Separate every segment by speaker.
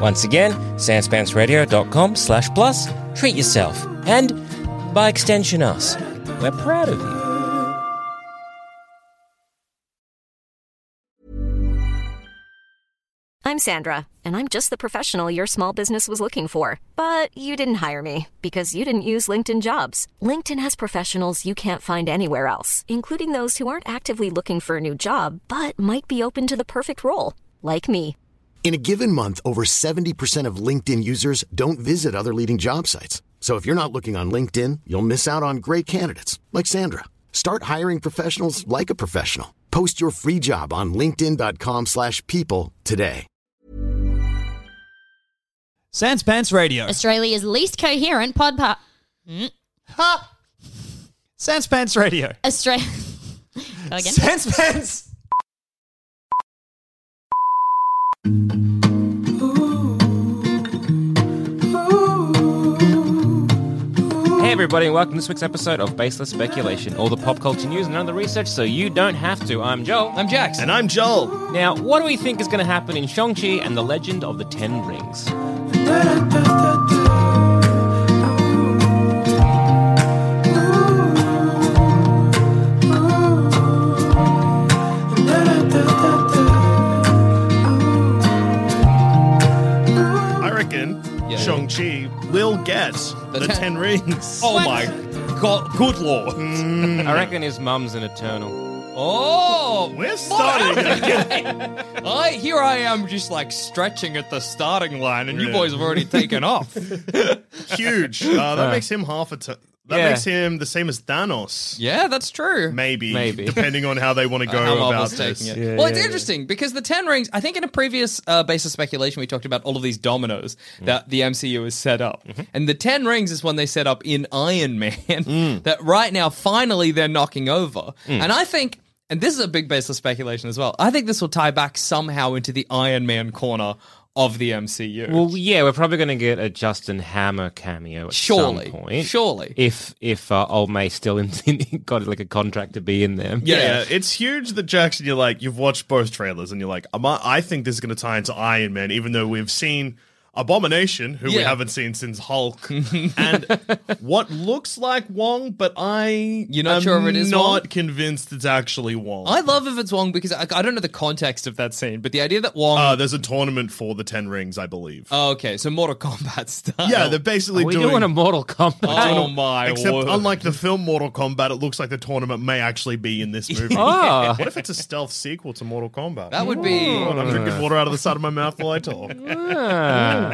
Speaker 1: Once again, sanspantsradio.com slash plus, treat yourself, and by extension us. We're proud of you.
Speaker 2: I'm Sandra, and I'm just the professional your small business was looking for. But you didn't hire me because you didn't use LinkedIn jobs. LinkedIn has professionals you can't find anywhere else, including those who aren't actively looking for a new job but might be open to the perfect role, like me.
Speaker 3: In a given month, over 70% of LinkedIn users don't visit other leading job sites. So if you're not looking on LinkedIn, you'll miss out on great candidates like Sandra. Start hiring professionals like a professional. Post your free job on linkedin.com/people slash people today.
Speaker 4: Sans Pants Radio.
Speaker 5: Australia's least coherent pod pa-
Speaker 4: Ha! Sans Pants Radio.
Speaker 5: Australia. Go again.
Speaker 4: Sans Pants.
Speaker 1: Hey everybody, and welcome to this week's episode of Baseless Speculation, all the pop culture news and other research so you don't have to. I'm Joel. I'm Jax.
Speaker 6: And I'm Joel.
Speaker 1: Now, what do we think is going to happen in Shang-Chi and the Legend of the Ten Rings?
Speaker 6: I reckon Shang-Chi will get the,
Speaker 7: ten-
Speaker 6: ten, rings.
Speaker 7: Oh my god, good lord.
Speaker 1: I reckon his mum's an eternal.
Speaker 7: Oh,
Speaker 6: We're starting again.
Speaker 7: I here I am just like stretching at the starting line and you
Speaker 6: Yeah.
Speaker 7: boys have already taken off.
Speaker 6: Huge. Uh, that makes him half a ton. That
Speaker 1: Yeah.
Speaker 6: makes him the same as Thanos.
Speaker 7: Yeah, that's true.
Speaker 6: Maybe,
Speaker 1: Maybe.
Speaker 6: depending on how they want to go
Speaker 7: how
Speaker 6: about
Speaker 7: Marvel's
Speaker 6: this.
Speaker 7: taking it. well, it's interesting because the Ten Rings. I think in a previous uh, base of speculation, we talked about all of these dominoes
Speaker 6: Mm.
Speaker 7: that the MCU has set up,
Speaker 6: Mm-hmm.
Speaker 7: and the Ten Rings is one they set up in Iron Man.
Speaker 6: Mm.
Speaker 7: That right now, finally, they're knocking over, and I think. And this is a big base of speculation as well. I think this will tie back somehow into the Iron Man corner of the MCU.
Speaker 1: Well, yeah, we're probably going to get a Justin Hammer cameo at
Speaker 7: Surely.
Speaker 1: some point.
Speaker 7: Surely.
Speaker 1: If if uh, old May still in, got like a contract to be in there.
Speaker 6: Yeah,
Speaker 7: Yeah.
Speaker 6: it's huge that Jackson. You're like, you've watched both trailers, and you're like, "Am I, I think this is going to tie into Iron Man, even though we've seen Abomination, who we
Speaker 7: Yeah.
Speaker 6: haven't seen since Hulk, and what looks like Wong, but I,
Speaker 7: You're not
Speaker 6: am
Speaker 7: sure if it is
Speaker 6: not
Speaker 7: Wong?
Speaker 6: convinced it's actually Wong.
Speaker 7: I love if it's Wong because I, I don't know the context of that scene, but the idea that Wong.
Speaker 6: uh, there's a tournament for the Ten Rings, I believe.
Speaker 7: oh, okay, so Mortal Kombat style.
Speaker 6: yeah, they're basically
Speaker 1: Uh, Are we
Speaker 6: doing.
Speaker 1: doing a Mortal Kombat?
Speaker 7: Oh my
Speaker 6: Except,
Speaker 7: word.
Speaker 6: unlike the film Mortal Kombat, it looks like the tournament may actually be in this movie.
Speaker 1: Ah.
Speaker 6: What if it's a stealth sequel to Mortal Kombat?
Speaker 7: That would be.
Speaker 6: God, I'm drinking water out of the side of my mouth while I talk.
Speaker 1: Ah,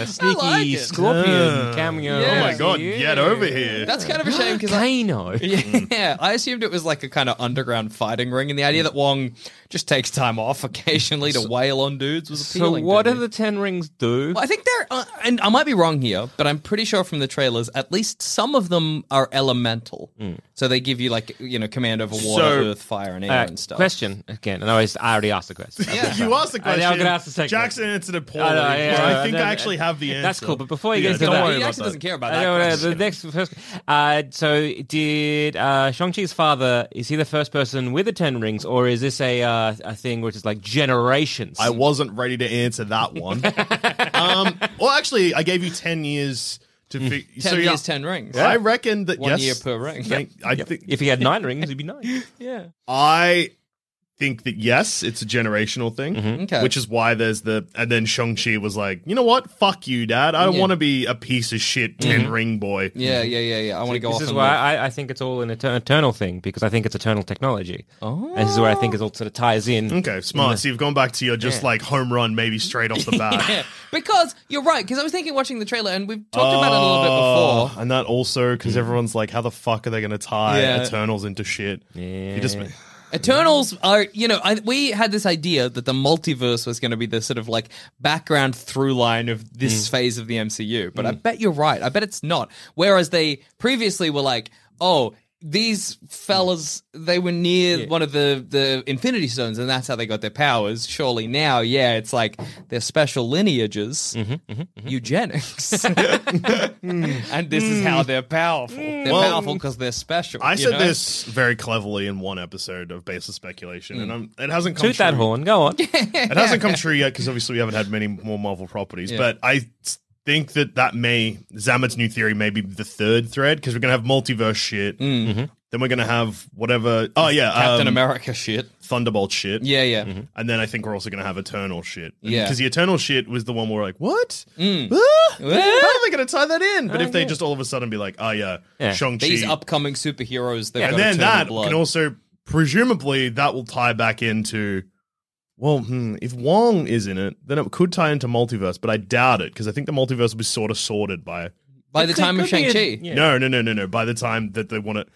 Speaker 1: ah, sneaky
Speaker 7: Oh. like it.
Speaker 1: scorpion cameo.
Speaker 7: Yeah.
Speaker 6: Oh my god, get over here.
Speaker 7: That's kind of a shame because I,
Speaker 1: Kano.
Speaker 7: yeah, I assumed it was like a kind of underground fighting ring, and the idea that Wong just takes time off occasionally to wail on dudes was
Speaker 1: So
Speaker 7: appealing.
Speaker 1: what
Speaker 7: to
Speaker 1: do
Speaker 7: me.
Speaker 1: the Ten Rings do?
Speaker 7: Well, I think they're, uh, and I might be wrong here, but I'm pretty sure from the trailers, at least some of them are elemental.
Speaker 1: Hmm.
Speaker 7: So they give you like you know command over water,
Speaker 6: So-
Speaker 7: earth, fire, and air
Speaker 1: Uh,
Speaker 7: and stuff.
Speaker 1: question again. No, I was- I already asked the question.
Speaker 7: Yeah.
Speaker 6: You asked the
Speaker 1: I
Speaker 6: question.
Speaker 1: know, I'm gonna ask the second
Speaker 6: Jackson
Speaker 1: question.
Speaker 6: answered it poorly.
Speaker 1: I know,
Speaker 6: but
Speaker 1: yeah,
Speaker 6: I think
Speaker 1: know.
Speaker 6: I actually have the answer.
Speaker 1: That's cool. But before you
Speaker 6: Yeah,
Speaker 1: get to
Speaker 6: don't
Speaker 1: that,
Speaker 6: worry
Speaker 7: He
Speaker 6: about
Speaker 7: actually doesn't care about
Speaker 1: I
Speaker 7: that.
Speaker 1: don't know,
Speaker 7: question.
Speaker 1: the next first, uh, so did uh, Shang-Chi's father, is he the first person with the Ten Rings, or is this a uh, a thing which is like generations?
Speaker 6: I wasn't ready to answer that one. um, well, actually, I gave you ten years to. Fi-
Speaker 7: ten
Speaker 6: so, yeah,
Speaker 7: years, ten rings.
Speaker 6: I reckon that
Speaker 7: One
Speaker 6: yes,
Speaker 7: year per ring.
Speaker 6: thank- I think
Speaker 1: if he had nine rings, it'd be nine.
Speaker 7: Yeah.
Speaker 6: I think that yes, it's a generational thing,
Speaker 7: Okay.
Speaker 6: which is why there's the and then Shang Chi was like, you know what, fuck you, Dad. I don't
Speaker 7: Yeah.
Speaker 6: want to be a piece of shit
Speaker 7: Mm-hmm.
Speaker 6: 10 ring boy.
Speaker 7: Yeah, yeah, yeah, yeah. I want to go
Speaker 1: This
Speaker 7: off.
Speaker 1: is
Speaker 7: and
Speaker 1: why
Speaker 7: live.
Speaker 1: I, I think it's all an etern- eternal thing because I think it's eternal technology. Oh. And this is where I think it all sort of ties in.
Speaker 6: Okay, smart. So you've gone back to your just like home run, maybe straight off the bat.
Speaker 7: Yeah, because you're right. Because I was thinking watching the trailer, and we've talked about it a little bit
Speaker 6: Oh,
Speaker 7: before. Mm-hmm.
Speaker 6: and that also because everyone's like, how the fuck are they going to tie
Speaker 7: Yeah.
Speaker 6: Eternals into shit? You just
Speaker 7: Eternals are, you know, I, we had this idea that the multiverse was going to be the sort of like background through line of
Speaker 6: Mm.
Speaker 7: this phase of the MCU, but I bet you're right. I bet it's not. Whereas they previously were like, oh, these fellas, they were near one of the, the Infinity Stones, and that's how they got their powers. Surely now, yeah, it's like they're special lineages,
Speaker 6: Mm-hmm,
Speaker 7: eugenics, and this is how they're powerful. They're
Speaker 6: Mm. Well,
Speaker 7: powerful because they're special.
Speaker 6: I
Speaker 7: you
Speaker 6: said
Speaker 7: know?
Speaker 6: this very cleverly in one episode of Baseless Speculation,
Speaker 7: Mm.
Speaker 6: and I'm, it hasn't come
Speaker 1: Toot that
Speaker 6: true.
Speaker 1: horn. Go on.
Speaker 6: It hasn't come true yet because obviously we haven't had many more Marvel properties. But I think that that may Zamet's new theory may be the third thread because we're gonna have multiverse shit. Then we're gonna have whatever. Oh yeah,
Speaker 7: Mm. Captain
Speaker 6: um,
Speaker 7: America shit.
Speaker 6: Thunderbolt shit.
Speaker 7: Yeah, yeah.
Speaker 6: And then I think we're also going to have Eternal shit.
Speaker 7: Yeah. Mm.
Speaker 6: Because the Eternal shit was the one where we're like, what? Ah, how are they going to tie that in? But if they just all of a sudden be like, oh, yeah,
Speaker 1: Yeah.
Speaker 6: Shang-Chi.
Speaker 7: These upcoming superheroes that
Speaker 6: and
Speaker 7: got
Speaker 6: then
Speaker 7: eternal
Speaker 6: that
Speaker 7: blood.
Speaker 6: can also, presumably, that will tie back into, well, hmm, if Wong is in it, then it could tie into multiverse, but I doubt it because I think the multiverse will be sort of sorted by.
Speaker 7: by the time of
Speaker 1: could be a-
Speaker 7: Shang Chi,
Speaker 1: yeah.
Speaker 6: No, no, no, no, no. By the time that they want it.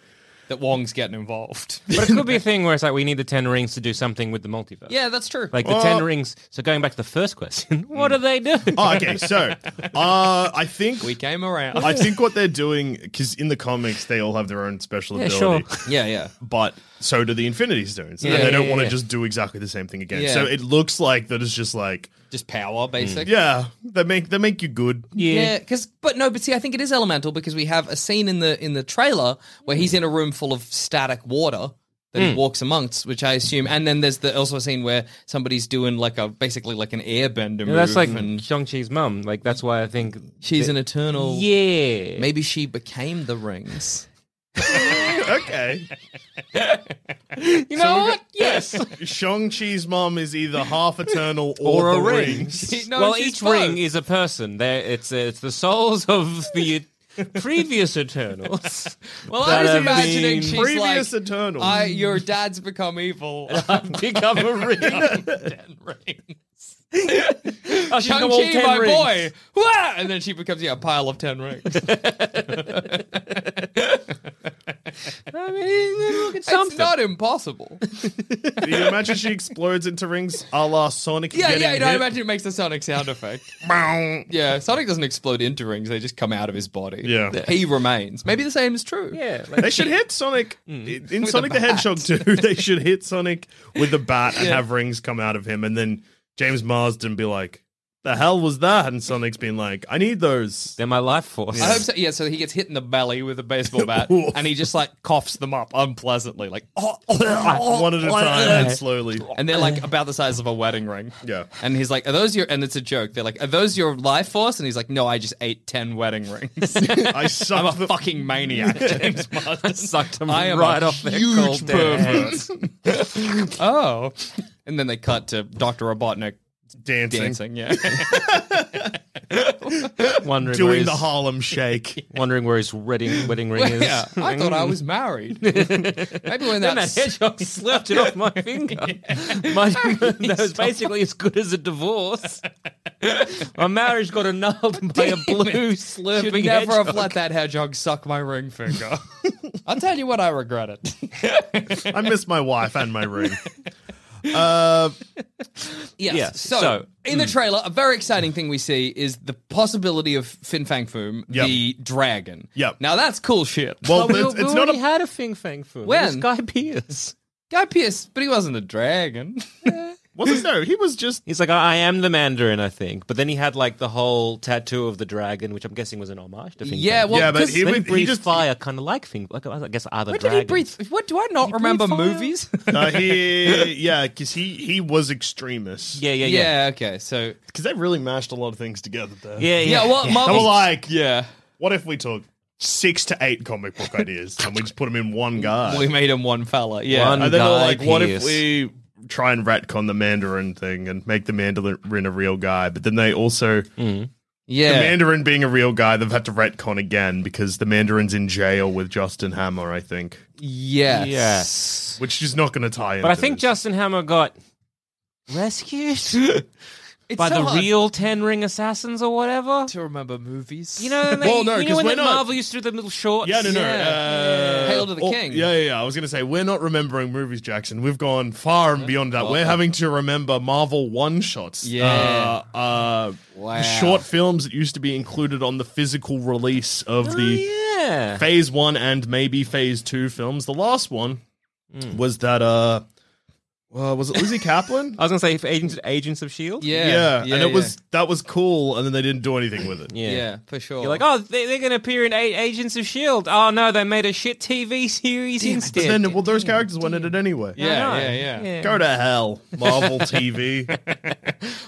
Speaker 7: that Wong's getting involved.
Speaker 1: But it could be a thing where it's like we need the Ten Rings to do something with the multiverse.
Speaker 7: yeah, Oh. that's true.
Speaker 1: Like the Ten
Speaker 6: Well-
Speaker 1: Rings. So going back to the first question, what
Speaker 7: Hmm.
Speaker 1: do they do?
Speaker 6: Oh, okay. So, uh, I think.
Speaker 7: we came around.
Speaker 6: I think what they're doing, because in the comics they all have their own special
Speaker 1: Yeah,
Speaker 6: ability.
Speaker 1: sure.
Speaker 7: yeah, yeah.
Speaker 6: but so do the Infinity Stones.
Speaker 7: Yeah,
Speaker 6: and they don't
Speaker 7: yeah,
Speaker 6: want to
Speaker 7: yeah.
Speaker 6: just do exactly the same thing again.
Speaker 7: Yeah.
Speaker 6: So it looks like that it's just like,
Speaker 7: Just power, basic.
Speaker 6: yeah, they make they make you good.
Speaker 7: Yeah, because but no, but see, I think it is elemental because we have a scene in the in the trailer where he's in a room full of static water that he walks amongst, which I assume, and then there's the also a scene where somebody's doing like a basically like an airbender move,
Speaker 1: Yeah, that's like
Speaker 7: and
Speaker 1: Shang Chi's mum. Like that's why I think
Speaker 7: she's an eternal.
Speaker 1: yeah.
Speaker 7: maybe she became the rings.
Speaker 6: Okay.
Speaker 1: you know what? Yes.
Speaker 6: Shang-Chi's mom is either half eternal or,
Speaker 1: Or
Speaker 6: the
Speaker 1: a ring.
Speaker 6: rings.
Speaker 7: No,
Speaker 1: well,
Speaker 7: she's
Speaker 1: each
Speaker 7: both.
Speaker 1: ring is a person. There, it's it's the souls of the previous Eternals.
Speaker 7: Well, I was
Speaker 1: that have
Speaker 7: imagining
Speaker 1: been
Speaker 7: she's
Speaker 6: Previous
Speaker 7: like,
Speaker 6: Eternals.
Speaker 7: I, your dad's become evil.
Speaker 1: Become a ring.
Speaker 7: Ten rings.
Speaker 1: Oh, she's got all
Speaker 7: Shang-Chi,
Speaker 1: ten
Speaker 7: my
Speaker 1: rings.
Speaker 7: boy. Wah! And then she becomes yeah, a pile of ten rings.
Speaker 1: I mean, look at
Speaker 7: It's
Speaker 1: something.
Speaker 7: not impossible.
Speaker 6: Can you imagine she explodes into rings a la Sonic
Speaker 7: Yeah,
Speaker 6: getting
Speaker 7: yeah. You know, I
Speaker 6: hit?
Speaker 7: imagine it makes the Sonic sound effect. yeah, Sonic doesn't explode into rings; they just come out of his body.
Speaker 6: Yeah.
Speaker 7: he remains. Maybe the same is true.
Speaker 1: yeah,
Speaker 6: They
Speaker 1: like,
Speaker 6: should hit Sonic in
Speaker 7: Mm. With a
Speaker 6: Sonic the
Speaker 7: bat.
Speaker 6: Hedgehog 2. They should hit Sonic with the bat and have rings come out of him, and then James Marsden be like, "The hell was that?" And Sonic's been like, "I need those."
Speaker 1: they're my life force.
Speaker 7: I hope so. Yeah, so he gets hit in the belly with a baseball bat, and he just like coughs them up unpleasantly, like, oh,
Speaker 6: One at a time and slowly.
Speaker 7: and they're like about the size of a wedding ring.
Speaker 6: Yeah.
Speaker 7: And he's like, "Are those your?" And it's a joke. They're like, "Are those your life force?" And he's like, "No, I just ate ten wedding rings.
Speaker 6: I
Speaker 7: I'm a
Speaker 6: suck the
Speaker 7: fucking maniac, James Marsden.
Speaker 1: Sucked them
Speaker 7: I am
Speaker 1: right
Speaker 7: a
Speaker 1: off their
Speaker 7: huge
Speaker 1: cold dead
Speaker 7: pervert.
Speaker 1: hands.
Speaker 7: oh." And then they cut to Doctor Robotnik
Speaker 6: dancing,
Speaker 7: dancing. Yeah,
Speaker 1: Wondering where
Speaker 6: doing
Speaker 1: his-
Speaker 6: the Harlem Shake.
Speaker 1: wondering where his wedding wedding ring is.
Speaker 7: yeah. I thought I was married. Maybe when
Speaker 1: Then that
Speaker 7: that's
Speaker 1: hedgehog slapped it off my finger. My, that was basically as good as a divorce. my marriage got annulled by a blue slurping
Speaker 7: should never
Speaker 1: hedgehog.
Speaker 7: have let that hedgehog suck my ring finger. I'll tell you what, I regret it.
Speaker 6: I miss my wife and my ring. Uh,
Speaker 7: Yes.
Speaker 1: Yes,
Speaker 7: So,
Speaker 1: so,
Speaker 7: in the trailer, a very exciting thing we see is the possibility of Fin Fang Foom,
Speaker 6: Yep.
Speaker 7: the dragon.
Speaker 6: Yep.
Speaker 7: Now that's cool shit.
Speaker 6: well,
Speaker 1: we,
Speaker 6: it's,
Speaker 1: we
Speaker 6: it's not
Speaker 1: already
Speaker 6: a.
Speaker 1: had a Fing Fang Foom.
Speaker 7: When?
Speaker 1: It was Guy Pearce.
Speaker 7: Guy Pierce, but he wasn't a dragon.
Speaker 6: Was it no? He was just.
Speaker 1: He's like, I, I am the Mandarin, I think. But then he had like the whole tattoo of the dragon, which I'm guessing was an homage to Fing
Speaker 7: yeah.
Speaker 1: Fang.
Speaker 7: Well,
Speaker 6: Yeah, but
Speaker 7: 'cause-
Speaker 6: he
Speaker 1: then
Speaker 6: was-
Speaker 1: he breathes
Speaker 6: just-
Speaker 1: fire, kind of like Fing. Like, I guess other
Speaker 7: Where did
Speaker 1: dragons.
Speaker 7: he breathe? What do I not
Speaker 1: breathe
Speaker 7: remember?
Speaker 1: fire?
Speaker 7: Movies.
Speaker 6: Uh, he, yeah, because he he was extremist.
Speaker 1: Yeah, yeah,
Speaker 7: yeah,
Speaker 1: yeah,
Speaker 7: Okay. So.
Speaker 6: because they really mashed a lot of things together there.
Speaker 1: yeah,
Speaker 7: Yeah. Well,
Speaker 6: They
Speaker 7: Marvel.
Speaker 6: were like,
Speaker 7: yeah.
Speaker 6: What if we took six to eight comic book ideas and we just put them in one guy?
Speaker 7: We made him one fella. Yeah.
Speaker 1: One-
Speaker 6: and then we're
Speaker 1: Guy
Speaker 6: like, what if
Speaker 1: Pearce.
Speaker 6: we try and retcon the Mandarin thing and make the Mandarin a real guy? But then they also, the
Speaker 7: Yeah.
Speaker 6: Mandarin being a real guy, they've had to retcon again because the Mandarin's in jail with Justin Hammer, I think,
Speaker 7: yes.
Speaker 1: Yes.
Speaker 6: which is not going to tie in.
Speaker 1: But I think Justin Hammer got rescued.
Speaker 7: It's
Speaker 1: by
Speaker 7: so
Speaker 1: the
Speaker 7: hard
Speaker 1: real Ten Ring assassins or whatever.
Speaker 7: to remember movies.
Speaker 1: You know, they,
Speaker 6: Well, no,
Speaker 1: you know
Speaker 6: 'cause
Speaker 1: when that
Speaker 6: we're not-
Speaker 1: Marvel used to do the little shorts.
Speaker 6: Yeah, no, no.
Speaker 7: Yeah.
Speaker 6: Uh,
Speaker 7: Hail to the king.
Speaker 6: Yeah, yeah, yeah. I was going to say, we're not remembering movies, Jackson. We've gone far and beyond that. We're having to remember Marvel one shots.
Speaker 7: Yeah.
Speaker 6: Uh, uh, The short films that used to be included on the physical release of
Speaker 1: Oh,
Speaker 6: the
Speaker 1: yeah.
Speaker 6: phase one and maybe phase two films. The last one
Speaker 7: Hmm.
Speaker 6: was that, uh, uh, was it Lizzie Kaplan?
Speaker 1: I was gonna say for Agents Agents of Shield.
Speaker 7: Oh, yeah,
Speaker 6: yeah,
Speaker 7: yeah,
Speaker 6: and it
Speaker 7: yeah.
Speaker 6: was that was cool, and then they didn't do anything with it.
Speaker 1: yeah.
Speaker 7: yeah, for sure.
Speaker 1: You're like, oh, they, they're gonna appear in A- Agents of Shield. Oh no, they made a shit TV series
Speaker 6: But
Speaker 1: instead.
Speaker 6: then, well, those characters went in it anyway.
Speaker 1: I
Speaker 7: yeah,
Speaker 1: know.
Speaker 7: yeah, yeah,
Speaker 6: Go to hell, Marvel TV.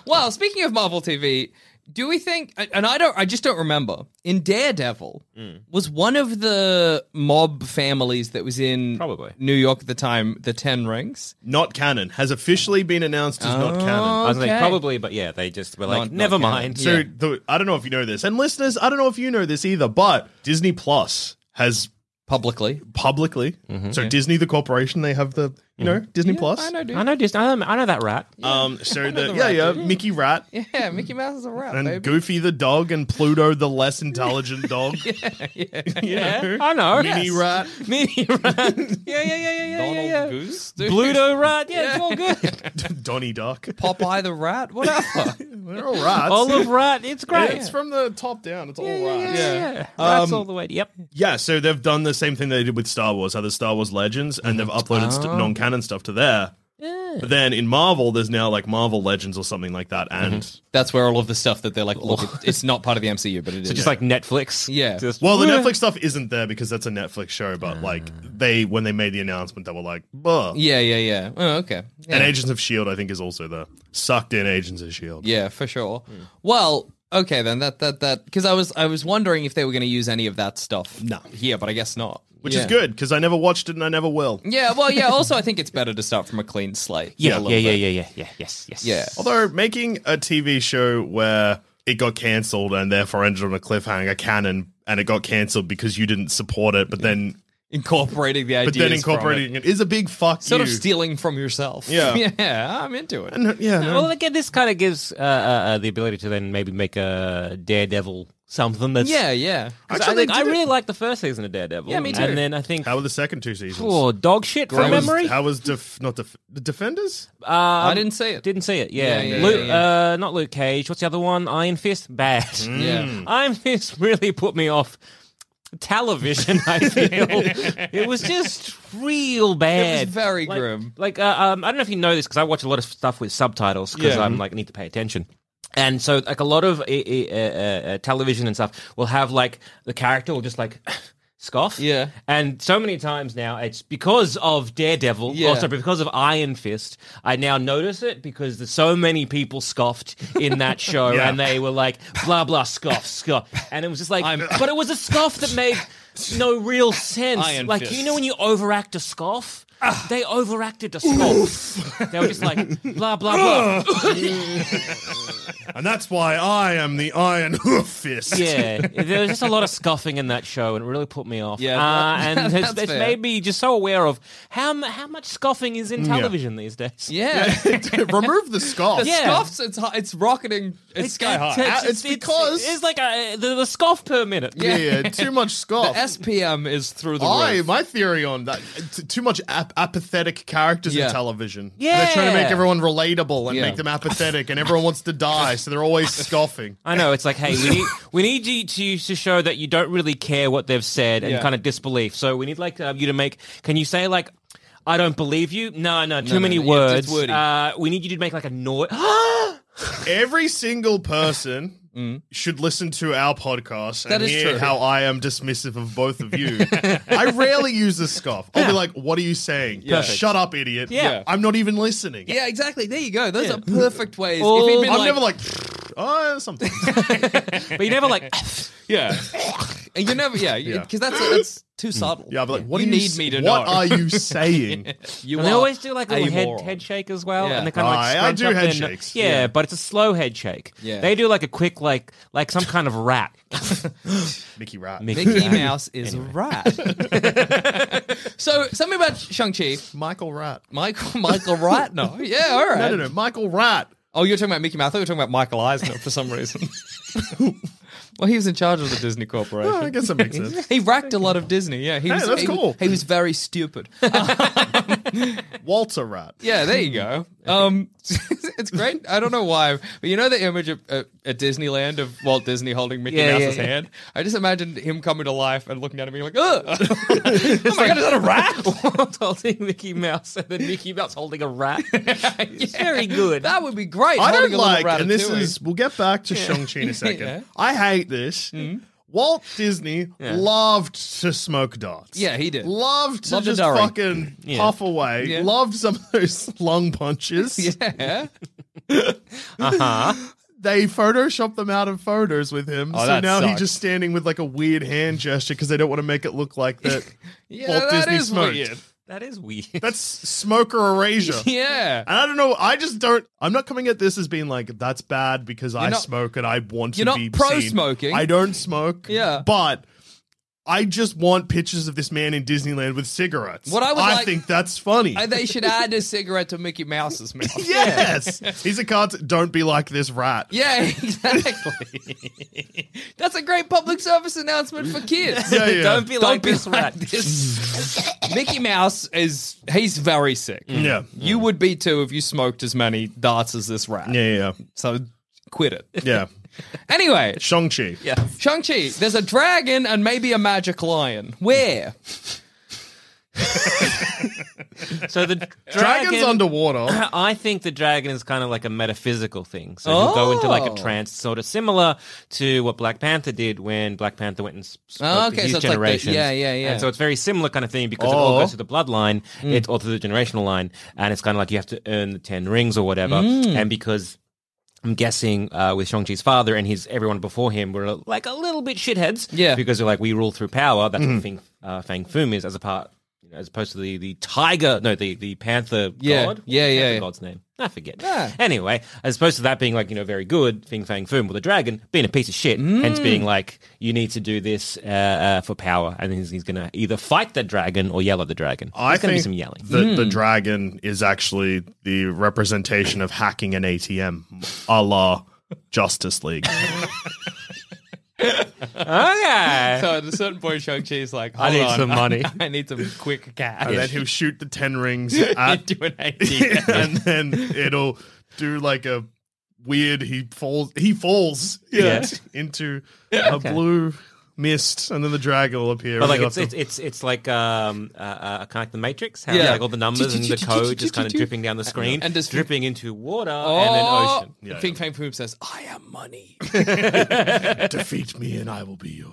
Speaker 7: Well, speaking of Marvel TV, do we think? And I don't. I just don't remember. In Daredevil, was one of the mob families that was in
Speaker 1: Probably.
Speaker 7: New York at the time the Ten Rings.
Speaker 6: not canon has officially been announced as not
Speaker 1: I
Speaker 6: canon. Uh,
Speaker 1: was like,
Speaker 7: Okay.
Speaker 1: probably, but yeah, they just were like,
Speaker 7: Not- not
Speaker 1: never
Speaker 7: canon.
Speaker 1: mind.
Speaker 6: So the, I don't know if you know this, and listeners, I don't know if you know this either, but Disney Plus has
Speaker 7: Publicly,
Speaker 6: publicly,
Speaker 7: Mm-hmm.
Speaker 6: so Disney the corporation, they have the you know Disney Plus.
Speaker 7: I know, dude.
Speaker 1: I know, just I know, I know that rat.
Speaker 6: Um, so the, yeah, yeah, Mickey Rat
Speaker 7: Yeah, Mickey Mouse is a rat,
Speaker 6: and
Speaker 7: baby.
Speaker 6: Goofy the dog and Pluto the less intelligent dog. yeah,
Speaker 1: Yeah, I know.
Speaker 6: Mini
Speaker 1: Yes.
Speaker 6: Rat.
Speaker 1: Mini rat. Yeah, yeah, yeah, yeah, yeah,
Speaker 7: Donald
Speaker 1: yeah. yeah.
Speaker 7: Goose, dude.
Speaker 1: Bluto rat. Yeah, it's all good.
Speaker 6: Donnie Duck.
Speaker 7: Popeye the rat, whatever.
Speaker 6: They're all rats.
Speaker 1: Olive rat. It's great.
Speaker 6: It's from the top down. It's all rats.
Speaker 1: yeah,
Speaker 7: Yeah.
Speaker 1: yeah. Rats all the way. Yep.
Speaker 6: Yeah, so they've done the same thing they did with Star Wars, how the Star Wars Legends, and they've uploaded st-
Speaker 7: Oh.
Speaker 6: non canon stuff to there. But then in Marvel, there's now like Marvel Legends or something like that. And
Speaker 7: That's where all of the stuff that they're like, look, it- it's not part of the MCU, but it is.
Speaker 1: So just like Netflix.
Speaker 7: Yeah. Ah.
Speaker 1: Just,
Speaker 6: well, the Netflix stuff isn't there because that's a Netflix show. But like they, when they made the announcement, they were like, "Bah."
Speaker 7: yeah, yeah, yeah. Oh, okay. Yeah,
Speaker 6: And Agents of Shield, I think, is also there. Sucked in Agents of Shield.
Speaker 7: yeah for sure.
Speaker 6: Hmm.
Speaker 7: Well, okay then. That that that because I was I was wondering if they were going to use any of that stuff.
Speaker 6: No.
Speaker 7: here, but I guess not.
Speaker 6: Which
Speaker 7: Yeah.
Speaker 6: is good because I never watched it and I never will.
Speaker 7: Yeah. Well, yeah. Also, I think it's better to start from a clean slate.
Speaker 1: Yeah,
Speaker 7: a
Speaker 1: yeah,
Speaker 7: little
Speaker 1: yeah, yeah,
Speaker 7: bit.
Speaker 1: yeah, yeah, yeah. Yes, yes.
Speaker 7: Yeah.
Speaker 6: Although making a TV show where it got cancelled and therefore ended on a cliffhanger, canon, and it got cancelled because you didn't support it, but then
Speaker 7: Incorporating the idea,
Speaker 6: but then incorporating it is a big fuck
Speaker 7: sort
Speaker 6: you.
Speaker 7: of stealing from yourself.
Speaker 6: Yeah.
Speaker 7: yeah. I'm into it.
Speaker 6: And, yeah, no.
Speaker 1: Well, again, this kind of gives uh, uh, uh, the ability to then maybe make a Daredevil something that's
Speaker 7: Yeah, yeah.
Speaker 1: 'Cause
Speaker 6: Actually,
Speaker 1: I, think,
Speaker 6: they
Speaker 1: I
Speaker 6: did it-
Speaker 1: really like the first season of Daredevil.
Speaker 7: Yeah, me too.
Speaker 1: And then I think
Speaker 6: how were the second two seasons?
Speaker 1: oh, dog shit
Speaker 6: how
Speaker 1: from
Speaker 6: was,
Speaker 1: memory.
Speaker 6: How was def- not def- the defenders?
Speaker 1: Um,
Speaker 7: I didn't see it.
Speaker 1: Didn't see it. Yeah,
Speaker 7: Yeah, yeah,
Speaker 1: Luke,
Speaker 7: yeah, yeah.
Speaker 1: Uh, not Luke Cage. What's the other one? Iron Fist. Bad.
Speaker 7: Yeah.
Speaker 1: Iron Fist really put me off television. I feel it was just real bad.
Speaker 7: It was very
Speaker 1: like,
Speaker 7: grim.
Speaker 1: Like uh, um, I don't know if you know this because I watch a lot of stuff with subtitles because
Speaker 6: Yeah.
Speaker 1: I'm like need to pay attention. And so, like a lot of uh, uh, uh, uh, television and stuff will have like the character will just like scoff.
Speaker 7: Yeah.
Speaker 1: And so many times now, it's because of Daredevil,
Speaker 7: Yeah.
Speaker 1: also because of Iron Fist. I now notice it because there's so many people scoffed in that show,
Speaker 6: Yeah.
Speaker 1: and they were like blah blah scoff scoff, and it was just like,
Speaker 7: I'm-
Speaker 1: but it was a scoff that made no real sense.
Speaker 7: Iron
Speaker 1: like
Speaker 7: Fist. Ah.
Speaker 1: you know when you overact a scoff. They overacted a scoff. They were just like blah blah blah.
Speaker 6: And that's why I am the Iron Hoof Fist.
Speaker 1: Yeah, there was just a lot of scuffing in that show, and it really put me off.
Speaker 7: Yeah,
Speaker 1: uh,
Speaker 7: that-
Speaker 1: and it's,
Speaker 7: that's
Speaker 1: it's
Speaker 7: fair.
Speaker 1: made me just so aware of how m- how much scuffing is in television these days.
Speaker 7: Mm, Yeah.
Speaker 6: Remove the scarf.
Speaker 7: The
Speaker 1: Yeah.
Speaker 7: scoffs, it's hi- it's rocketing, Uh, it's sky high.
Speaker 6: It's because-
Speaker 1: it's, like a, the, the scoff per minute.
Speaker 6: Yeah, yeah, too much scarf.
Speaker 7: SPM is through the
Speaker 6: I
Speaker 7: roof.
Speaker 6: my theory on that t- too much ap- apathetic characters
Speaker 7: Yeah.
Speaker 6: in television.
Speaker 1: Yeah.
Speaker 6: they're trying to make everyone relatable and
Speaker 7: Yeah.
Speaker 6: make them apathetic, and everyone wants to die, so they're always scoffing.
Speaker 1: I know. It's like, hey, we need we need you to to show that you don't really care what they've said and
Speaker 7: Yeah.
Speaker 1: kind of disbelief. So we need like uh, you to make. Can you say like? I don't believe you. No, no, too
Speaker 7: no,
Speaker 1: many
Speaker 7: no, yeah,
Speaker 1: words.
Speaker 7: it's wordy.
Speaker 1: Uh, we need you to make like a noise.
Speaker 6: Every single person should listen to our podcast
Speaker 7: Mm. That
Speaker 6: and
Speaker 7: is
Speaker 6: hear
Speaker 7: true.
Speaker 6: how I am dismissive of both of you. I rarely use the scoff. I'll be like, "What are you saying?
Speaker 1: Perfect.
Speaker 6: Shut up, idiot!
Speaker 1: Yeah.
Speaker 6: I'm not even listening.
Speaker 7: yeah, exactly. There you go. Those are perfect ways.
Speaker 1: All-
Speaker 7: if he'd been
Speaker 6: I'm
Speaker 7: like,
Speaker 6: never like, oh, something.
Speaker 1: but you never like.
Speaker 7: yeah, and you never, yeah,
Speaker 6: Yeah. Hmm.
Speaker 7: because that's that's too subtle.
Speaker 6: Yeah, I'll be like, "What
Speaker 7: you
Speaker 6: do
Speaker 7: need
Speaker 6: s-
Speaker 7: me to
Speaker 6: What
Speaker 7: know?
Speaker 6: are you saying?
Speaker 7: you
Speaker 1: And they
Speaker 7: are
Speaker 1: always do like a
Speaker 7: a
Speaker 1: little head,
Speaker 7: moron.
Speaker 1: head shake as well,
Speaker 7: Yeah.
Speaker 1: and they kind of like
Speaker 6: Aye, I
Speaker 1: scrunch
Speaker 6: do
Speaker 1: up
Speaker 6: head
Speaker 1: their no-
Speaker 6: shakes,
Speaker 1: Yeah,
Speaker 6: yeah.
Speaker 1: but it's a slow head shake.
Speaker 7: Yeah.
Speaker 1: They do like a quick like like some kind of rat.
Speaker 6: Mickey Rat.
Speaker 7: Mickey Mouse is right. so something about Shang Chi,
Speaker 6: Michael Rat.
Speaker 7: Michael Michael Wright. No, yeah, all right.
Speaker 6: No, no, no. Michael Rat.
Speaker 7: Oh, you're talking about Mickey Mouse. I thought you were talking about Michael Eisner for some reason. well, he was in charge of the Disney Corporation.
Speaker 6: I guess that makes sense.
Speaker 7: He racked a lot of Disney. Yeah, he
Speaker 6: Oh, Hey,
Speaker 7: was.
Speaker 6: that's
Speaker 7: he,
Speaker 6: cool.
Speaker 7: He was very stupid.
Speaker 6: Walter Rat.
Speaker 7: yeah, there you go. Um, it's great. I don't know why, but you know the image of, uh, at Disneyland of Walt Disney holding Mickey
Speaker 1: Yeah,
Speaker 7: Mouse's
Speaker 1: yeah, yeah.
Speaker 7: hand. I just imagined him coming to life and looking down at me like, "Ugh, oh my god, is that a rat?"
Speaker 1: Walt holding Mickey Mouse and then Mickey Mouse holding a rat. It's very good.
Speaker 7: That would be great.
Speaker 6: I don't
Speaker 7: holding a little
Speaker 6: like, and this
Speaker 7: ratatouille.
Speaker 6: is, we'll get back to Shang-Chi in a second. I hate this.
Speaker 7: Mm-hmm.
Speaker 6: Walt Disney loved to smoke darts.
Speaker 7: Yeah, he did.
Speaker 6: Loved to
Speaker 7: Loved a
Speaker 6: just
Speaker 7: durry.
Speaker 6: fucking puff away.
Speaker 7: Yeah.
Speaker 6: Loved some of those lung punches.
Speaker 7: yeah.
Speaker 6: They photoshopped them out of photos with him.
Speaker 7: Oh,
Speaker 6: so
Speaker 7: that
Speaker 6: now he's
Speaker 7: sucks.
Speaker 6: just standing with like a weird hand gesture because they don't want to make it look like that
Speaker 7: Yeah,
Speaker 6: Walt
Speaker 7: that
Speaker 6: Disney
Speaker 7: is
Speaker 6: smoked.
Speaker 7: weird.
Speaker 1: That is weird.
Speaker 6: That's smoker erasure.
Speaker 7: Yeah.
Speaker 6: And I don't know. I just don't. I'm not coming at this as being like that's bad because I
Speaker 7: not-
Speaker 6: smoke and I want
Speaker 7: you're
Speaker 6: to
Speaker 7: not
Speaker 6: be
Speaker 7: pro
Speaker 6: seen.
Speaker 7: smoking.
Speaker 6: I don't smoke.
Speaker 7: Yeah.
Speaker 6: but I just want pictures of this man in Disneyland with cigarettes.
Speaker 7: What I would like-
Speaker 6: think that's funny.
Speaker 7: And they should add a cigarette to Mickey Mouse's mouth.
Speaker 6: yes, he's a cartoon. Don't be like this rat.
Speaker 7: Yeah, exactly. That's a great public service announcement for kids.
Speaker 6: Yeah, yeah.
Speaker 1: Don't be like this rat.
Speaker 7: this. Mickey Mouse is he's very sick.
Speaker 6: yeah,
Speaker 7: You would be too if you smoked as many darts as this rat.
Speaker 6: yeah, yeah,
Speaker 7: So quit it.
Speaker 6: yeah.
Speaker 7: Anyway,
Speaker 6: Shang Chi. Yeah.
Speaker 7: Shang-Chi, there's a dragon and maybe a magic lion. Where?
Speaker 1: So the
Speaker 6: Dragon's
Speaker 1: dragon,
Speaker 6: underwater.
Speaker 1: I think the dragon is kind of like a metaphysical thing. So he'll go into like a
Speaker 7: Oh.
Speaker 1: trance, sort of similar to what Black Panther did when Black Panther went and spoke to
Speaker 7: Oh, okay,
Speaker 1: his
Speaker 7: so it's like the-
Speaker 1: generations.
Speaker 7: yeah, yeah, yeah. Hmm.
Speaker 1: And so it's very similar kind of thing because it all
Speaker 6: Or-
Speaker 1: goes to the bloodline, it's all to the generational line, and it's kind of like you have to earn the ten rings or whatever.
Speaker 7: Hmm.
Speaker 1: And because I'm guessing uh, with Shang Chi's father and his everyone before him were like a little bit shitheads,
Speaker 7: Yeah. Hmm.
Speaker 1: because they're like we rule through power. That's what Fing, uh, Fang Foom is as a part, you know, as opposed to the the tiger, no, the the panther god,
Speaker 7: Yeah. Yeah,
Speaker 1: What's the
Speaker 7: yeah,
Speaker 1: panther
Speaker 7: yeah.
Speaker 1: god's name. I forget.
Speaker 7: Yeah.
Speaker 1: Anyway, as opposed to that being like you know very good, Fing Fang Foom, well the dragon being a piece of shit,
Speaker 7: Mm.
Speaker 1: hence being like you need to do this uh, uh, for power, and he's, he's going to either fight the dragon or yell at the dragon.
Speaker 6: I
Speaker 1: There's going to be
Speaker 6: think
Speaker 1: some yelling.
Speaker 6: that
Speaker 7: Hmm.
Speaker 6: the dragon is actually the representation of hacking an ATM, a la Justice League.
Speaker 1: Oh, Okay.
Speaker 7: So at a certain point, Shang-Chi is like,
Speaker 1: I
Speaker 7: "Hold
Speaker 1: need
Speaker 7: on,
Speaker 1: some money."
Speaker 7: I need some quick cash.
Speaker 6: and then he'll shoot the ten rings at
Speaker 7: Into an ATM.
Speaker 6: and then it'll do like a weird he falls he falls yeah,
Speaker 1: Yeah.
Speaker 6: into a blue mist and then the dragon will appear
Speaker 1: But like
Speaker 6: and
Speaker 1: it's
Speaker 6: you'll
Speaker 1: it's it's, it's like um uh, uh kind of like the Matrix, how
Speaker 7: Yeah.
Speaker 1: like all the numbers and the code just kind of dripping down the screen,
Speaker 7: And just-
Speaker 1: dripping into water and then
Speaker 7: Oh,
Speaker 1: ocean.
Speaker 6: Yeah,
Speaker 7: Ping Fang Foom says, I am money.
Speaker 6: have to defeat me and I will be yours.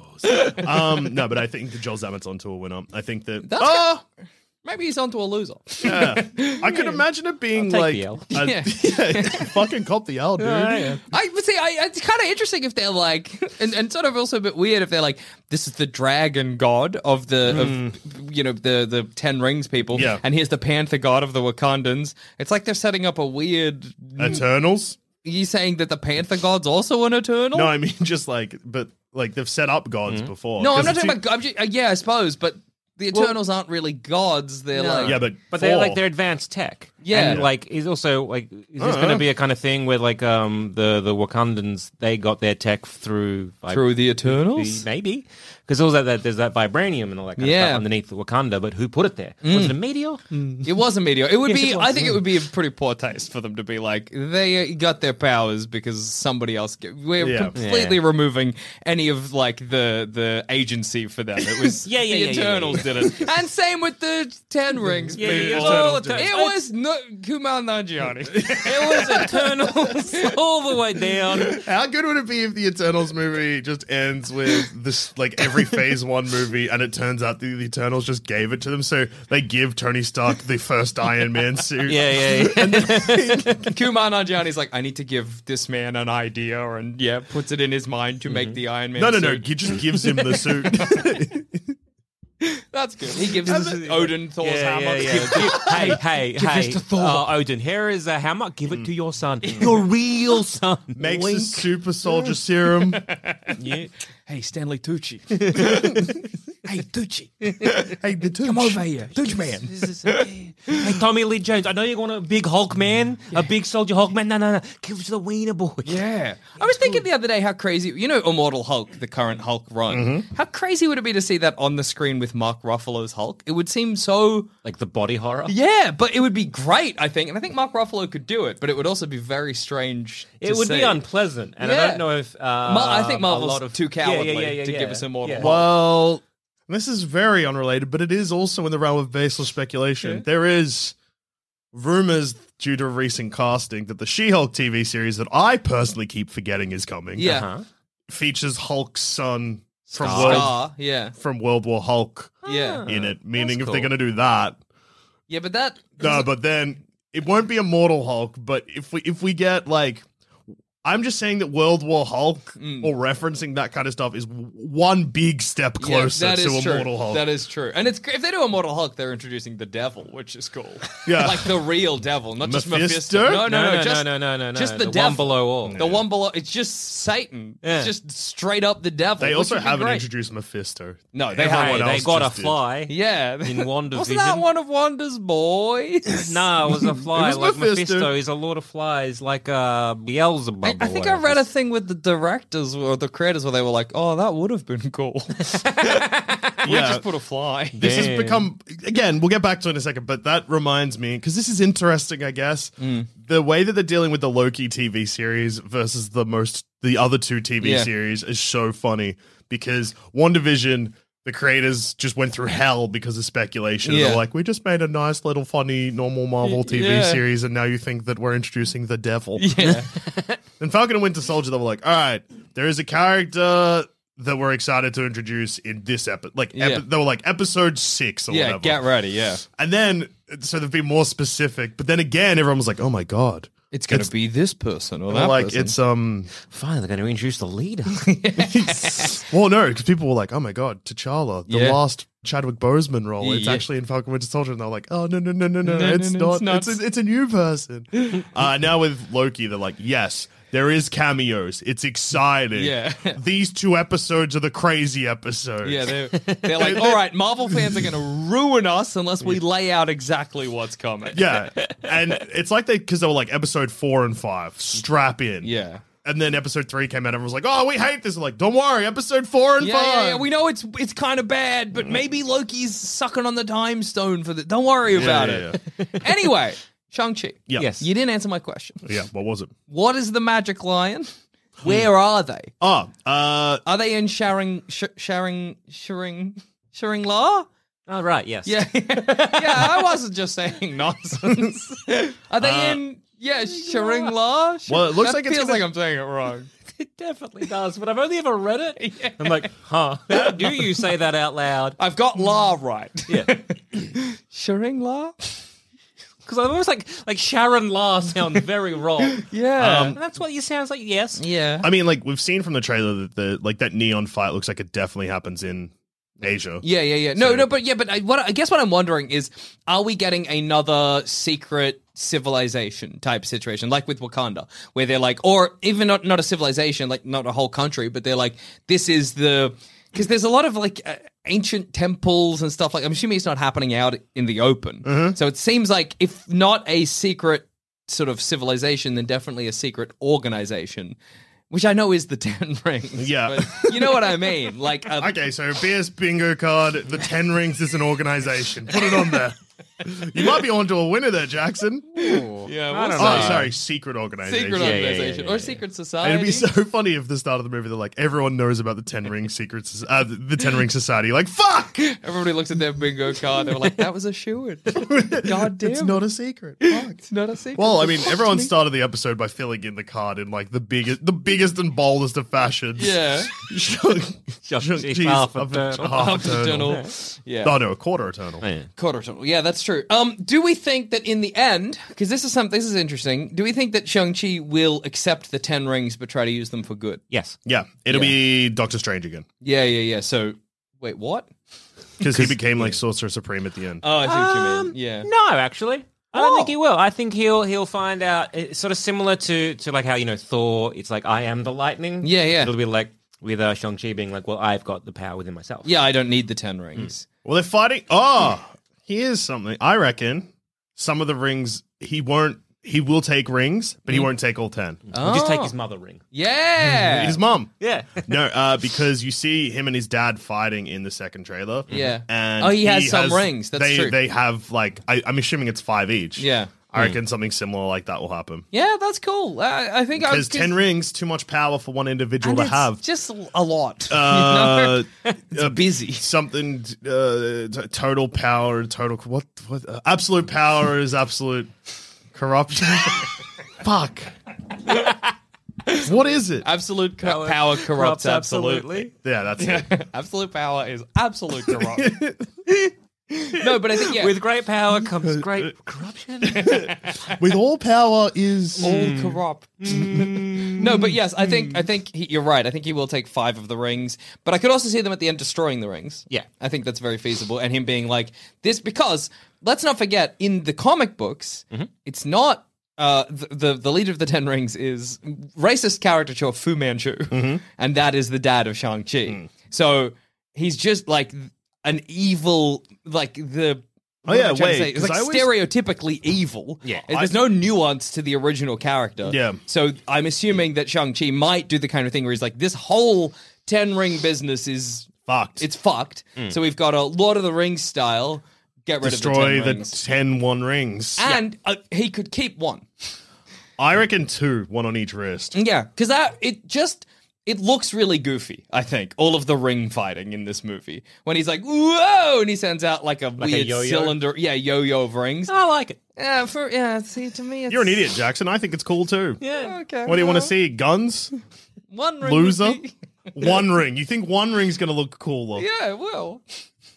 Speaker 6: um no but I think the Joel Zammett's onto a winner. I think that
Speaker 7: That's
Speaker 1: Ah!
Speaker 6: Oh,
Speaker 7: Maybe he's onto a loser.
Speaker 6: I could imagine it being
Speaker 1: I'll
Speaker 6: like
Speaker 1: take the
Speaker 6: a-
Speaker 7: Yeah.
Speaker 6: yeah, fucking cop the L dude.
Speaker 7: I but see, I, it's kind of interesting if they're like, and, and sort of also a bit weird if they're like, this is the dragon god of the, of, you know, the the Ten Rings people,
Speaker 6: Hmm. Yeah.
Speaker 7: and here's the panther god of the Wakandans. It's like they're setting up a weird.
Speaker 6: Eternals?
Speaker 7: You saying that the panther god's also an eternal?
Speaker 1: Oh.
Speaker 6: No, I mean just like but like they've set up gods
Speaker 1: Mm-hmm.
Speaker 6: before.
Speaker 7: No, I'm
Speaker 6: 'Cause
Speaker 7: not
Speaker 6: it's-
Speaker 7: talking about. I'm ju- uh, yeah, I suppose, but the Eternals aren't really gods. They're like,
Speaker 6: Yeah, but
Speaker 1: But they're like
Speaker 6: four.
Speaker 1: they're advanced tech.
Speaker 7: Yeah.
Speaker 1: And like is also like is this gonna be a kind of thing where like um the, the Wakandans they got their tech through like,
Speaker 7: through the Eternals.
Speaker 1: maybe because also that there's that vibranium and all that kind of
Speaker 7: Yeah. Mm.
Speaker 1: stuff underneath the Wakanda, but who put it there? Was it a meteor?
Speaker 7: It was a meteor. It would
Speaker 1: Yes,
Speaker 7: be.
Speaker 1: it was.
Speaker 7: I think it would be a pretty poor taste for them to be like they got their powers because somebody else. g- We're
Speaker 6: Yeah.
Speaker 7: completely removing any of like the the agency for them. It was
Speaker 1: Yeah, yeah,
Speaker 7: the
Speaker 1: yeah, yeah,
Speaker 7: Eternals
Speaker 1: yeah,
Speaker 7: did it, and same with the Ten Rings.
Speaker 1: Yeah, yeah,
Speaker 7: people.
Speaker 1: yeah, all the time.
Speaker 7: it was no, Kumail Nanjiani.
Speaker 1: It was Eternals all the way down.
Speaker 6: How good would it be if the Eternals movie just ends with this, like every Phase One movie, and it turns out the, the Eternals just gave it to them, so they give Tony Stark the first Iron Man suit.
Speaker 1: Yeah, yeah, yeah.
Speaker 7: Kumail Nanjiani's like, I need to give this man an idea, and yeah, puts it in his mind to
Speaker 1: Mm-hmm.
Speaker 7: make the Iron Man.
Speaker 6: No, no, no.
Speaker 7: suit.
Speaker 6: He just gives him the suit.
Speaker 7: That's good. He gives us Odin Thor's hammer.
Speaker 1: hey, hey, hey. Uh, Odin, here is a hammer. Give
Speaker 7: Mm.
Speaker 1: it to your son. Your real son.
Speaker 6: Makes
Speaker 1: Wink.
Speaker 6: his super soldier serum.
Speaker 1: Yeah.
Speaker 7: Hey, Stanley Tucci. hey, Tucci.
Speaker 6: Hey, the
Speaker 7: Come over here. Tucci man.
Speaker 1: This is- Hey, Tommy Lee Jones, I know you want a big Hulk man, a big soldier Hulk man. No, no, no. Give us the wiener boy.
Speaker 7: Yeah. I was thinking the other day how crazy, you know, Immortal Hulk, the current Hulk run. How crazy would it be to see that on the screen with Mark Ruffalo's Hulk? It would seem so.
Speaker 1: Like the body horror.
Speaker 7: Yeah, but it would be great, I think. And I think Mark Ruffalo could do it, but it would also be very strange.
Speaker 1: It
Speaker 7: to
Speaker 1: would be
Speaker 7: see.
Speaker 1: unpleasant, and I
Speaker 7: Yeah.
Speaker 1: don't know if uh,
Speaker 7: Mar- I think
Speaker 1: a
Speaker 7: Marvel's
Speaker 1: lot of-
Speaker 7: too
Speaker 1: Yeah, yeah,
Speaker 7: cowardly
Speaker 1: yeah, yeah,
Speaker 7: to
Speaker 1: yeah.
Speaker 7: give us Immortal
Speaker 1: Yeah.
Speaker 7: Hulk.
Speaker 6: Well, this is very unrelated, but it is also in the realm of baseless speculation. There is rumors due to recent casting that the She-Hulk TV series that I personally keep forgetting is coming.
Speaker 7: Yeah.
Speaker 1: Uh-huh.
Speaker 6: features Hulk's son from
Speaker 1: Scar.
Speaker 6: World
Speaker 7: Scar, yeah.
Speaker 6: from World War Hulk
Speaker 1: Ah.
Speaker 7: Yeah.
Speaker 6: in it. Meaning, if
Speaker 7: cool.
Speaker 6: they're going to do that,
Speaker 7: Yeah, but that.
Speaker 6: no, but then it won't be Immortal Hulk. But if we if we get like, I'm just saying that World War Hulk
Speaker 7: Mm.
Speaker 6: or referencing that kind of stuff is w- one big step
Speaker 7: Yeah,
Speaker 6: closer
Speaker 7: that
Speaker 6: to
Speaker 7: is true.
Speaker 6: Immortal Hulk.
Speaker 7: That is true. And it's if they do Immortal Hulk, they're introducing the devil, which is cool.
Speaker 6: Yeah.
Speaker 7: like the real devil, not just
Speaker 6: Mephisto?
Speaker 7: Mephisto.
Speaker 1: No,
Speaker 7: No, no, no,
Speaker 1: no,
Speaker 7: just,
Speaker 1: no, no, no, no,
Speaker 7: Just the,
Speaker 1: the one
Speaker 7: devil.
Speaker 1: below all.
Speaker 7: The one below. It's just Satan.
Speaker 1: Yeah.
Speaker 7: It's just straight up the devil.
Speaker 6: they
Speaker 7: which
Speaker 6: also
Speaker 7: would be
Speaker 6: haven't
Speaker 7: great.
Speaker 6: introduced Mephisto.
Speaker 7: No, they
Speaker 6: Everyone
Speaker 1: Hey,
Speaker 7: haven't.
Speaker 1: they
Speaker 6: else
Speaker 1: got a
Speaker 6: just did.
Speaker 1: fly.
Speaker 7: Yeah,
Speaker 1: In
Speaker 7: Wasn't
Speaker 1: WandaVision.
Speaker 7: that one of Wanda's boys?
Speaker 1: No, it was a fly.
Speaker 6: It was
Speaker 1: like Mephisto.
Speaker 6: Mephisto.
Speaker 1: he's a lord of flies, like uh, Beelzebub.
Speaker 7: I, I
Speaker 1: or
Speaker 7: think I
Speaker 1: whatever.
Speaker 7: read a thing with the directors or the creators where they were like, "Oh, that would have been cool. we
Speaker 6: Yeah.
Speaker 7: just put a fly."
Speaker 6: This
Speaker 1: Damn.
Speaker 6: has become again. We'll get back to it in a second, but that reminds me because this is interesting. I guess
Speaker 7: Mm.
Speaker 6: the way that they're dealing with the Loki TV series versus the most the other two TV
Speaker 7: Yeah.
Speaker 6: series is so funny because WandaVision, the creators just went through hell because of speculation.
Speaker 7: Yeah.
Speaker 6: They're like, we just made a nice little funny normal Marvel TV
Speaker 7: yeah.
Speaker 6: series, and now you think that we're introducing the devil.
Speaker 7: Yeah,
Speaker 6: And Falcon and Winter Soldier, they were like, all right, there is a character that we're excited to introduce in this episode. Like, epi-
Speaker 7: Yeah.
Speaker 6: they were like episode six or
Speaker 7: yeah.
Speaker 6: whatever.
Speaker 7: Get ready. Yeah,
Speaker 6: And then, so they've been more specific. But then again, everyone was like, oh my God.
Speaker 7: it's gonna
Speaker 6: It's-
Speaker 7: be this person or
Speaker 6: And they're
Speaker 7: that
Speaker 6: like,
Speaker 7: person.
Speaker 6: it's, um,
Speaker 1: Finally, they're going to introduce the leader.
Speaker 6: well, no, because people were like, oh my God, T'Challa, the
Speaker 7: Yeah.
Speaker 6: last Chadwick Boseman role. It's
Speaker 7: Yeah.
Speaker 6: actually in Falcon Winter Soldier. And they're like, oh, no, no, no, no,
Speaker 7: No,
Speaker 6: no,
Speaker 7: no,
Speaker 6: it's,
Speaker 7: no,
Speaker 6: not.
Speaker 7: it's not.
Speaker 6: It's, a, it's a new person. uh, now with Loki, they're like, yes. There is cameos. It's exciting.
Speaker 7: Yeah.
Speaker 6: These two episodes are the crazy episodes.
Speaker 7: yeah, they're, they're like, all right, Marvel fans are going to ruin us unless we lay out exactly what's coming.
Speaker 6: Yeah. And it's like they, because they were like episode four and five, strap in.
Speaker 7: yeah.
Speaker 6: And then episode three came out, and was like, "Oh, we hate this." I'm like, don't worry, episode four and
Speaker 7: Yeah,
Speaker 6: five.
Speaker 7: yeah, yeah, we know it's it's kind of bad, but maybe Loki's sucking on the time stone for the. Don't worry about
Speaker 6: yeah,
Speaker 7: it. anyway, Shang Chi.
Speaker 6: Yeah.
Speaker 1: Yes.
Speaker 7: You didn't answer my question.
Speaker 6: Yeah, what was it?
Speaker 7: What is the magic lion?
Speaker 6: Hmm.
Speaker 7: Where are they?
Speaker 6: Oh, uh,
Speaker 7: Are they in Sharing Sh- Sharing Sharing Sharing Law?
Speaker 1: oh, right, yes.
Speaker 7: Yeah, yeah. I wasn't just saying nonsense. Are they in? Yeah, Sharing Law.
Speaker 6: Well, it looks
Speaker 7: That
Speaker 6: like it's
Speaker 7: feels
Speaker 6: gonna-
Speaker 7: like I'm saying it wrong.
Speaker 1: It definitely does, but I've only ever read it. I'm like, huh, how do you say that out loud?
Speaker 7: I've got law right.
Speaker 1: Yeah.
Speaker 7: Sharing Law.
Speaker 1: Because I'm always like, like Sharon La sounds very wrong. Um,
Speaker 7: Yeah.
Speaker 1: And that's what you sounds like, yes.
Speaker 7: Um, yeah.
Speaker 6: I mean, like we've seen from the trailer that the like that neon fight looks like it definitely happens in Asia.
Speaker 7: Yeah, yeah, yeah. No, no, but yeah, but I, what I guess what I'm wondering is, are we getting another secret civilization type situation like with Wakanda, where they're like, or even not not a civilization, like not a whole country, but they're like, this is the because there's a lot of like uh, ancient temples and stuff like. I'm assuming it's not happening out in the open,
Speaker 1: Mm-hmm.
Speaker 7: so it seems like if not a secret sort of civilization, then definitely a secret organization. Which I know is the Ten Rings.
Speaker 6: Yeah.
Speaker 7: but you know what I mean. Like, a,
Speaker 6: Okay, so BS bingo card. The Ten Rings is an organization. Put it on there. You might be onto a winner there, Jackson.
Speaker 7: yeah,
Speaker 1: I
Speaker 7: we'll
Speaker 1: don't
Speaker 7: see.
Speaker 1: know.
Speaker 6: Oh, sorry, secret organization.
Speaker 7: secret
Speaker 1: yeah,
Speaker 7: organization
Speaker 1: yeah, yeah,
Speaker 7: or secret society.
Speaker 6: It'd be so funny if the start of the movie they're like, everyone knows about the Ten Ring Secrets, uh, the- the Ten Ring Society. Like, fuck,
Speaker 7: Everybody looks at their bingo card. They're like, "That was a shoe in." God damn,
Speaker 6: it's
Speaker 7: it's
Speaker 6: not a secret. Fuck.
Speaker 7: not a secret.
Speaker 6: Well, I mean, everyone started the episode by filling in the card in like the biggest, the biggest and boldest of fashions.
Speaker 7: yeah,
Speaker 1: Just
Speaker 6: Jeez,
Speaker 1: half a
Speaker 6: of a-
Speaker 1: turtle.
Speaker 6: half a
Speaker 7: Half a
Speaker 6: turtle.
Speaker 7: tunnel. yeah.
Speaker 6: Oh no, a quarter eternal.
Speaker 7: Quarter tunnel. Yeah, that's true. Um, do we think that in the end, because this is some, this is interesting. Do we think that Shang Chi will accept the ten rings but try to use them for good?
Speaker 1: Yes.
Speaker 6: Yeah, it'll be Doctor Strange again
Speaker 7: Yeah, yeah, yeah. So, wait, what?
Speaker 6: because he became like Sorcerer Supreme at the end.
Speaker 7: Oh, I see what
Speaker 1: Um,
Speaker 7: you mean. Yeah,
Speaker 1: No, actually. I don't
Speaker 7: Oh.
Speaker 1: think he will. I think he'll he'll find out. It's sort of similar to to like how you know Thor. It's like I am the lightning.
Speaker 7: Yeah, yeah.
Speaker 1: It'll be like with uh, Shang Chi being like, well, I've got the power within myself.
Speaker 6: Hmm.
Speaker 7: yeah. I don't need the ten rings.
Speaker 6: Ah, Well, they're fighting. Oh, here's something I reckon. some of the rings he won't. He will take rings, but he
Speaker 7: Hmm.
Speaker 6: won't take all ten.
Speaker 1: We'll just
Speaker 7: Oh.
Speaker 1: take his mother ring.
Speaker 7: Ah. Yeah.
Speaker 6: His mom.
Speaker 1: Yeah.
Speaker 6: No, uh, because you see him and his dad fighting in the second trailer.
Speaker 7: Yeah.
Speaker 6: and
Speaker 7: Oh, he has some rings, that's
Speaker 6: they,
Speaker 7: true.
Speaker 6: They have like I, I'm assuming it's five each.
Speaker 7: Yeah. Hmm.
Speaker 6: I reckon something similar like that will happen.
Speaker 7: yeah, that's cool. Uh, I think I
Speaker 6: Because ten rings, too much power for one individual
Speaker 7: and
Speaker 6: to
Speaker 7: it's
Speaker 6: have.
Speaker 7: just a lot.
Speaker 6: Uh,
Speaker 7: it's
Speaker 6: uh,
Speaker 7: busy.
Speaker 6: something uh, t- total power, total what? What? Uh, absolute power is absolute corruption. Fuck. what is it?
Speaker 7: Absolute co- power corrupts absolutely.
Speaker 6: yeah, that's it.
Speaker 7: Absolute power is absolute corrupt. no, but I think yeah,
Speaker 1: With great power comes great corruption.
Speaker 6: With all power is
Speaker 7: all corrupt. Mm. no, but yes, I think I think he, you're right. I think he will take five of the rings, but I could also see them at the end destroying the rings.
Speaker 1: Yeah.
Speaker 7: I think that's very feasible, and him being like this because let's not forget in the comic books,
Speaker 6: Mm-hmm.
Speaker 7: it's not. Uh, the, the the leader of the Ten Rings is racist caricature Fu Manchu,
Speaker 6: Mm-hmm.
Speaker 7: and that is the dad of Shang Chi.
Speaker 6: Mm.
Speaker 7: So he's just like an evil, like the
Speaker 6: Oh, yeah,
Speaker 7: what am I trying to
Speaker 6: wait,
Speaker 7: say? it's
Speaker 6: 'cause
Speaker 7: like
Speaker 6: I always-
Speaker 7: stereotypically evil.
Speaker 1: Yeah.
Speaker 7: And there's
Speaker 6: I-
Speaker 7: no nuance to the original character.
Speaker 6: Yeah.
Speaker 7: So I'm assuming that Shang Chi might do the kind of thing where he's like, this whole Ten Ring business is
Speaker 6: fucked. Mm.
Speaker 7: it's fucked. So we've got a Lord of the Rings style. Get rid
Speaker 6: destroy
Speaker 7: of the Ten
Speaker 6: the
Speaker 7: Rings.
Speaker 6: ten one rings.
Speaker 7: and uh, he could keep one.
Speaker 6: I reckon two, one on each wrist.
Speaker 7: Yeah, because that it just it looks really goofy. I think all of the ring fighting in this movie when he's like whoa and he sends out like a
Speaker 1: a
Speaker 7: weird
Speaker 1: yo-yo?
Speaker 7: cylinder, yeah, yo-yo of rings.
Speaker 1: I like it.
Speaker 7: Yeah, for yeah, see to me, it's,
Speaker 6: You're an idiot, Jackson. I think it's cool too.
Speaker 1: Yeah.
Speaker 7: Oh, Okay,
Speaker 6: What do you want
Speaker 7: well,
Speaker 6: to see? Guns?
Speaker 7: One ring would
Speaker 6: Loser?
Speaker 7: be-
Speaker 6: one ring. You think one ring's gonna look cooler?
Speaker 7: yeah, well,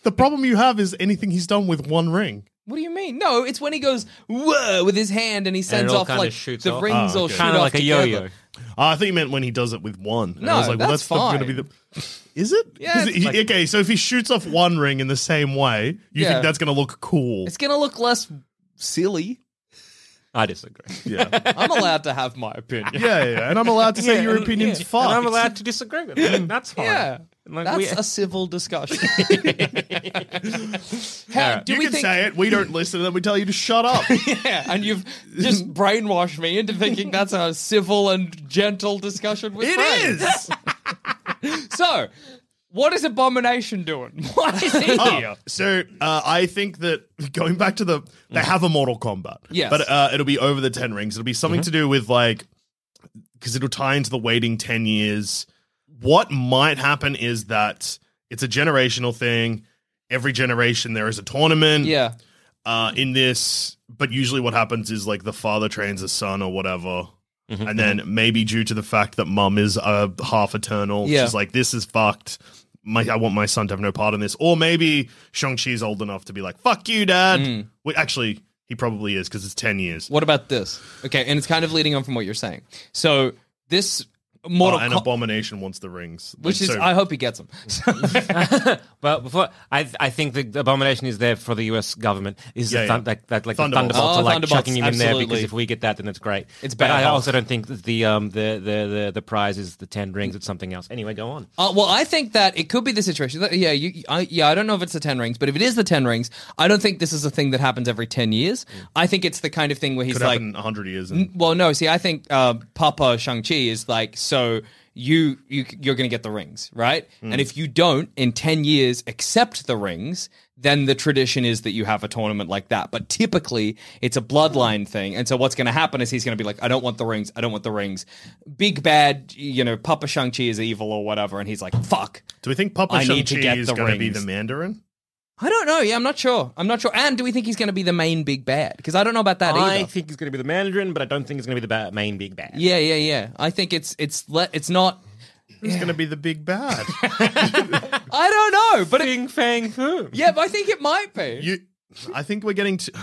Speaker 6: The problem you have is anything he's done with one ring.
Speaker 7: what do you mean? No, it's when he goes whoa with his hand and he sends
Speaker 1: all
Speaker 7: off
Speaker 1: kinda
Speaker 7: like
Speaker 1: shoots
Speaker 7: the
Speaker 1: off.
Speaker 7: rings
Speaker 6: Oh,
Speaker 7: all
Speaker 6: okay.
Speaker 7: shoot
Speaker 1: Kind of
Speaker 7: off
Speaker 1: like a
Speaker 7: together.
Speaker 1: yo-yo.
Speaker 6: Ah, I thought you meant when he does it with one. And I
Speaker 7: No,
Speaker 6: was like, well,
Speaker 7: that's
Speaker 6: that's, not gonna be the. Is it?
Speaker 7: Yeah,
Speaker 6: Is it-
Speaker 7: it's
Speaker 6: he-
Speaker 7: like-
Speaker 6: okay, so if he shoots off one ring in the same way, you
Speaker 7: Yeah.
Speaker 6: think that's gonna look cool?
Speaker 7: It's gonna look less silly.
Speaker 1: I disagree.
Speaker 6: Yeah.
Speaker 7: I'm allowed to have my opinion.
Speaker 6: yeah, yeah. And I'm allowed to say your
Speaker 1: and-
Speaker 6: opinion's
Speaker 1: yeah.
Speaker 6: fucked.
Speaker 1: And I'm allowed to disagree with it. That's fine.
Speaker 7: Yeah.
Speaker 1: Like,
Speaker 7: That's
Speaker 1: we-
Speaker 7: a civil discussion. How, do
Speaker 6: you
Speaker 7: we
Speaker 6: can
Speaker 7: think,
Speaker 6: say it. We don't listen, and then we tell you to shut up.
Speaker 7: Yeah, and you've just brainwashed me into thinking that's a civil and gentle discussion with
Speaker 6: it
Speaker 7: friends.
Speaker 6: is.
Speaker 7: So, what is Abomination doing? Why is he here?
Speaker 6: Oh, so uh, I think that going back to the, they have a Mortal Kombat.
Speaker 7: Yes.
Speaker 6: But uh, it'll be over the 10 rings. It'll be something to do with like, because it'll tie into the waiting 10 years. What might happen is that it's a generational thing. Every generation there is a tournament
Speaker 7: Yeah.
Speaker 6: uh, in this, but usually what happens is like the father trains the son or whatever.
Speaker 7: Mm-hmm.
Speaker 6: And then maybe due to the fact that mum is uh, half eternal,
Speaker 7: Yeah.
Speaker 6: she's like, this is fucked. My, I want my son to have no part in this. Or maybe Shang-Chi's old enough to be like, fuck you, dad.
Speaker 7: Mm.
Speaker 6: Wait, actually, he probably is because it's 10 years.
Speaker 7: What about this? Okay, and it's kind of leading on from what you're saying. So, this Mortal
Speaker 6: Oh, and
Speaker 7: Ko-
Speaker 6: Abomination wants the rings.
Speaker 7: which is,
Speaker 6: So-
Speaker 7: I hope he gets them.
Speaker 1: Well, before I, I think the abomination is there for the U.S. government. Is
Speaker 6: Yeah,
Speaker 1: the
Speaker 6: yeah.
Speaker 1: thun- like, like, like
Speaker 6: Thunderbolts.
Speaker 1: the thunderbolts
Speaker 7: Oh,
Speaker 1: are like
Speaker 7: Thunderbolts,
Speaker 1: chucking him in there
Speaker 7: absolutely.
Speaker 1: because if we get that, then it's great.
Speaker 7: It's
Speaker 1: but
Speaker 7: bad
Speaker 1: I
Speaker 7: health.
Speaker 1: also don't think that the um the, the the the prize is the ten rings. It's something else. Anyway, go on.
Speaker 7: Uh, well, I think that it could be the situation. that- yeah, you, I, yeah, I don't know if it's the ten rings, but if it is the ten rings, I don't think this is a thing that happens every ten years. I think it's the kind of thing where he's
Speaker 6: Mm. could
Speaker 7: like,
Speaker 6: happen in 100 years. And,
Speaker 7: well, no, see, I think uh, Papa Shang Chi is like, so you you you're going to get the rings, right?
Speaker 6: Hmm.
Speaker 7: And if you don't in ten years accept the rings, then the tradition is that you have a tournament like that. But typically, it's a bloodline thing, and so what's going to happen is he's going to be like, I don't want the rings, I don't want the rings. Big bad, you know, Papa Shang Chi is evil or whatever, and he's like, fuck.
Speaker 6: do we think Papa
Speaker 7: I need to
Speaker 6: Shang-Chi
Speaker 7: get
Speaker 6: is
Speaker 7: the
Speaker 6: going to be
Speaker 7: rings.
Speaker 6: the Mandarin?
Speaker 7: I don't know. Yeah, I'm not sure. I'm not sure. And do we think he's going to be the main big bad? Because I don't know about that
Speaker 1: I
Speaker 7: either.
Speaker 1: think he's going to be the Mandarin, but I don't think he's going to be the ba- main big bad.
Speaker 7: yeah, yeah, yeah. I think it's it's le- it's not.
Speaker 6: Who's going to be the big bad?
Speaker 7: I don't know, but it,
Speaker 1: Fing Fang Foom.
Speaker 7: yeah, but I think it might be.
Speaker 6: You, I think we're getting to.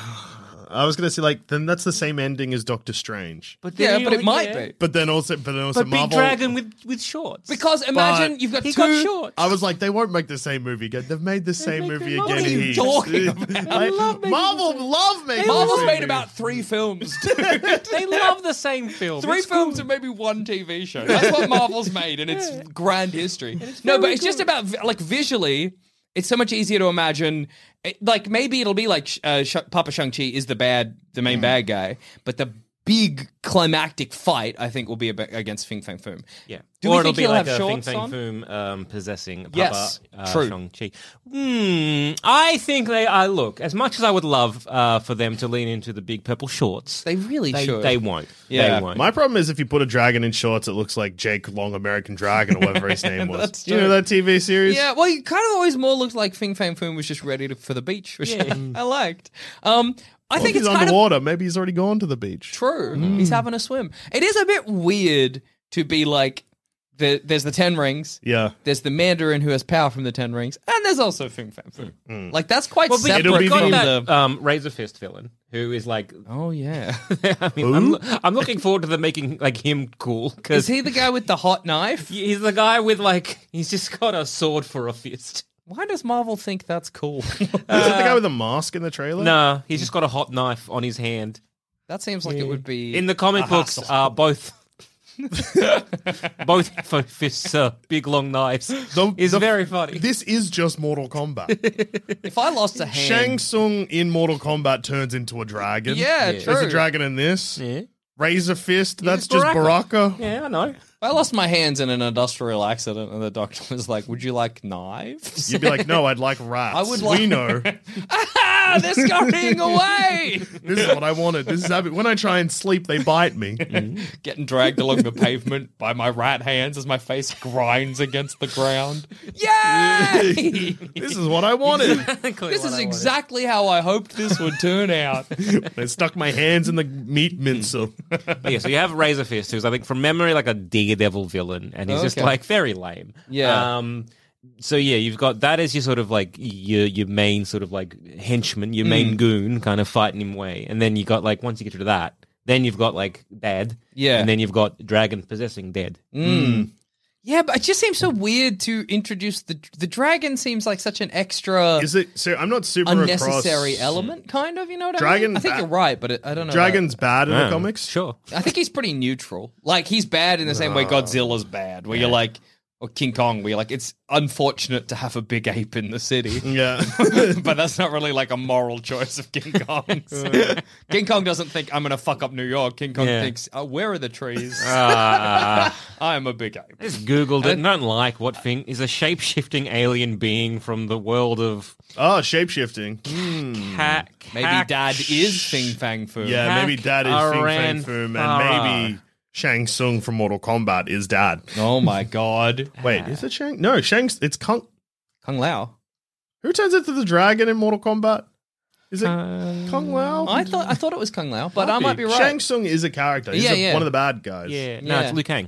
Speaker 6: I was gonna say like then that's the same ending as Doctor Strange,
Speaker 1: But
Speaker 7: yeah,
Speaker 1: then
Speaker 7: but it
Speaker 1: you'll-
Speaker 7: might
Speaker 1: yeah.
Speaker 7: be
Speaker 6: but then also, but then also
Speaker 1: But big
Speaker 6: Marvel.
Speaker 1: dragon with with shorts.
Speaker 7: because imagine you've got
Speaker 1: he
Speaker 7: two.
Speaker 1: got shorts.
Speaker 6: I was like, they won't make the same movie again. They've made the same movie
Speaker 7: What
Speaker 6: again.
Speaker 7: are you
Speaker 6: heaps.
Speaker 7: talking about?
Speaker 6: Like, Marvel love making.
Speaker 7: Marvel's
Speaker 6: the same
Speaker 7: made
Speaker 6: movie.
Speaker 7: about three films. dude.
Speaker 1: they love the same film.
Speaker 7: Three
Speaker 1: It's
Speaker 7: films and maybe one TV show. That's what Marvel's made in its grand history. no, but it's just about vi- like visually. it's so much easier to imagine. It, like maybe it'll be like sh- uh, sh- Papa Shang Chi is the bad, the
Speaker 1: Mm.
Speaker 7: main bad guy, but the big climactic fight I think will be ab- against Fing Fang Foom.
Speaker 1: Yeah.
Speaker 7: Do we
Speaker 1: or it'll
Speaker 7: think
Speaker 1: be
Speaker 7: he'll
Speaker 1: like
Speaker 7: have
Speaker 1: a Fing
Speaker 7: shorts
Speaker 1: Fang
Speaker 7: on?
Speaker 1: Foom um, possessing Papa
Speaker 7: Yes,
Speaker 1: uh,
Speaker 7: true.
Speaker 1: Shang-Chi. Hmm. I think they I look, as much as I would love uh, for them to lean into the big purple shorts,
Speaker 7: They really
Speaker 1: they,
Speaker 7: should.
Speaker 1: they won't.
Speaker 7: Yeah.
Speaker 1: They won't.
Speaker 6: My problem is if you put a dragon in shorts, it looks like Jake Long American Dragon or whatever his name was.
Speaker 7: That's
Speaker 6: Do you know
Speaker 7: true.
Speaker 6: that TV series?
Speaker 7: Yeah, well, you kind of always more looked like Fing Fang Foom was just ready to, for the beach, which I liked. Um, I
Speaker 6: Well,
Speaker 7: think
Speaker 6: if
Speaker 7: it's
Speaker 6: he's
Speaker 7: kind of
Speaker 6: underwater. Maybe he's already gone to the beach.
Speaker 7: True. He's having a swim. It is a bit weird to be like, the, there's the Ten Rings.
Speaker 6: Yeah.
Speaker 7: There's the Mandarin who has power from the Ten Rings, and there's also Fing Fang Foom. Like that's quite
Speaker 1: well, but
Speaker 7: separate
Speaker 1: you've got
Speaker 7: from
Speaker 1: that
Speaker 7: the.
Speaker 1: um, Razor Fist villain who is like.
Speaker 7: Oh yeah,
Speaker 1: I mean, I'm, I'm looking forward to them making like him cool
Speaker 7: is
Speaker 1: because
Speaker 7: he the guy with the hot knife?
Speaker 1: he's the guy with like he's just got a sword for a fist.
Speaker 7: Why does Marvel think that's cool?
Speaker 6: is that the guy with the mask in the trailer?
Speaker 1: No, he's just got a hot knife on his hand.
Speaker 7: that seems like it would be
Speaker 1: In the comic books, uh, both both info fists are big long knives.
Speaker 6: The-
Speaker 1: It's
Speaker 6: the-
Speaker 1: very funny.
Speaker 6: This is just Mortal Kombat.
Speaker 7: If I lost a
Speaker 6: Shang
Speaker 7: hand,
Speaker 6: Tsung in Mortal Kombat turns into a dragon.
Speaker 7: Yeah, Yeah.
Speaker 6: There's
Speaker 7: true.
Speaker 6: a dragon in this.
Speaker 1: yeah.
Speaker 6: Razor Fist, that's
Speaker 1: it's
Speaker 6: just Baraka.
Speaker 1: yeah, I know.
Speaker 7: if I lost my hands in an industrial accident, and the doctor was like, "Would you like knives?"
Speaker 6: You'd be like, no, I'd like rats.
Speaker 7: I would
Speaker 6: We
Speaker 7: like-
Speaker 6: know.
Speaker 7: ah, they're scurrying away.
Speaker 6: This is what I wanted. This is happening. When I try and sleep, they bite me.
Speaker 7: Mm-hmm. getting dragged along the pavement by my right hands as my face grinds against the ground. Yay!
Speaker 6: This is what I wanted.
Speaker 7: this is exactly how I hoped this would turn out.
Speaker 6: I stuck my hands in the meat mincer.
Speaker 7: Mm.
Speaker 1: yeah, so you have Razor Fist, who's I think from memory like a Daredevil villain, and he's just
Speaker 7: Okay.
Speaker 1: like very lame.
Speaker 7: Yeah.
Speaker 1: Um, so yeah, you've got that as your sort of like your your main sort of like henchman, your
Speaker 7: Mm.
Speaker 1: main goon, kind of fighting him way, and then you got like once you get rid of that, then you've got like Dad,
Speaker 7: Yeah. Mm.
Speaker 1: and then you've got Dragon possessing Dead.
Speaker 7: Yeah, but it just seems so weird to introduce the the dragon. Seems like such an extra
Speaker 6: Is it? So I'm not super
Speaker 7: unnecessary
Speaker 6: across.
Speaker 7: element, kind of. You know what I mean?
Speaker 6: Dragon
Speaker 7: I think
Speaker 6: ba-
Speaker 7: you're right, but it, I don't know. about-
Speaker 6: Dragon's bad in the
Speaker 1: Oh,
Speaker 6: comics.
Speaker 1: sure.
Speaker 7: I think he's pretty neutral. Like he's bad in the same way Godzilla's bad, where you're like, or King Kong, where you're like, it's unfortunate to have a big ape in the city.
Speaker 6: Yeah.
Speaker 7: but that's not really like a moral choice of King Kong's. King Kong doesn't think I'm going to fuck up New York. King Kong
Speaker 1: Yeah.
Speaker 7: thinks, oh, where are the trees?
Speaker 1: Ah.
Speaker 7: I am a big ape.
Speaker 1: Just googled
Speaker 7: Uh,
Speaker 1: it. and I don't like what thing is a shape shifting alien being from the world of
Speaker 6: oh, shapeshifting.
Speaker 1: cat.
Speaker 7: Hmm. Maybe Dad is Fing Fang Fu.
Speaker 6: Yeah,
Speaker 1: Hack
Speaker 6: maybe Dad is Fing Fang
Speaker 1: Aran
Speaker 6: Foom,
Speaker 1: Farah.
Speaker 6: and maybe Shang Tsung from Mortal Kombat is Dad.
Speaker 7: Oh my God.
Speaker 6: Wait, is it Shang? No, Shang's. It's Kung.
Speaker 7: Kung Lao.
Speaker 6: Who turns into the dragon in Mortal Kombat? Is it Kung Lao?
Speaker 7: Uh, I thought I thought it was Kung Lao, but I might be right.
Speaker 6: Shang Tsung is a character. He's
Speaker 7: Yeah,
Speaker 6: a-
Speaker 7: yeah.
Speaker 6: one of the bad guys.
Speaker 1: Yeah, no,
Speaker 7: Yeah.
Speaker 1: it's Liu Kang.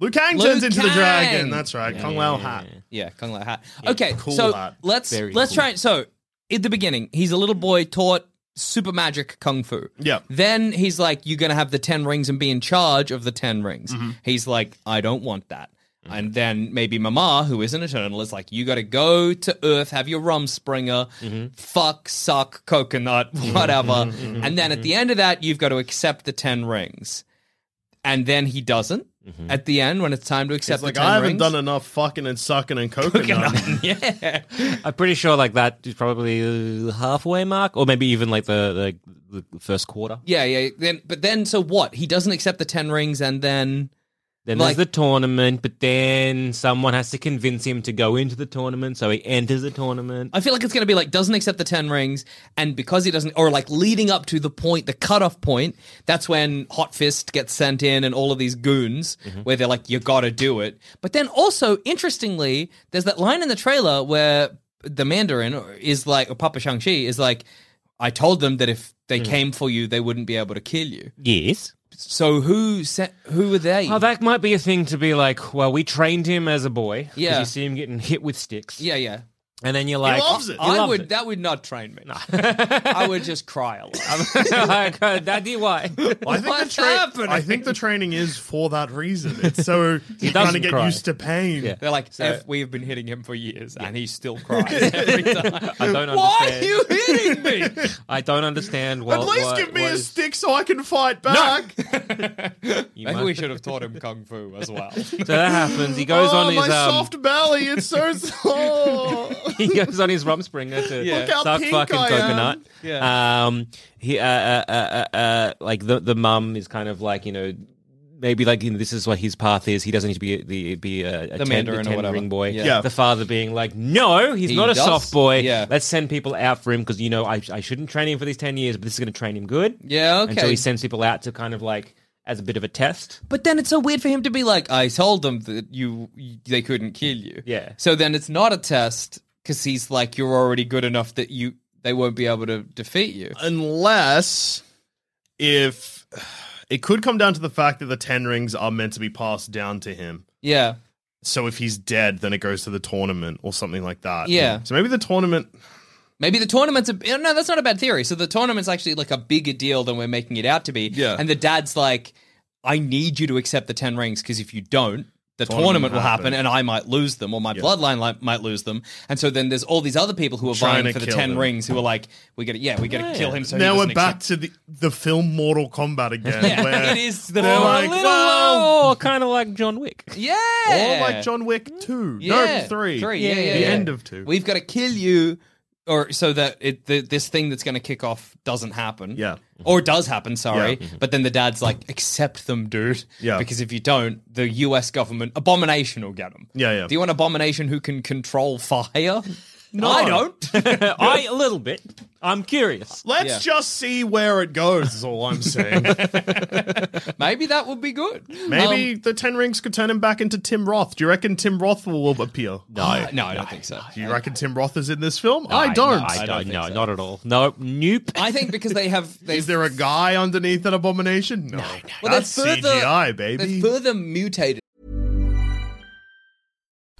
Speaker 6: Liu Kang
Speaker 7: Liu
Speaker 6: turns into the
Speaker 7: Kang!
Speaker 6: dragon. That's right. Kung Lao hat.
Speaker 7: Yeah, Kung Lao hat. okay,
Speaker 6: cool
Speaker 7: so
Speaker 6: hat.
Speaker 7: let's
Speaker 1: Very
Speaker 7: let's
Speaker 1: cool.
Speaker 7: try. So at the beginning, he's a little boy taught super magic kung fu.
Speaker 6: Yeah.
Speaker 7: Then he's like, "You're gonna have the ten rings and be in charge of the ten rings."
Speaker 6: Mm-hmm.
Speaker 7: He's like, "I don't want that." And then maybe Mama, who is an eternal, is like, "You got to go to Earth, have your rum springer,
Speaker 6: Mm-hmm.
Speaker 7: fuck, suck, coconut, whatever." And then
Speaker 6: Mm-hmm.
Speaker 7: at the end of that, you've got to accept the ten rings. And then he doesn't. At the end, when it's time to accept
Speaker 6: Mm-hmm. It's like
Speaker 7: the ten
Speaker 6: I haven't
Speaker 7: rings,
Speaker 6: done enough fucking and sucking and coconut.
Speaker 7: yeah.
Speaker 1: I'm pretty sure like that is probably uh, halfway mark, or maybe even like the the, the first quarter.
Speaker 7: Yeah, yeah. Then, but then, so what? He doesn't accept the ten rings, and then
Speaker 1: Then
Speaker 7: Like-
Speaker 1: there's the tournament, but then someone has to convince him to go into the tournament, so he enters the tournament.
Speaker 7: I feel like it's going to be like doesn't accept the ten rings, and because he doesn't, or like leading up to the point, the cutoff point. That's when Hot Fist gets sent in, and all of these goons, where they're like, "You got to do it." But then also, interestingly, there's that line in the trailer where the Mandarin is like, or Papa Shang Chi is like, "I told them that if they came for you, they wouldn't be able to kill you."
Speaker 1: yes.
Speaker 7: So who sent? Who are they?
Speaker 1: Oh, that might be a thing to be like. Well, we trained him as a boy. 'cause
Speaker 7: Yeah.
Speaker 1: You see him getting hit with sticks.
Speaker 7: yeah, yeah.
Speaker 1: And then you're like,
Speaker 6: loves it. He
Speaker 7: I
Speaker 1: loves
Speaker 7: would.
Speaker 1: it.
Speaker 7: That would not train me. I would just cry a lot.
Speaker 1: like, uh, Daddy, why?
Speaker 6: I think, the
Speaker 7: What's happening?
Speaker 6: tra- I think the training is for that reason. It's so you're trying to
Speaker 1: doesn't
Speaker 6: get
Speaker 1: cry.
Speaker 6: used to pain.
Speaker 1: Yeah.
Speaker 7: They're like, F, we have been hitting him for years, and he still cries every time.
Speaker 1: I don't
Speaker 7: Why are
Speaker 1: understand.
Speaker 7: you hitting me?
Speaker 1: I don't understand what.
Speaker 6: At least
Speaker 1: what-
Speaker 6: give me
Speaker 1: what
Speaker 6: a
Speaker 1: is-
Speaker 6: stick so I can fight back.
Speaker 1: you
Speaker 7: Maybe
Speaker 1: must-
Speaker 7: we should have taught him kung fu as well.
Speaker 1: So that happens. He goes
Speaker 6: oh,
Speaker 1: on his
Speaker 6: my
Speaker 1: um,
Speaker 6: soft belly. It's so. soft.
Speaker 1: he goes on his rumspringer to
Speaker 7: Yeah. Look
Speaker 6: how
Speaker 1: suck
Speaker 6: pink
Speaker 1: fucking
Speaker 6: I am.
Speaker 1: coconut.
Speaker 7: Yeah.
Speaker 1: Um, he, uh, uh, uh, uh, uh, like the the mum is kind of like you know. Maybe like you know, this is what his path is. He doesn't need to be the be a, a ten-
Speaker 7: Mandarin or
Speaker 1: a ten
Speaker 7: whatever.
Speaker 1: ring boy.
Speaker 7: Yeah. Yeah.
Speaker 1: The father being like, no, he's
Speaker 7: He
Speaker 1: not a
Speaker 7: does.
Speaker 1: soft boy.
Speaker 7: Yeah.
Speaker 1: Let's send people out for him because you know I, I shouldn't train him for these ten years, but this is going to train him good.
Speaker 7: Yeah,
Speaker 1: And so
Speaker 7: okay.
Speaker 1: he sends people out to kind of like as a bit of a test.
Speaker 7: But then it's so weird for him to be like, I told them that you, you they couldn't kill you.
Speaker 1: Yeah.
Speaker 7: So then it's not a test because he's like, you're already good enough that you they won't be able to defeat you.
Speaker 6: unless if it could come down to the fact that the ten rings are meant to be passed down to him.
Speaker 7: Yeah.
Speaker 6: So if he's dead, then it goes to the tournament or something like that.
Speaker 7: Yeah.
Speaker 6: So maybe the tournament.
Speaker 7: Maybe the tournament's a yeah, no, that's not a bad theory. So the tournament's actually like a bigger deal than we're making it out to be.
Speaker 6: Yeah.
Speaker 7: And the dad's like, I need you to accept the ten rings because if you don't, the tournament, will happen,
Speaker 6: happen.
Speaker 7: and I might lose them or my bloodline li- might lose them. And so then there's all these other people who are vying
Speaker 6: Trying to
Speaker 7: for the
Speaker 6: kill
Speaker 7: ten
Speaker 6: them.
Speaker 7: rings who are like, we gotta yeah, we gotta kill him. So he
Speaker 6: now we're
Speaker 7: doesn't
Speaker 6: back
Speaker 7: accept-
Speaker 6: to the the film Mortal Kombat again. where
Speaker 7: Yeah, it is the
Speaker 6: they're
Speaker 7: film.
Speaker 6: like,
Speaker 1: little
Speaker 6: well, Oh
Speaker 1: kind of like John Wick.
Speaker 7: Yeah.
Speaker 6: or like John Wick two,
Speaker 7: Yeah.
Speaker 6: no three,
Speaker 7: Three. Yeah. yeah,
Speaker 6: the
Speaker 7: yeah.
Speaker 6: end of two.
Speaker 7: We've got to kill you, or so that it the, this thing that's going to kick off doesn't happen.
Speaker 6: Yeah.
Speaker 7: Or does happen, sorry.
Speaker 6: Yeah.
Speaker 7: But then the dad's like, accept them, dude.
Speaker 6: Yeah.
Speaker 7: Because if you don't, the US government, Abomination will get them.
Speaker 6: Yeah, yeah.
Speaker 7: Do you want Abomination who can control fire? No. I don't.
Speaker 1: I a little bit. I'm curious.
Speaker 6: Let's
Speaker 7: Yeah.
Speaker 6: just see where it goes. Is all I'm saying.
Speaker 7: Maybe that would be good. Um,
Speaker 6: Maybe the Ten Rings could turn him back into Tim Roth. Do you reckon Tim Roth will appear?
Speaker 7: No. No, I don't think so.
Speaker 6: Do you reckon Tim Roth is in this film? I don't.
Speaker 1: I don't.
Speaker 7: think
Speaker 1: No,
Speaker 7: so.
Speaker 1: not at all. No, nope.
Speaker 7: I think because they have. They
Speaker 6: Is there a guy underneath an abomination? No.
Speaker 7: well,
Speaker 6: That's
Speaker 7: they're further,
Speaker 6: CGI,
Speaker 7: They're
Speaker 6: baby.
Speaker 7: further mutated.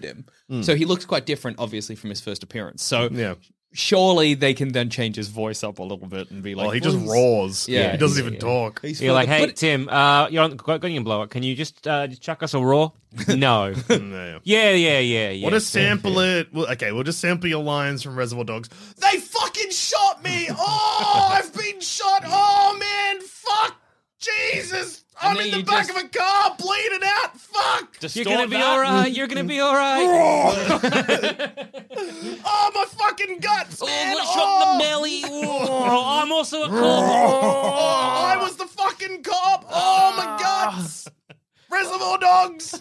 Speaker 7: him. So he looks quite different, obviously, from his first appearance. So
Speaker 6: Oh, Yeah.
Speaker 7: surely they can then change his voice up a little bit and be like,
Speaker 6: Well, Oh, he just
Speaker 7: "Well, he's-
Speaker 6: roars.
Speaker 7: Yeah.
Speaker 6: Yeah. He doesn't even talk.
Speaker 7: he's
Speaker 1: You're like,
Speaker 7: further-
Speaker 1: hey
Speaker 7: but-
Speaker 1: Tim, uh, you're on, got, got your blow up. Can you just uh, just chuck us a raw? No.
Speaker 6: Yeah.
Speaker 1: yeah, yeah, yeah, yeah.
Speaker 6: What a sample it. Well, okay, we'll just sample your lines from Reservoir Dogs. They fucking shot me. Oh, I've been shot. Oh, man. Fuck. Jesus. I'm
Speaker 7: And then
Speaker 6: in the
Speaker 7: you
Speaker 6: back
Speaker 7: just-
Speaker 6: of a car bleeding out. Fuck.
Speaker 1: You're gonna be all right. You're gonna be all right.
Speaker 6: Oh, my fucking guts. Man.
Speaker 1: shot in the belly. Oh, I'm also a cop.
Speaker 6: Oh, I was the fucking cop. Oh, my guts. Reservoir Dogs.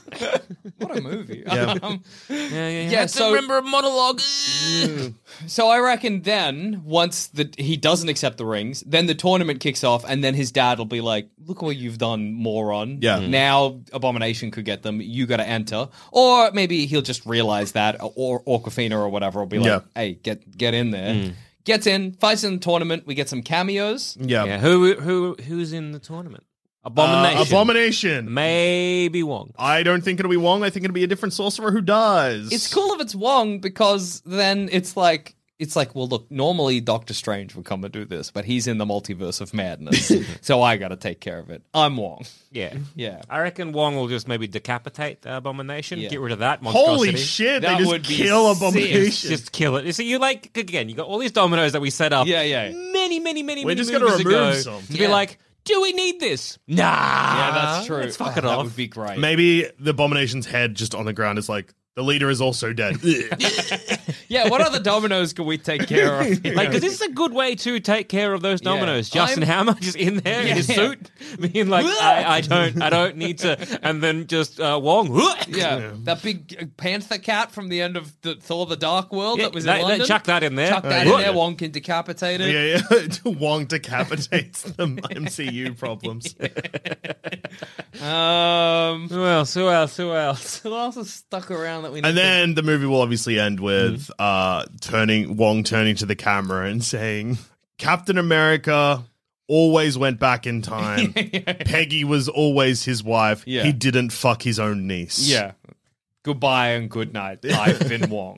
Speaker 7: what a movie. Um,
Speaker 1: Yeah, yeah, yeah.
Speaker 7: Yeah,
Speaker 1: I
Speaker 7: so-
Speaker 1: can remember a monologue.
Speaker 7: so I reckon then, once the, he doesn't accept the rings, then the tournament kicks off, and then his dad will be like, look what you've done, moron.
Speaker 6: Yeah.
Speaker 7: Now Abomination could get them. You got to enter. Or maybe he'll just realize that, or Orcafina or whatever will be like,
Speaker 6: Yeah.
Speaker 7: hey, get, get in there. Gets in, fights in the tournament. We get some cameos.
Speaker 1: Yeah, who who who's in the tournament? Abomination.
Speaker 6: Uh, abomination.
Speaker 1: Maybe Wong.
Speaker 6: I don't think it'll be Wong. I think it'll be a different sorcerer who dies.
Speaker 7: It's cool if it's Wong because then it's like it's like, well, look, normally Doctor Strange would come and do this, but he's in the multiverse of madness, so I got to take care of it. I'm Wong.
Speaker 1: Yeah.
Speaker 7: Yeah.
Speaker 1: I reckon Wong will just maybe decapitate the abomination,
Speaker 7: Yeah.
Speaker 1: get rid of that monstrosity.
Speaker 6: Holy shit!
Speaker 7: That
Speaker 6: they just
Speaker 7: would be
Speaker 6: kill
Speaker 7: sick.
Speaker 6: abomination.
Speaker 1: Just kill it. You see, you like again, you got all these dominoes that we set up.
Speaker 7: Yeah, yeah.
Speaker 1: Many, many, many.
Speaker 6: We're
Speaker 1: many
Speaker 6: just
Speaker 1: going
Speaker 6: gonna
Speaker 1: to
Speaker 6: remove some.
Speaker 1: to be
Speaker 7: Yeah.
Speaker 1: like, do we need this? Nah.
Speaker 7: Yeah, that's true.
Speaker 1: Let's fuck
Speaker 7: Oh,
Speaker 1: it
Speaker 7: That
Speaker 1: off.
Speaker 7: would be great.
Speaker 6: Maybe the abomination's head just on the ground is like the leader is also dead.
Speaker 7: Yeah, what other dominoes can we take care of?
Speaker 1: Like, because this is a good way to take care of those dominoes.
Speaker 7: Yeah.
Speaker 1: Justin
Speaker 7: I'm-
Speaker 1: Hammer just in there
Speaker 7: Yeah.
Speaker 1: in his suit, being like, I, I don't, I don't need to, and then just uh, Wong.
Speaker 7: yeah, that big uh, panther cat from the end of the Thor: The Dark World
Speaker 1: Yeah,
Speaker 7: that was
Speaker 1: that-
Speaker 7: in
Speaker 1: that-
Speaker 7: London.
Speaker 1: chuck that in there.
Speaker 7: Chuck that
Speaker 1: Yeah.
Speaker 7: in there. Wong can decapitate it.
Speaker 6: yeah, yeah. Wong decapitates the MCU problems.
Speaker 7: Um,
Speaker 1: Who else? Who else? Who else?
Speaker 7: who else is stuck around that we? need
Speaker 6: And
Speaker 7: to-
Speaker 6: then the movie will obviously end
Speaker 7: Mm-hmm.
Speaker 6: with uh, turning Wong turning to the camera and saying, "Captain America always went back in time. Peggy was always his wife.
Speaker 7: Yeah.
Speaker 6: He didn't fuck his own niece."
Speaker 7: yeah, Goodbye and good night. I've been Wong.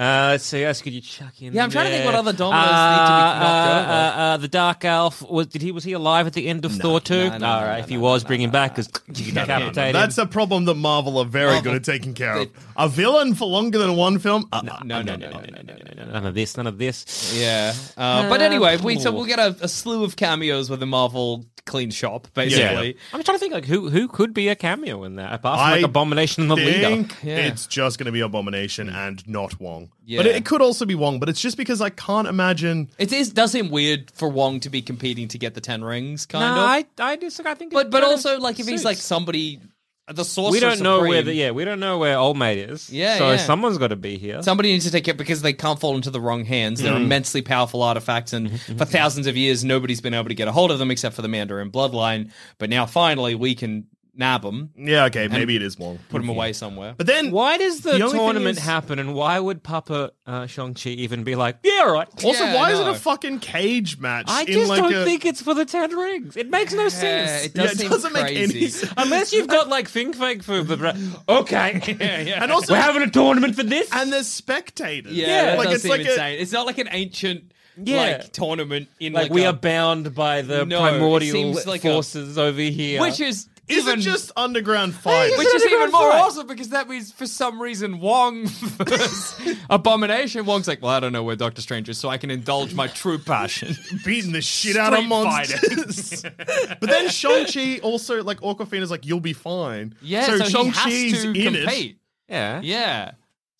Speaker 1: Uh, let's see. What else could you chuck in?
Speaker 7: Yeah, I'm trying to think
Speaker 1: there?
Speaker 7: what other dominoes need to be knocked
Speaker 1: uh,
Speaker 7: over.
Speaker 1: Uh, uh, the Dark Elf was did he was he alive at the end of Thor two?
Speaker 7: no, no,
Speaker 1: All
Speaker 7: no,
Speaker 1: right,
Speaker 7: no,
Speaker 1: if he
Speaker 7: no,
Speaker 1: was,
Speaker 7: no,
Speaker 1: bring him
Speaker 7: no,
Speaker 1: back
Speaker 7: no.
Speaker 1: because you can
Speaker 7: no, no.
Speaker 1: decapitate him.
Speaker 6: That's a problem that Marvel are very
Speaker 7: Marvel-
Speaker 6: good at taking care of.
Speaker 7: They-
Speaker 6: A villain for longer than one film? Uh, uh,
Speaker 7: no, no, no, no, no, no, no, no.
Speaker 1: none of this. None of this.
Speaker 7: Yeah. Uh, but anyway, we so we'll get a, a slew of cameos with the Marvel clean shop, basically.
Speaker 1: I'm trying to think like who who could be a cameo in that apart from like
Speaker 6: I
Speaker 1: Abomination and the leader.
Speaker 6: think
Speaker 7: Yeah. Mm.
Speaker 6: it's just going to be Abomination and not Wong.
Speaker 7: Yeah.
Speaker 6: But it, it could also be Wong, but it's just because I can't imagine.
Speaker 7: It is does seem weird for Wong to be competing to get the Ten Rings,
Speaker 1: No,
Speaker 7: kind of.
Speaker 1: I I disagree. I think, it
Speaker 7: but but
Speaker 1: kind of
Speaker 7: also like if he's
Speaker 1: suits.
Speaker 7: like somebody, the sorcerer.
Speaker 1: we don't know where the
Speaker 7: Supreme,
Speaker 1: yeah we don't know where old mate is.
Speaker 7: Yeah,
Speaker 1: so
Speaker 7: yeah.
Speaker 1: someone's got to be here.
Speaker 7: Somebody needs to take it because they can't fall into the wrong hands.
Speaker 6: Mm-hmm.
Speaker 7: They're immensely powerful artifacts, and for thousands of years, nobody's been able to get a hold of them except for the Mandarin bloodline. But now, finally, we can nab them,
Speaker 6: Yeah, okay, maybe it is Wong.
Speaker 7: put them away somewhere.
Speaker 6: But then.
Speaker 1: why does the,
Speaker 6: The only thing
Speaker 1: tournament
Speaker 6: is-
Speaker 1: happen, and why would Papa uh, Shang Chi even be like, yeah, all right?
Speaker 6: Also,
Speaker 7: Yeah,
Speaker 6: why
Speaker 7: I
Speaker 6: is it
Speaker 7: know.
Speaker 6: a fucking cage match?
Speaker 1: I
Speaker 6: in
Speaker 1: just
Speaker 6: like
Speaker 1: don't
Speaker 6: a-
Speaker 1: think it's for the Ten Rings. It makes no
Speaker 7: Yeah,
Speaker 1: sense.
Speaker 7: it does
Speaker 6: Yeah, it
Speaker 7: seem
Speaker 6: doesn't make any
Speaker 7: crazy.
Speaker 6: sense.
Speaker 1: Unless you've got like Fing Fang for the bra- okay,
Speaker 6: And also-
Speaker 1: we're having a tournament for this.
Speaker 6: And there's spectators.
Speaker 7: Yeah, yeah that
Speaker 6: like
Speaker 7: does
Speaker 6: it's
Speaker 7: seem
Speaker 6: like
Speaker 7: insane. It's not like an ancient
Speaker 1: Yeah.
Speaker 7: like tournament in
Speaker 1: like,
Speaker 7: like,
Speaker 1: we
Speaker 7: a-
Speaker 1: are bound by the
Speaker 7: No, it
Speaker 1: primordial
Speaker 7: seems like a-
Speaker 1: forces over here,
Speaker 7: which is
Speaker 6: a, is
Speaker 7: even
Speaker 6: it just underground fight?
Speaker 7: which
Speaker 1: It's
Speaker 7: is
Speaker 1: an
Speaker 7: even
Speaker 1: underground
Speaker 7: more
Speaker 1: fight.
Speaker 7: awesome because that means for some reason Wong versus Abomination. Wong's like, well, I don't know where Doctor Strange is, so I can indulge my true passion.
Speaker 6: beating the shit out of
Speaker 7: Street
Speaker 6: monsters. but then Shang-Chi also, like, Aquafina's like, you'll be fine.
Speaker 7: Yeah, so, he has
Speaker 6: Shang-Chi's
Speaker 7: to
Speaker 6: in
Speaker 7: compete.
Speaker 1: yeah.
Speaker 7: Yeah.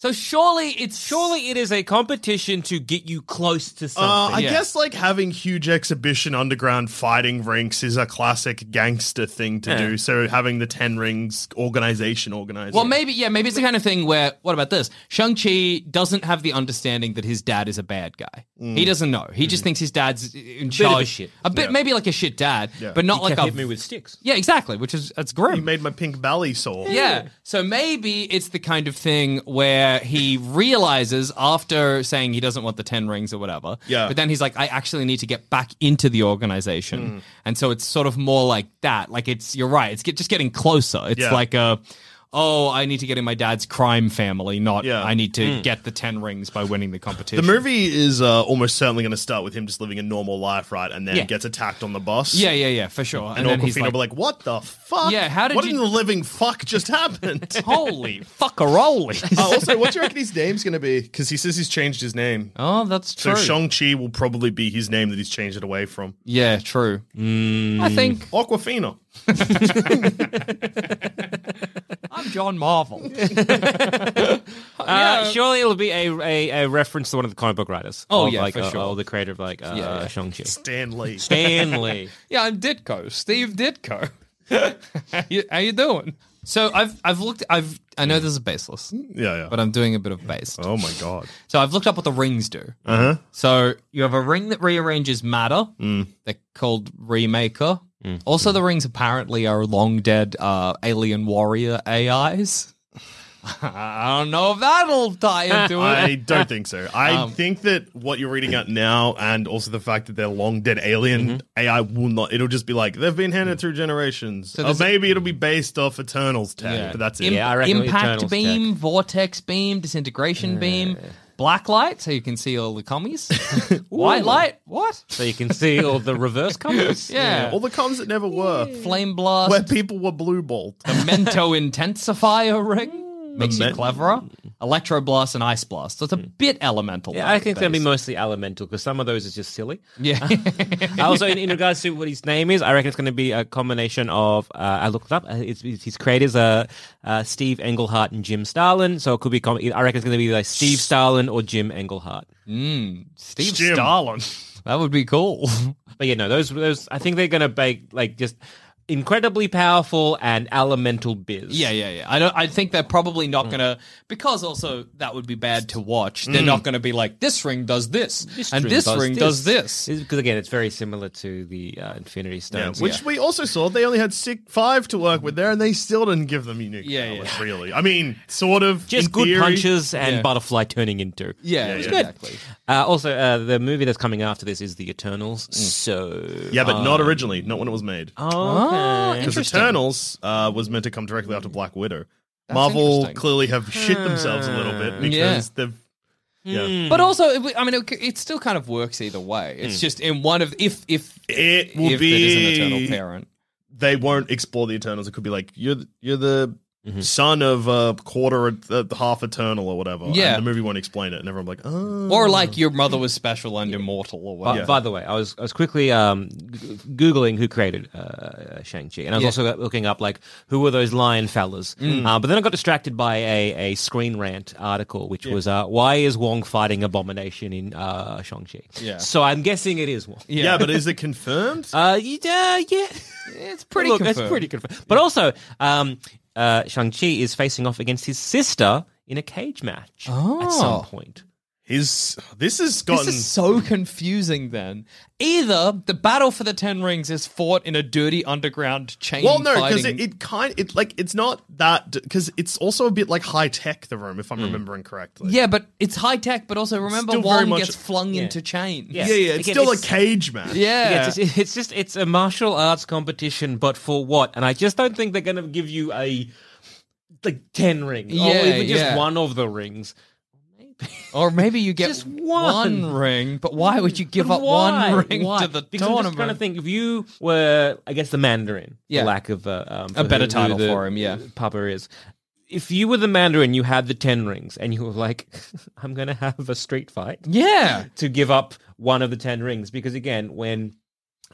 Speaker 7: So surely it's surely
Speaker 1: Surely it is a competition to get you close to something.
Speaker 6: Uh, I
Speaker 7: Yeah.
Speaker 6: guess like having huge exhibition underground fighting rinks is a classic gangster thing to do. So having the Ten Rings organization organized.
Speaker 7: Well, maybe yeah, maybe it's the kind of thing where what about this? Shang Chi doesn't have the understanding that his dad is a bad guy. He doesn't know. He
Speaker 6: Mm-hmm.
Speaker 7: just thinks his dad's in
Speaker 1: Mm. of a
Speaker 7: charge.
Speaker 1: shit.
Speaker 7: A bit, maybe like a shit dad, but not like
Speaker 1: Kept
Speaker 7: a
Speaker 1: hit me with sticks.
Speaker 7: yeah, exactly. Which is that's
Speaker 6: you
Speaker 7: grim.
Speaker 6: made my pink belly sore.
Speaker 7: Yeah. So maybe it's the kind of thing where he realizes after saying he doesn't want the 10 rings or whatever.
Speaker 6: Yeah.
Speaker 7: But then he's like, I actually need to get back into the
Speaker 6: Hmm.
Speaker 7: organization. And so it's sort of more like that. Like it's, you're right. It's get, just getting closer. It's
Speaker 6: Yeah.
Speaker 7: like a, oh, I need to get in my dad's crime family, not
Speaker 6: Yeah.
Speaker 7: I need to get the 10 rings by winning the competition.
Speaker 6: The movie is uh, almost certainly going to start with him just living a normal life, right? And then
Speaker 7: Yeah.
Speaker 6: gets attacked on the bus.
Speaker 7: Yeah, yeah, yeah, for sure.
Speaker 6: And,
Speaker 7: then
Speaker 6: Aquafina
Speaker 7: he's
Speaker 6: will
Speaker 7: like,
Speaker 6: be like, what the fuck?
Speaker 7: Yeah, how did
Speaker 6: What
Speaker 7: you-
Speaker 6: in the living fuck just happened?
Speaker 7: holy fuckaroli.
Speaker 6: Uh, also, what do you reckon his name's going to be? Because he says he's changed his name.
Speaker 7: oh, that's
Speaker 6: so
Speaker 7: true.
Speaker 6: Shang-Chi will probably be his name that he's changed it away from.
Speaker 7: yeah, true. I think
Speaker 6: Aquafina.
Speaker 7: I'm John Marvel.
Speaker 1: Uh, surely it'll be a, a, a reference to one of the comic book writers.
Speaker 7: Oh,
Speaker 1: Of,
Speaker 7: yeah,
Speaker 1: like,
Speaker 7: for
Speaker 1: uh,
Speaker 7: sure.
Speaker 1: Or the creator of like uh,
Speaker 7: Yeah, yeah.
Speaker 1: Shang Chi.
Speaker 6: Dan Lee.
Speaker 1: Stanley.
Speaker 7: Yeah, I'm Ditko, Steve Ditko. how, you, how you doing? So I've I've looked I've I know this is baseless,
Speaker 6: Yeah, yeah.
Speaker 7: but uh, I'm doing a bit of base.
Speaker 6: oh my god.
Speaker 7: So I've looked up what the rings do. Uh-huh. Mm. So you have a ring that rearranges matter. They're called Remaker. Also, the rings apparently are long dead uh, alien warrior AIs. I don't know if that'll tie into it.
Speaker 6: I don't think so. I think that what you're reading out now, and also the fact that they're long dead alien AI, will not. It'll just be like they've been handed through generations. or
Speaker 7: there's a-
Speaker 6: maybe it'll be based off Eternals tag,
Speaker 7: Yeah.
Speaker 6: but that's it.
Speaker 7: Im-
Speaker 1: Yeah, I reckon
Speaker 7: impact
Speaker 1: Eternals
Speaker 7: beam, vortex beam, disintegration beam, black light, so you can see all the commies. White light, what?
Speaker 1: so you can see all the reverse colors.
Speaker 7: Yeah.
Speaker 6: All the comms that never were,
Speaker 7: Flame
Speaker 6: where
Speaker 7: blast,
Speaker 6: people were blue balled.
Speaker 7: memento intensifier ring, makes you
Speaker 6: Memento.
Speaker 7: cleverer. Electro blast and ice blast. So it's a bit elemental.
Speaker 1: Yeah, I think they'll be mostly elemental because some of those is just silly.
Speaker 7: Yeah.
Speaker 1: I also, in, in regards to what his name is, I reckon it's going to be a combination of. Uh, I looked it up. Uh, It's, it's, his creators are uh, Steve Englehart and Jim Starlin, so it could be. Com- I reckon it's going to be like Steve Starlin or Jim Englehart.
Speaker 7: Steve
Speaker 6: Jim.
Speaker 7: Starlin. That would be cool.
Speaker 1: But yeah, no, those those. I think they're going to bake like just incredibly powerful and elemental biz.
Speaker 7: Yeah, yeah, yeah. I don't. I think they're probably not gonna because also that would be bad to watch. They're not gonna be like this ring does Mm. this, and this ring does this.
Speaker 1: Because again, it's very similar to the uh, Infinity
Speaker 6: Yeah,
Speaker 1: Stones.
Speaker 6: which we also saw. They only had six, five to work with there, and they still didn't give them unique
Speaker 7: Yeah,
Speaker 6: powers. Really, I mean, sort of.
Speaker 1: just
Speaker 6: in
Speaker 1: good
Speaker 6: theory.
Speaker 1: punches and
Speaker 7: Yeah.
Speaker 1: butterfly turning into.
Speaker 7: Yeah,
Speaker 6: Yeah, yeah.
Speaker 7: exactly.
Speaker 1: Uh, also, uh, the
Speaker 7: Mm.
Speaker 1: movie that's coming after this is The Eternals. So
Speaker 6: Yeah, but not originally. Not when it was made.
Speaker 1: Oh, okay.
Speaker 5: Oh,
Speaker 6: Because
Speaker 5: interesting.
Speaker 6: Eternals uh, was meant to come directly after Black Widow. Marvel
Speaker 7: interesting. Hmm.
Speaker 6: clearly have shit themselves a little bit because
Speaker 7: Yeah. Hmm.
Speaker 6: they've. Yeah.
Speaker 7: But also, it w- I mean, it, c- it still kind of works either way. It's
Speaker 1: Hmm.
Speaker 7: just in one of if if
Speaker 6: It will
Speaker 7: if it is an
Speaker 6: be.
Speaker 7: eternal parent.
Speaker 6: They won't explore the Eternals. It could be like you're th- you're the
Speaker 7: Mm-hmm.
Speaker 6: son of a quarter, uh, half Eternal, or whatever.
Speaker 7: Yeah.
Speaker 6: And the movie won't explain it, and everyone's like, oh.
Speaker 7: Or like your mother was special and immortal or
Speaker 1: By,
Speaker 7: whatever.
Speaker 1: by the way, I was I was quickly um, g- googling who created uh, uh, Shang Chi, and I was
Speaker 7: Yeah. Mm.
Speaker 1: also looking up like who were those lion fellas. Uh, but then I got distracted by a, a screen rant article, which was uh, why is Wong fighting Abomination in uh, Shang Chi?
Speaker 7: Yeah.
Speaker 1: So I'm guessing it is Wong.
Speaker 6: yeah. but is it confirmed?
Speaker 1: Uh, y- uh, yeah,
Speaker 7: It's pretty
Speaker 1: Look,
Speaker 7: confirmed.
Speaker 1: That's pretty confirmed. But also, um, uh, Shang Chi is facing off against his sister in a cage match at some
Speaker 7: Oh.
Speaker 1: point.
Speaker 6: His this has gotten
Speaker 7: This is so confusing. Then either the battle for the Ten Rings is fought in a dirty underground chain.
Speaker 6: well, no, because
Speaker 7: fighting-
Speaker 6: it, it kind it like it's not that because it's also a bit like high tech. The room, if I'm remembering correctly.
Speaker 7: Hmm. yeah, but it's high tech. But also remember,
Speaker 6: Still very
Speaker 7: Wong
Speaker 6: much-
Speaker 7: gets flung into chains.
Speaker 1: Yeah.
Speaker 6: yeah, yeah. It's
Speaker 1: Again,
Speaker 6: still
Speaker 1: it's-
Speaker 6: a cage match.
Speaker 7: yeah.
Speaker 1: Yeah, it's, just, it's just it's a martial arts competition, but for what? And I just don't think they're going to give you a like ten ring,
Speaker 7: Yeah,
Speaker 1: or even just
Speaker 7: yeah.
Speaker 1: one of the rings.
Speaker 7: Or maybe you get
Speaker 1: Just one.
Speaker 7: ring, but why would you give
Speaker 1: But
Speaker 7: up
Speaker 1: why?
Speaker 7: one ring
Speaker 1: Why?
Speaker 7: to the
Speaker 1: because I'm
Speaker 7: tournament?
Speaker 1: just trying to think. If you were, I guess, the Mandarin,
Speaker 7: Yeah.
Speaker 1: for lack of uh, um, for
Speaker 7: A better
Speaker 1: who- who
Speaker 7: title
Speaker 1: the
Speaker 7: for him, yeah.
Speaker 1: Papa is. If you were the Mandarin, you had the ten rings, and you were like, "I'm going to have a street fight."
Speaker 7: Yeah.
Speaker 1: to give up one of the ten rings because again, when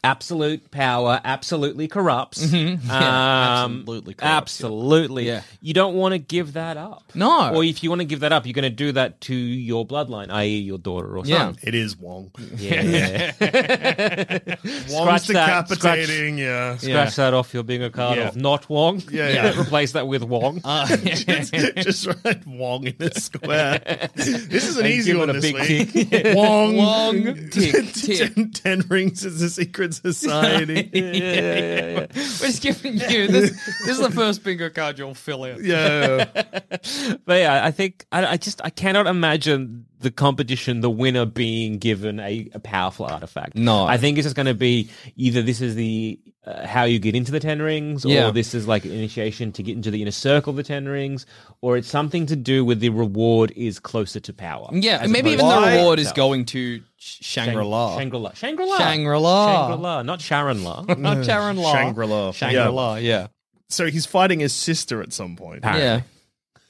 Speaker 1: absolute power absolutely corrupts,
Speaker 7: Mm-hmm. Yeah,
Speaker 1: um,
Speaker 7: absolutely corrupts, yeah.
Speaker 1: absolutely,
Speaker 7: Yeah.
Speaker 1: you don't want to give that up.
Speaker 7: No.
Speaker 1: or if you want to give that up, you're going to do that to your bloodline, i.e., your daughter or
Speaker 7: Yeah.
Speaker 1: son.
Speaker 6: it is Wong.
Speaker 1: Yeah, yeah.
Speaker 6: Wong's
Speaker 1: Scratch that, scratch-
Speaker 6: decapitating. yeah.
Speaker 1: Scratch that off your bingo card
Speaker 6: Yeah.
Speaker 1: of not Wong.
Speaker 6: Yeah, yeah.
Speaker 1: Replace that with Wong.
Speaker 6: just, just write Wong in a square. This is an
Speaker 1: And
Speaker 6: easy
Speaker 1: give it
Speaker 6: one
Speaker 1: a
Speaker 6: this
Speaker 1: big
Speaker 6: week. Wong.
Speaker 7: Wong, tick, tick.
Speaker 6: Ten, ten rings is a secret society. yeah.
Speaker 7: We're just giving you this. This is the first bingo card you'll fill in.
Speaker 1: But yeah, I think I, I just I cannot imagine the competition, the winner being given a, a powerful artifact.
Speaker 7: No.
Speaker 1: I think it's just going to be either this is the uh, how you get into the Ten Rings, or
Speaker 7: Yeah.
Speaker 1: this is like an initiation to get into the inner circle of the Ten Rings, or it's something to do with the reward is closer to power.
Speaker 7: Yeah,
Speaker 1: as
Speaker 7: maybe
Speaker 1: opposed
Speaker 7: even the
Speaker 1: to
Speaker 7: reward is
Speaker 1: itself.
Speaker 7: going to Sh- Shangri-La.
Speaker 1: Shangri La, Shangri La,
Speaker 7: Shangri-La.
Speaker 1: Shangri La, not Sharon La.
Speaker 7: Not Shangri-La.
Speaker 6: Shangri-La.
Speaker 7: Shangri-La, yeah.
Speaker 6: So he's fighting his sister at some point.
Speaker 1: Apparently.
Speaker 7: Yeah.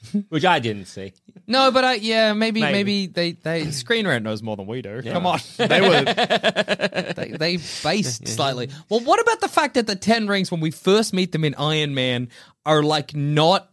Speaker 1: which I didn't see.
Speaker 7: No, but I, yeah, maybe,
Speaker 1: Maybe.
Speaker 7: maybe they, they, Screen Rant knows more than we do. Come on.
Speaker 6: They were
Speaker 7: They, they based slightly. Well, what about the fact that the Ten Rings, when we first meet them in Iron Man, are like not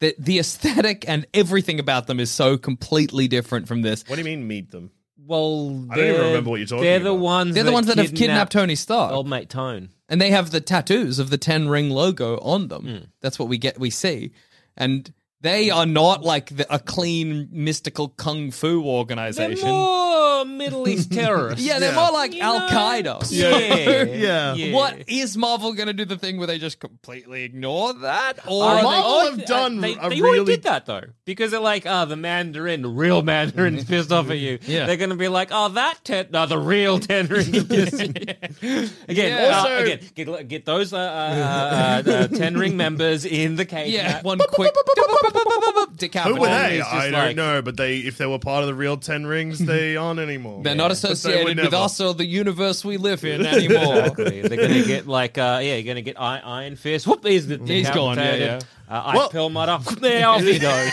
Speaker 7: the the aesthetic and everything about them is so completely different from this.
Speaker 6: What do you mean meet them?
Speaker 1: Well,
Speaker 6: I don't even
Speaker 1: they're-
Speaker 6: remember what you're talking
Speaker 1: They're the
Speaker 6: about.
Speaker 1: ones.
Speaker 7: They're the ones that have kidnapped Tony Stark,
Speaker 1: Old mate Tone.
Speaker 7: and they have the tattoos of the Ten Ring logo on them. That's what we get. We see, and they are not like the, a clean mystical kung fu
Speaker 1: They're
Speaker 7: organization.
Speaker 1: more Middle East terrorists.
Speaker 7: yeah, they're more like
Speaker 1: You know?
Speaker 7: Al Qaeda.
Speaker 1: Yeah.
Speaker 6: Yeah.
Speaker 1: Yeah.
Speaker 7: What is Marvel going to do the thing where they just completely ignore that? Or
Speaker 1: Or
Speaker 7: are
Speaker 1: they-
Speaker 6: Marvel
Speaker 1: or
Speaker 6: have
Speaker 1: they-
Speaker 6: done
Speaker 1: They,
Speaker 6: a
Speaker 1: they already
Speaker 6: really-
Speaker 1: did that though, because they're like, "Oh, the Mandarin, the real Mandarin's pissed off at you."
Speaker 7: Yeah.
Speaker 1: They're going to be like, "Oh, that ten, no, the real Tenrin's pissed." at you." Again,
Speaker 7: Yeah.
Speaker 1: uh,
Speaker 6: Also-
Speaker 1: again, get, get those uh, uh, uh, uh, Ten Ring members in the cage.
Speaker 7: Yeah,
Speaker 1: match.
Speaker 7: one quick
Speaker 6: Who
Speaker 7: decapitation.
Speaker 6: Oh, were they?
Speaker 1: It's just
Speaker 6: I don't
Speaker 1: like-
Speaker 6: know, but they if they were part of the real Ten Rings, they aren't anymore.
Speaker 7: They're not associated with
Speaker 6: never.
Speaker 7: us or the universe we live in anymore.
Speaker 1: Exactly. They're going to get like, uh, yeah, you're going to get I- Iron Fist. Whoop, he's, the,
Speaker 7: He's gone, yeah,
Speaker 1: decapitated. Uh, Ike
Speaker 6: Well-
Speaker 1: Perlmutter. There off he goes.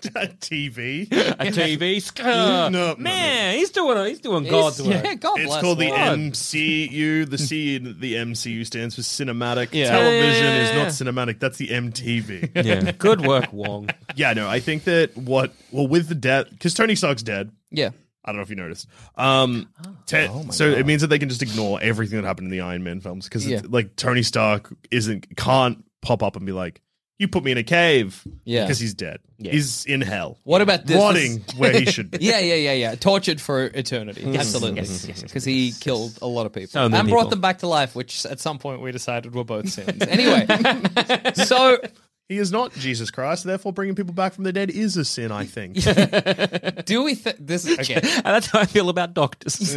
Speaker 6: TV.
Speaker 1: A TV.
Speaker 7: Mm,
Speaker 1: Skrr.
Speaker 6: No, no,
Speaker 1: Man, he's doing he's doing
Speaker 7: He's-
Speaker 1: God's work.
Speaker 7: yeah, God
Speaker 6: It's
Speaker 7: bless
Speaker 6: called the
Speaker 7: him.
Speaker 6: MCU. The C in the MCU stands for cinematic.
Speaker 7: Yeah.
Speaker 6: Television
Speaker 1: Yeah, yeah, yeah.
Speaker 6: is not cinematic. That's the MTV.
Speaker 1: Yeah. Good work, Wong.
Speaker 6: yeah, no, I think that what well with the death because Tony Stark's dead.
Speaker 7: Yeah.
Speaker 6: I don't know if you noticed. Um,
Speaker 7: Oh.
Speaker 6: Ted- so it means that they can just ignore everything that happened in the Iron Man films because
Speaker 7: Yeah.
Speaker 6: like Tony Stark isn't can't pop up and be like, "You put me in a cave,"
Speaker 7: Yeah.
Speaker 6: because he's dead. He's in hell.
Speaker 7: What about this?
Speaker 6: rotting where he should be?
Speaker 7: Yeah, yeah, yeah, yeah. Tortured for eternity. Absolutely.
Speaker 1: yes, yes, yes,
Speaker 7: Because he killed a lot of people.
Speaker 1: So many
Speaker 7: and brought
Speaker 1: people.
Speaker 7: them back to life, which at some point we decided were both sins. anyway, so
Speaker 6: He is not Jesus Christ. Therefore, bringing people back from the dead is a sin. I think.
Speaker 7: do we think this? Okay.
Speaker 1: And that's how I feel about doctors.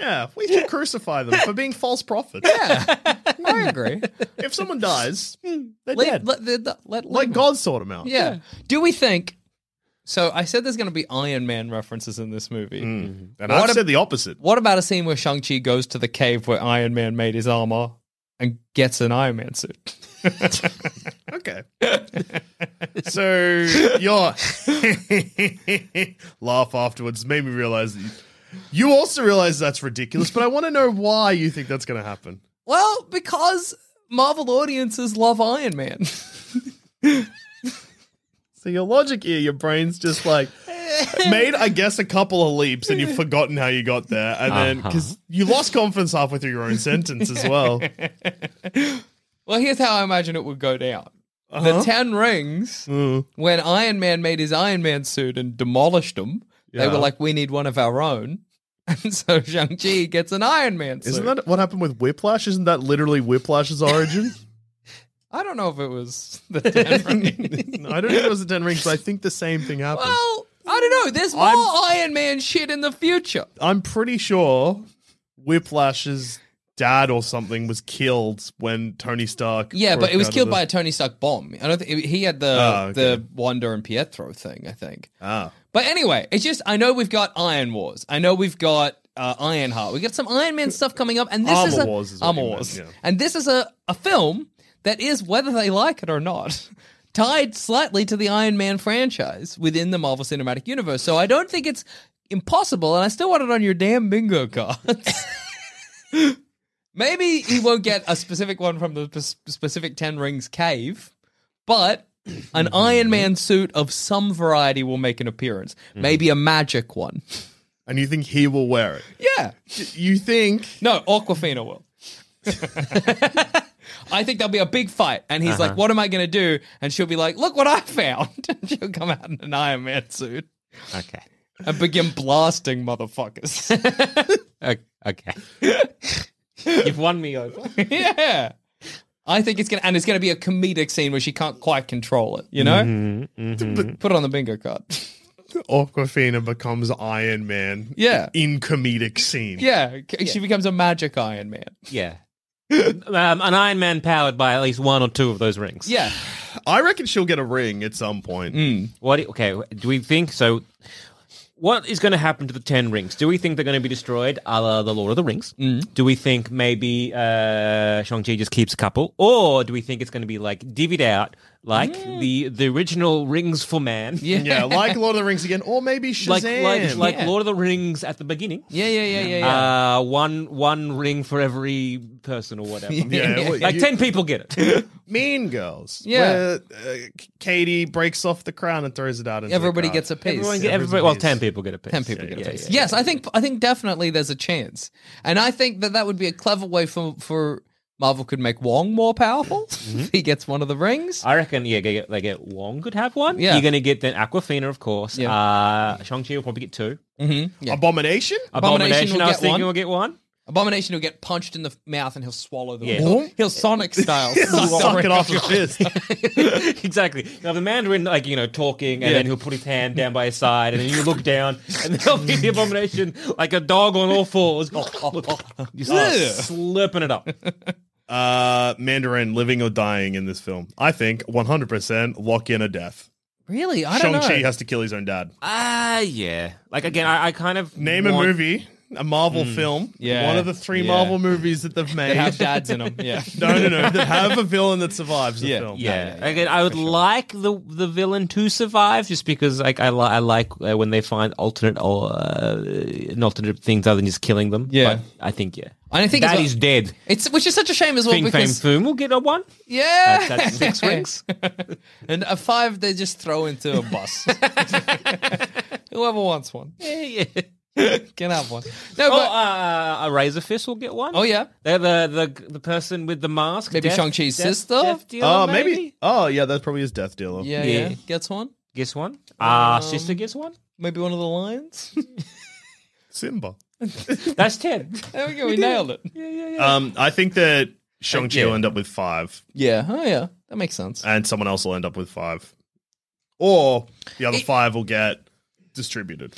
Speaker 6: Yeah, we should crucify them for being false prophets.
Speaker 7: Yeah, I agree.
Speaker 6: If someone dies, they're
Speaker 7: Let,
Speaker 6: dead.
Speaker 7: let, the- the- let- let-
Speaker 6: Let God sort them out.
Speaker 7: yeah. Do we think? So I said there's going to be Iron Man references in this movie.
Speaker 6: And I've
Speaker 7: What a-
Speaker 6: said the opposite.
Speaker 7: What about a scene where Shang Chi goes to the cave where Iron Man made his armor and gets an Iron Man suit?
Speaker 6: Okay. so your laugh afterwards made me realize that you, you also realize that's ridiculous, but I want to know why you think that's going to happen.
Speaker 7: Well, because Marvel audiences love Iron Man.
Speaker 6: So your logic here, your brain's just like made, I guess, a couple of leaps, and you've forgotten how you got there, and then because you lost confidence halfway through your own sentence as well.
Speaker 7: well, here's how I imagine it would go down.
Speaker 6: Uh-huh.
Speaker 7: The Ten Rings,
Speaker 6: Mm.
Speaker 7: when Iron Man made his Iron Man suit and demolished them, they
Speaker 6: Yeah.
Speaker 7: were like, we need one of our own. And so Shang-Chi gets an Iron Man suit.
Speaker 6: Isn't that what happened with Whiplash? Isn't that literally Whiplash's origin?
Speaker 7: I don't know if it was the Ten Rings.
Speaker 6: No, I don't think it was the Ten Rings. But I think the same thing happened.
Speaker 7: well, I don't know. There's more
Speaker 6: I'm-
Speaker 7: Iron Man shit in the future.
Speaker 6: I'm pretty sure Whiplash's dad or something was killed when Tony Stark.
Speaker 7: Yeah, but
Speaker 6: broke
Speaker 7: it was
Speaker 6: out of
Speaker 7: killed
Speaker 6: the-
Speaker 7: by a Tony Stark bomb. I don't think he had the
Speaker 6: Oh, okay.
Speaker 7: the Wanda and Pietro thing. I think.
Speaker 6: Ah,
Speaker 7: But anyway, it's just I know we've got Iron Wars. I know we've got uh, Ironheart. We got some Iron Man stuff coming up, and this
Speaker 6: Armor
Speaker 7: is a
Speaker 6: Wars is what
Speaker 7: Armor
Speaker 6: you meant,
Speaker 7: Wars,
Speaker 6: yeah.
Speaker 7: and this is a a film that is whether they like it or not. Tied slightly to the Iron Man franchise within the Marvel Cinematic Universe. So I don't think it's impossible, and I still want it on your damn bingo cards. Maybe he won't get a specific one from the sp- specific Ten Rings cave, but an Iron Man suit of some variety will make an appearance. Maybe a magic one.
Speaker 6: and you think he will wear it?
Speaker 7: Yeah.
Speaker 6: You think?
Speaker 7: No, Aquafina will. I think there'll be a big fight, and he's like, "What am I going to do?" And she'll be like, "Look what I found!" And she'll come out in an Iron Man suit
Speaker 1: Okay.
Speaker 7: and begin blasting motherfuckers.
Speaker 1: O- Okay. You've won me over.
Speaker 7: yeah, I think it's gonna, and it's gonna be a comedic scene where she can't quite control it. You know, Mm-hmm, put it on the bingo card.
Speaker 6: Aquafina becomes Iron Man.
Speaker 7: Yeah.
Speaker 6: In comedic scene.
Speaker 7: E- yeah, she becomes a magic Iron Man.
Speaker 1: Yeah. um, an Iron Man powered by at least one or two of those rings.
Speaker 7: Yeah,
Speaker 6: I reckon she'll get a ring at some point.
Speaker 7: Mm.
Speaker 1: What? do- Okay. Do we think so? What is going to happen to the Ten Rings? Do we think they're going to be destroyed, a la the Lord of the Rings?
Speaker 7: Mm-hmm.
Speaker 1: Do we think maybe uh, Shang Chi just keeps a couple, or do we think it's going to be like divvied out, like
Speaker 7: Mm-hmm.
Speaker 1: the the original rings for man,
Speaker 7: yeah,
Speaker 6: Yeah, like Lord of the Rings again, or maybe Shazam.
Speaker 1: like like like
Speaker 7: Yeah.
Speaker 1: Lord of the Rings at the beginning?
Speaker 7: yeah, yeah, yeah, yeah. yeah.
Speaker 1: Uh, one one ring for every person or whatever.
Speaker 6: yeah, well,
Speaker 1: Like
Speaker 6: you-
Speaker 1: ten people get it.
Speaker 6: Mean Girls.
Speaker 7: Yeah.
Speaker 6: where, uh, Katie breaks off the crown and throws it out. Into
Speaker 7: Everybody
Speaker 6: the crowd.
Speaker 7: gets a piece.
Speaker 1: uh, Everyone,
Speaker 7: Yeah.
Speaker 1: get, everybody, well, ten people get a piece.
Speaker 7: Ten people get a
Speaker 1: Yeah,
Speaker 7: piece.
Speaker 1: yeah,
Speaker 7: yes, I think I think definitely there's a chance, and I think that that would be a clever way for for Marvel could make Wong more powerful.
Speaker 1: Mm-hmm.
Speaker 7: if he gets one of the rings.
Speaker 1: I reckon, yeah, they get, they get Wong could have one.
Speaker 7: Yeah.
Speaker 1: You're going to get then Aquafina, of course.
Speaker 7: Yeah.
Speaker 1: Uh, Shang-Chi will probably get two.
Speaker 6: Abomination.
Speaker 1: Abomination,
Speaker 7: Abomination will
Speaker 1: I was
Speaker 7: get
Speaker 1: thinking,
Speaker 7: one.
Speaker 1: will get one.
Speaker 7: Abomination will get punched in the f- mouth and he'll swallow the
Speaker 1: Yeah.
Speaker 7: He'll, he'll Sonic style.
Speaker 6: Suck it off your fist.
Speaker 1: exactly. Now, the Mandarin, like, you know, talking, and then he'll put his hand down by his side, and then you look down, and there'll be the Abomination like a dog on all fours. Just slurping it up.
Speaker 6: Uh, Mandarin living or dying in this film? I think 100% lock in a death.
Speaker 7: Really, I don't know.
Speaker 6: Shang-Chi has to kill his own dad.
Speaker 1: Ah, yeah. Like, again, I, I kind of.
Speaker 6: Name a
Speaker 1: want-
Speaker 6: movie, a Marvel film,
Speaker 7: Hmm. Yeah.
Speaker 6: one of the three
Speaker 7: Yeah.
Speaker 6: Marvel movies that they've
Speaker 7: They
Speaker 6: made.
Speaker 7: have dads in them. Yeah.
Speaker 6: no, no, no, that have a villain that survives the
Speaker 7: Yeah,
Speaker 6: film.
Speaker 1: Yeah. Again, I would like the the villain to survive, just because like I, li- I like uh, when they find alternate or uh, an alternative things other than just killing them.
Speaker 7: Yeah.
Speaker 1: But I think yeah.
Speaker 7: And I think
Speaker 1: that
Speaker 7: as well-
Speaker 1: is dead.
Speaker 7: It's which is such a shame as well
Speaker 1: Fing Fang
Speaker 7: because
Speaker 1: Foom will get a one.
Speaker 7: yeah, Oh,
Speaker 1: That's six rings.
Speaker 7: and a five they just throw into a bus. Whoever wants one
Speaker 1: yeah.
Speaker 7: can have one. No,
Speaker 1: Oh,
Speaker 7: but
Speaker 1: uh, a razor fist will get one.
Speaker 7: Oh, yeah.
Speaker 1: they're the the the person with the mask.
Speaker 7: Maybe
Speaker 1: Death-
Speaker 7: Shang-Chi's
Speaker 1: Death-
Speaker 7: sister?
Speaker 1: Death Dealer,
Speaker 6: Oh, maybe.
Speaker 1: maybe.
Speaker 6: Oh, yeah, that's probably his death dealer.
Speaker 7: yeah,
Speaker 1: yeah.
Speaker 7: yeah, gets one.
Speaker 1: Gets one. Ah, sister gets one.
Speaker 7: Maybe one of the lions.
Speaker 6: Simba.
Speaker 1: That's ten.
Speaker 7: there we go. We nailed it.
Speaker 6: Um, I think that Shang-Chi
Speaker 1: Yeah.
Speaker 6: will end up with five,
Speaker 7: Yeah. Oh yeah. That makes sense.
Speaker 6: and someone else will end up with five. Or the other five will get distributed.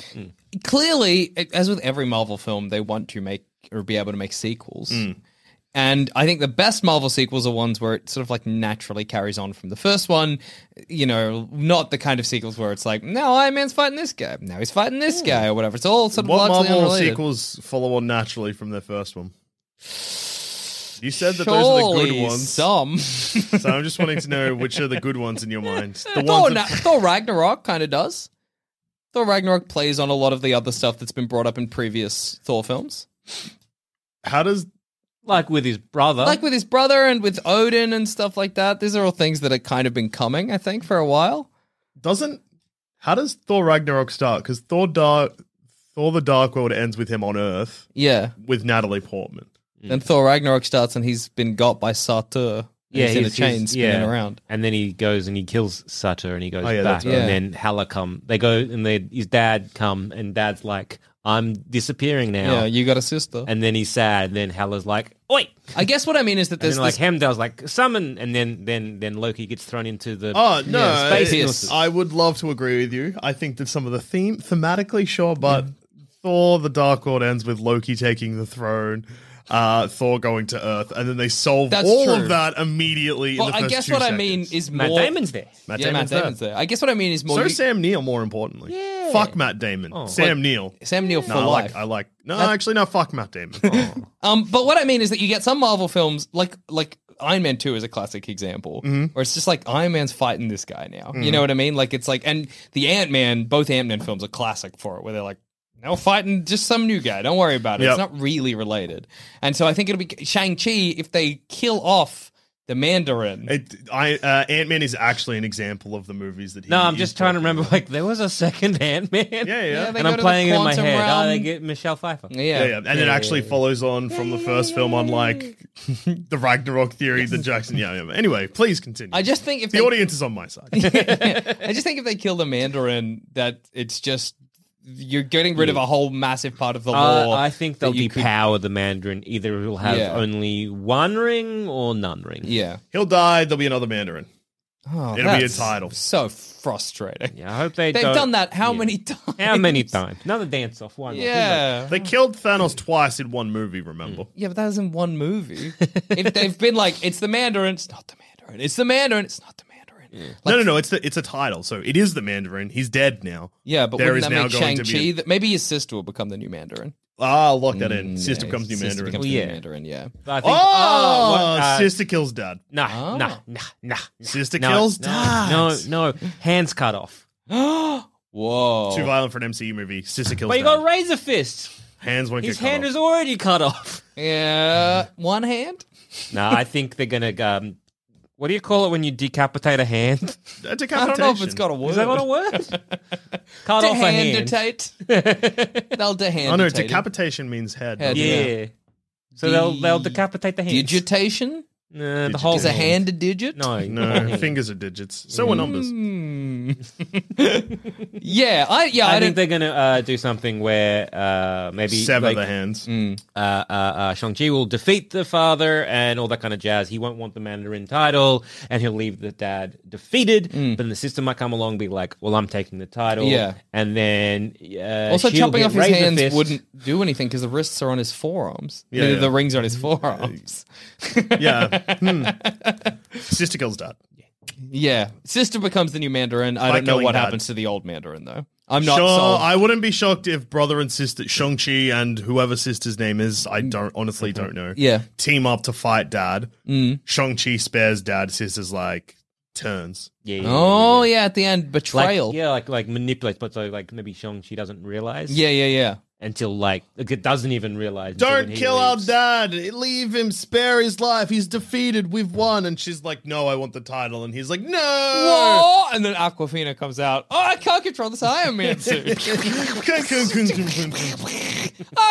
Speaker 7: Clearly, as with every Marvel film, they want to make or be able to make sequels.
Speaker 6: Mm.
Speaker 7: And I think the best Marvel sequels are ones where it sort of like naturally carries on from the first one. You know, not the kind of sequels where it's like, now Iron Man's fighting this guy, now he's fighting this guy, or whatever. It's all sort of
Speaker 6: What
Speaker 7: largely
Speaker 6: Marvel
Speaker 7: unrelated.
Speaker 6: sequels follow on naturally from their first one? You said that those are the good
Speaker 7: Surely
Speaker 6: ones.
Speaker 7: Some.
Speaker 6: So I'm just wanting to know which are the good ones in your mind. The
Speaker 7: Thor,
Speaker 6: ones
Speaker 7: na-
Speaker 6: that
Speaker 7: Thor Ragnarok kind of does. Thor Ragnarok plays on a lot of the other stuff that's been brought up in previous Thor films,
Speaker 6: how does
Speaker 1: Like with his brother.
Speaker 7: like with his brother and with Odin and stuff like that. These are all things that have kind of been coming, I think, for a while.
Speaker 6: doesn't how does Thor Ragnarok start? Because Thor Dark Thor the Dark World ends with him on Earth
Speaker 7: Yeah,
Speaker 6: with Natalie Portman.
Speaker 7: and Thor Ragnarok starts, and he's been got by Satur.
Speaker 1: yeah,
Speaker 7: he's, in a chain spinning
Speaker 1: yeah.
Speaker 7: around.
Speaker 1: And then he goes and he kills Sutter and he goes
Speaker 6: Oh, yeah,
Speaker 1: back.
Speaker 6: that's
Speaker 7: right.
Speaker 1: And then Hela come. They go and they, his dad come and dad's like, I'm disappearing now.
Speaker 7: Yeah, you got a sister.
Speaker 1: and then he's sad. And then Hela's like, oi.
Speaker 7: I guess what I mean is that
Speaker 1: And
Speaker 7: there's
Speaker 1: then
Speaker 7: like
Speaker 1: like Hemdall's like, summon. And then, then, then Loki gets thrown into the.
Speaker 6: Oh no!
Speaker 7: Yeah,
Speaker 1: Space
Speaker 6: I-
Speaker 1: Innocence.
Speaker 6: I would love to agree with you. I think that some of the theme thematically, sure, but Thor: The Dark World ends with Loki taking the throne, uh, Thor going to Earth, and then they solve
Speaker 7: That's
Speaker 6: all
Speaker 7: true.
Speaker 6: of that immediately.
Speaker 7: Well,
Speaker 6: in the
Speaker 7: I
Speaker 6: first
Speaker 7: guess
Speaker 6: two
Speaker 7: what I
Speaker 6: seconds.
Speaker 7: mean is
Speaker 1: Matt
Speaker 7: more.
Speaker 1: Damon's there.
Speaker 6: Matt
Speaker 7: yeah,
Speaker 6: Damon's
Speaker 7: Matt Damon's there. I guess what I mean is more.
Speaker 6: So
Speaker 7: you-
Speaker 6: Sam Neill, more importantly,
Speaker 1: Yeah.
Speaker 6: fuck Matt Damon. Sam
Speaker 7: But-
Speaker 6: Neill.
Speaker 7: Sam Neill for
Speaker 6: No, I
Speaker 7: life.
Speaker 6: like. I like. No, actually, no. Fuck Matt Damon.
Speaker 7: Um, but what I mean is that you get some Marvel films like like Iron Man Two is a classic example,
Speaker 6: Mm-hmm.
Speaker 7: where it's just like Iron Man's fighting this guy now. You know what I mean? Like it's like, and the Ant Man, both Ant Man films are classic for it, where they're like. No, fighting just some new guy. Don't worry about it. It's
Speaker 6: Yep.
Speaker 7: not really related. And so I think it'll be Shang Chi if they kill off the Mandarin.
Speaker 6: It, I uh, Ant Man is actually an example of the movies that. he
Speaker 1: No, I'm
Speaker 6: is
Speaker 1: just trying to
Speaker 6: talking
Speaker 1: remember.
Speaker 6: about.
Speaker 1: Like there was a second Ant Man.
Speaker 6: Yeah, yeah.
Speaker 7: Yeah,
Speaker 1: and
Speaker 7: they go
Speaker 1: I'm
Speaker 7: to the
Speaker 1: playing it in my
Speaker 7: quantum
Speaker 1: head. Oh, they
Speaker 7: realm.
Speaker 1: get Michelle Pfeiffer.
Speaker 7: yeah.
Speaker 6: Yeah, yeah. and it actually follows on from the first film, unlike the Ragnarok theory, the Jackson. Yeah, yeah. Anyway, please continue.
Speaker 7: I just think if
Speaker 6: the
Speaker 7: they,
Speaker 6: audience is on my side.
Speaker 7: I just think if they kill the Mandarin, that it's just you're getting rid of a whole massive part of the
Speaker 1: Uh,
Speaker 7: lore.
Speaker 1: I think
Speaker 7: that
Speaker 1: they'll
Speaker 7: you could-
Speaker 1: depower the Mandarin. Either he'll have
Speaker 7: Yeah.
Speaker 1: only one ring or none ring.
Speaker 7: Yeah.
Speaker 6: He'll die. There'll be another Mandarin.
Speaker 7: Oh,
Speaker 6: It'll be
Speaker 7: that's
Speaker 6: a title.
Speaker 7: So frustrating.
Speaker 1: Yeah, I hope they
Speaker 7: They've
Speaker 1: don't-
Speaker 7: done that how
Speaker 1: Yeah.
Speaker 7: many times?
Speaker 1: How many times? Another dance off. Why not?
Speaker 7: Yeah.
Speaker 6: They killed Thanos twice in one movie. Remember?
Speaker 7: Yeah, but that was in one movie. if they've been like, it's the Mandarin, it's not the Mandarin. It's the Mandarin, it's not the Mandarin. Like,
Speaker 6: no, no, no. It's the it's a title. So it is the Mandarin. He's dead now.
Speaker 7: Yeah, but
Speaker 6: There
Speaker 7: wouldn't
Speaker 6: is
Speaker 7: that
Speaker 6: now
Speaker 7: make
Speaker 6: going to
Speaker 7: Shang-Chi?
Speaker 6: be a-
Speaker 7: that maybe his sister will become the new Mandarin. Mm,
Speaker 6: Ah, lock that in. Sister
Speaker 7: Yeah,
Speaker 6: becomes new
Speaker 7: sister
Speaker 6: Mandarin.
Speaker 7: becomes
Speaker 1: Well,
Speaker 7: the
Speaker 1: yeah.
Speaker 7: Mandarin, yeah.
Speaker 1: But I think.
Speaker 6: oh,
Speaker 1: what, uh,
Speaker 6: sister kills dad.
Speaker 1: Nah,
Speaker 7: Oh.
Speaker 1: nah, nah, nah.
Speaker 6: Sister
Speaker 1: No,
Speaker 6: kills
Speaker 1: no,
Speaker 6: dad.
Speaker 1: No, no. Hands cut off.
Speaker 7: Whoa.
Speaker 6: Too
Speaker 7: oh.
Speaker 6: violent for an MCU movie. Sister kills
Speaker 1: But you
Speaker 6: dad.
Speaker 1: got Razor Fist.
Speaker 6: Hands won't
Speaker 1: His
Speaker 6: get cut
Speaker 1: hand
Speaker 6: off.
Speaker 1: is already cut off.
Speaker 7: Yeah. One hand?
Speaker 1: no, I think they're gonna. Um, what do you call it when you decapitate a hand?
Speaker 6: A
Speaker 7: I don't know if
Speaker 6: decapitation. Oh,
Speaker 7: it's got a word.
Speaker 1: Is that what it was? cut off a hand.
Speaker 7: Dehanditate. They'll dehanditate.
Speaker 6: Oh no,
Speaker 7: him.
Speaker 6: decapitation means head.
Speaker 7: Head.
Speaker 6: doesn't it?
Speaker 1: Yeah. So they'll they'll
Speaker 7: The-
Speaker 1: decapitate the hand.
Speaker 7: Digitation?
Speaker 1: Nah, the whole
Speaker 7: Is a hand a digit?
Speaker 1: No,
Speaker 6: No, fingers are digits. So
Speaker 1: Mm.
Speaker 6: are numbers.
Speaker 7: Yeah, I yeah, I,
Speaker 1: I,
Speaker 7: don't
Speaker 1: think they're gonna uh, do something where uh, maybe
Speaker 6: Sever
Speaker 1: like,
Speaker 6: the hands.
Speaker 1: uh, uh, uh, Shang Chi will defeat the father and all that kind of jazz. He won't want the Mandarin title, and he'll leave the dad defeated. But then the sister might come along, and be like, "Well, I'm taking the title."
Speaker 7: Hmm. Yeah.
Speaker 1: and then uh,
Speaker 7: Also,
Speaker 1: she'll
Speaker 7: chopping
Speaker 1: get
Speaker 7: off his
Speaker 1: Razor
Speaker 7: hands
Speaker 1: Fist.
Speaker 7: wouldn't do anything because the wrists are on his forearms.
Speaker 6: Yeah,
Speaker 7: Neither
Speaker 6: yeah.
Speaker 7: the rings are on his forearms.
Speaker 6: Yeah. Hmm. Sister kills dad.
Speaker 7: Yeah, sister becomes the new Mandarin. I
Speaker 6: By
Speaker 7: don't know
Speaker 6: killing
Speaker 7: what
Speaker 6: dad.
Speaker 7: happens to the old Mandarin though. I'm not
Speaker 6: sure,
Speaker 7: sold.
Speaker 6: I wouldn't be shocked if brother and sister Shang Chi and whoever sister's name is,
Speaker 1: Mm.
Speaker 6: I don't honestly don't know.
Speaker 7: Yeah.
Speaker 6: Team up to fight dad.
Speaker 1: Mm.
Speaker 6: Shang Chi spares dad. Sister's like turns.
Speaker 1: Yeah, yeah,
Speaker 7: oh yeah, at the end
Speaker 1: like,
Speaker 7: betrayal.
Speaker 1: yeah, like like manipulates, but so like maybe Shang Chi doesn't realize.
Speaker 7: yeah, yeah, yeah.
Speaker 1: until like it doesn't even realize. until when
Speaker 6: Don't
Speaker 1: he
Speaker 6: kill our
Speaker 1: leaves.
Speaker 6: dad. Leave him. Spare his life. He's defeated. We've won. And she's like, "No, I want the title." And he's like, "No."
Speaker 7: Whoa! And then Aquafina comes out. Oh, I can't control this Iron Man suit.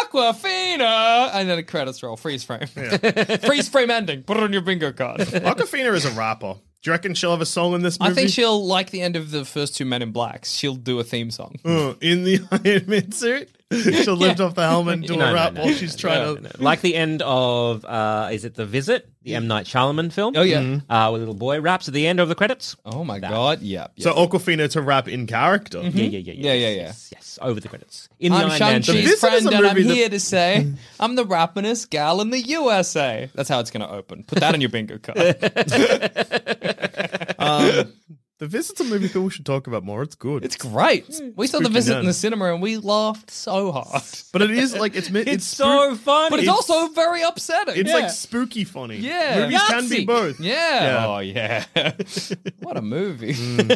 Speaker 7: Aquafina, and then the credits roll. Freeze frame. Freeze frame ending. Put it on your bingo card.
Speaker 6: Aquafina is a rapper. Do you reckon she'll have a song in this movie?
Speaker 7: I think
Speaker 6: Mm.
Speaker 7: she'll like the end of the first two Men in Blacks. She'll do a theme song.
Speaker 6: Uh, in the Iron Man suit. She'll lift off the helmet and do
Speaker 8: No,
Speaker 6: a
Speaker 8: no,
Speaker 6: rap
Speaker 8: no,
Speaker 6: while
Speaker 8: no,
Speaker 6: she's
Speaker 8: no,
Speaker 6: trying
Speaker 8: no,
Speaker 6: to.
Speaker 8: no. Like the end of, uh, is it The Visit? The M. Night Shyamalan film?
Speaker 7: Oh, yeah.
Speaker 6: Mm-hmm.
Speaker 8: Uh, where little boy raps at the end of the credits.
Speaker 7: Oh my god. Yeah. yeah. Mm-hmm.
Speaker 6: So Aquafina to rap in character.
Speaker 8: Yeah, yeah, yeah.
Speaker 7: Yeah,
Speaker 8: yes,
Speaker 7: yeah, yeah.
Speaker 8: Yes, yes, over the credits. In the
Speaker 7: I'm
Speaker 8: Iron Man
Speaker 6: The
Speaker 8: film.
Speaker 7: Shang-Chi's
Speaker 6: Visit is
Speaker 7: friend,
Speaker 6: a
Speaker 7: and I'm
Speaker 6: movie that-
Speaker 7: here to say I'm the rappinest gal in the USA. That's how it's going to open. Put that on your bingo card.
Speaker 6: The Visit's a movie people should talk about more. It's good.
Speaker 7: It's great. We saw the
Speaker 6: Spooky
Speaker 7: visit
Speaker 6: nun.
Speaker 7: in the cinema and we laughed so hard.
Speaker 6: but it is like it's it's,
Speaker 8: It's so funny.
Speaker 7: But it's,
Speaker 6: It's-
Speaker 7: also very upsetting.
Speaker 6: It's
Speaker 7: Yeah.
Speaker 6: like spooky funny.
Speaker 7: Yeah.
Speaker 6: movies can be
Speaker 8: Yahtzee.
Speaker 6: both.
Speaker 7: Yeah. Oh yeah. what a movie.
Speaker 6: Hmm.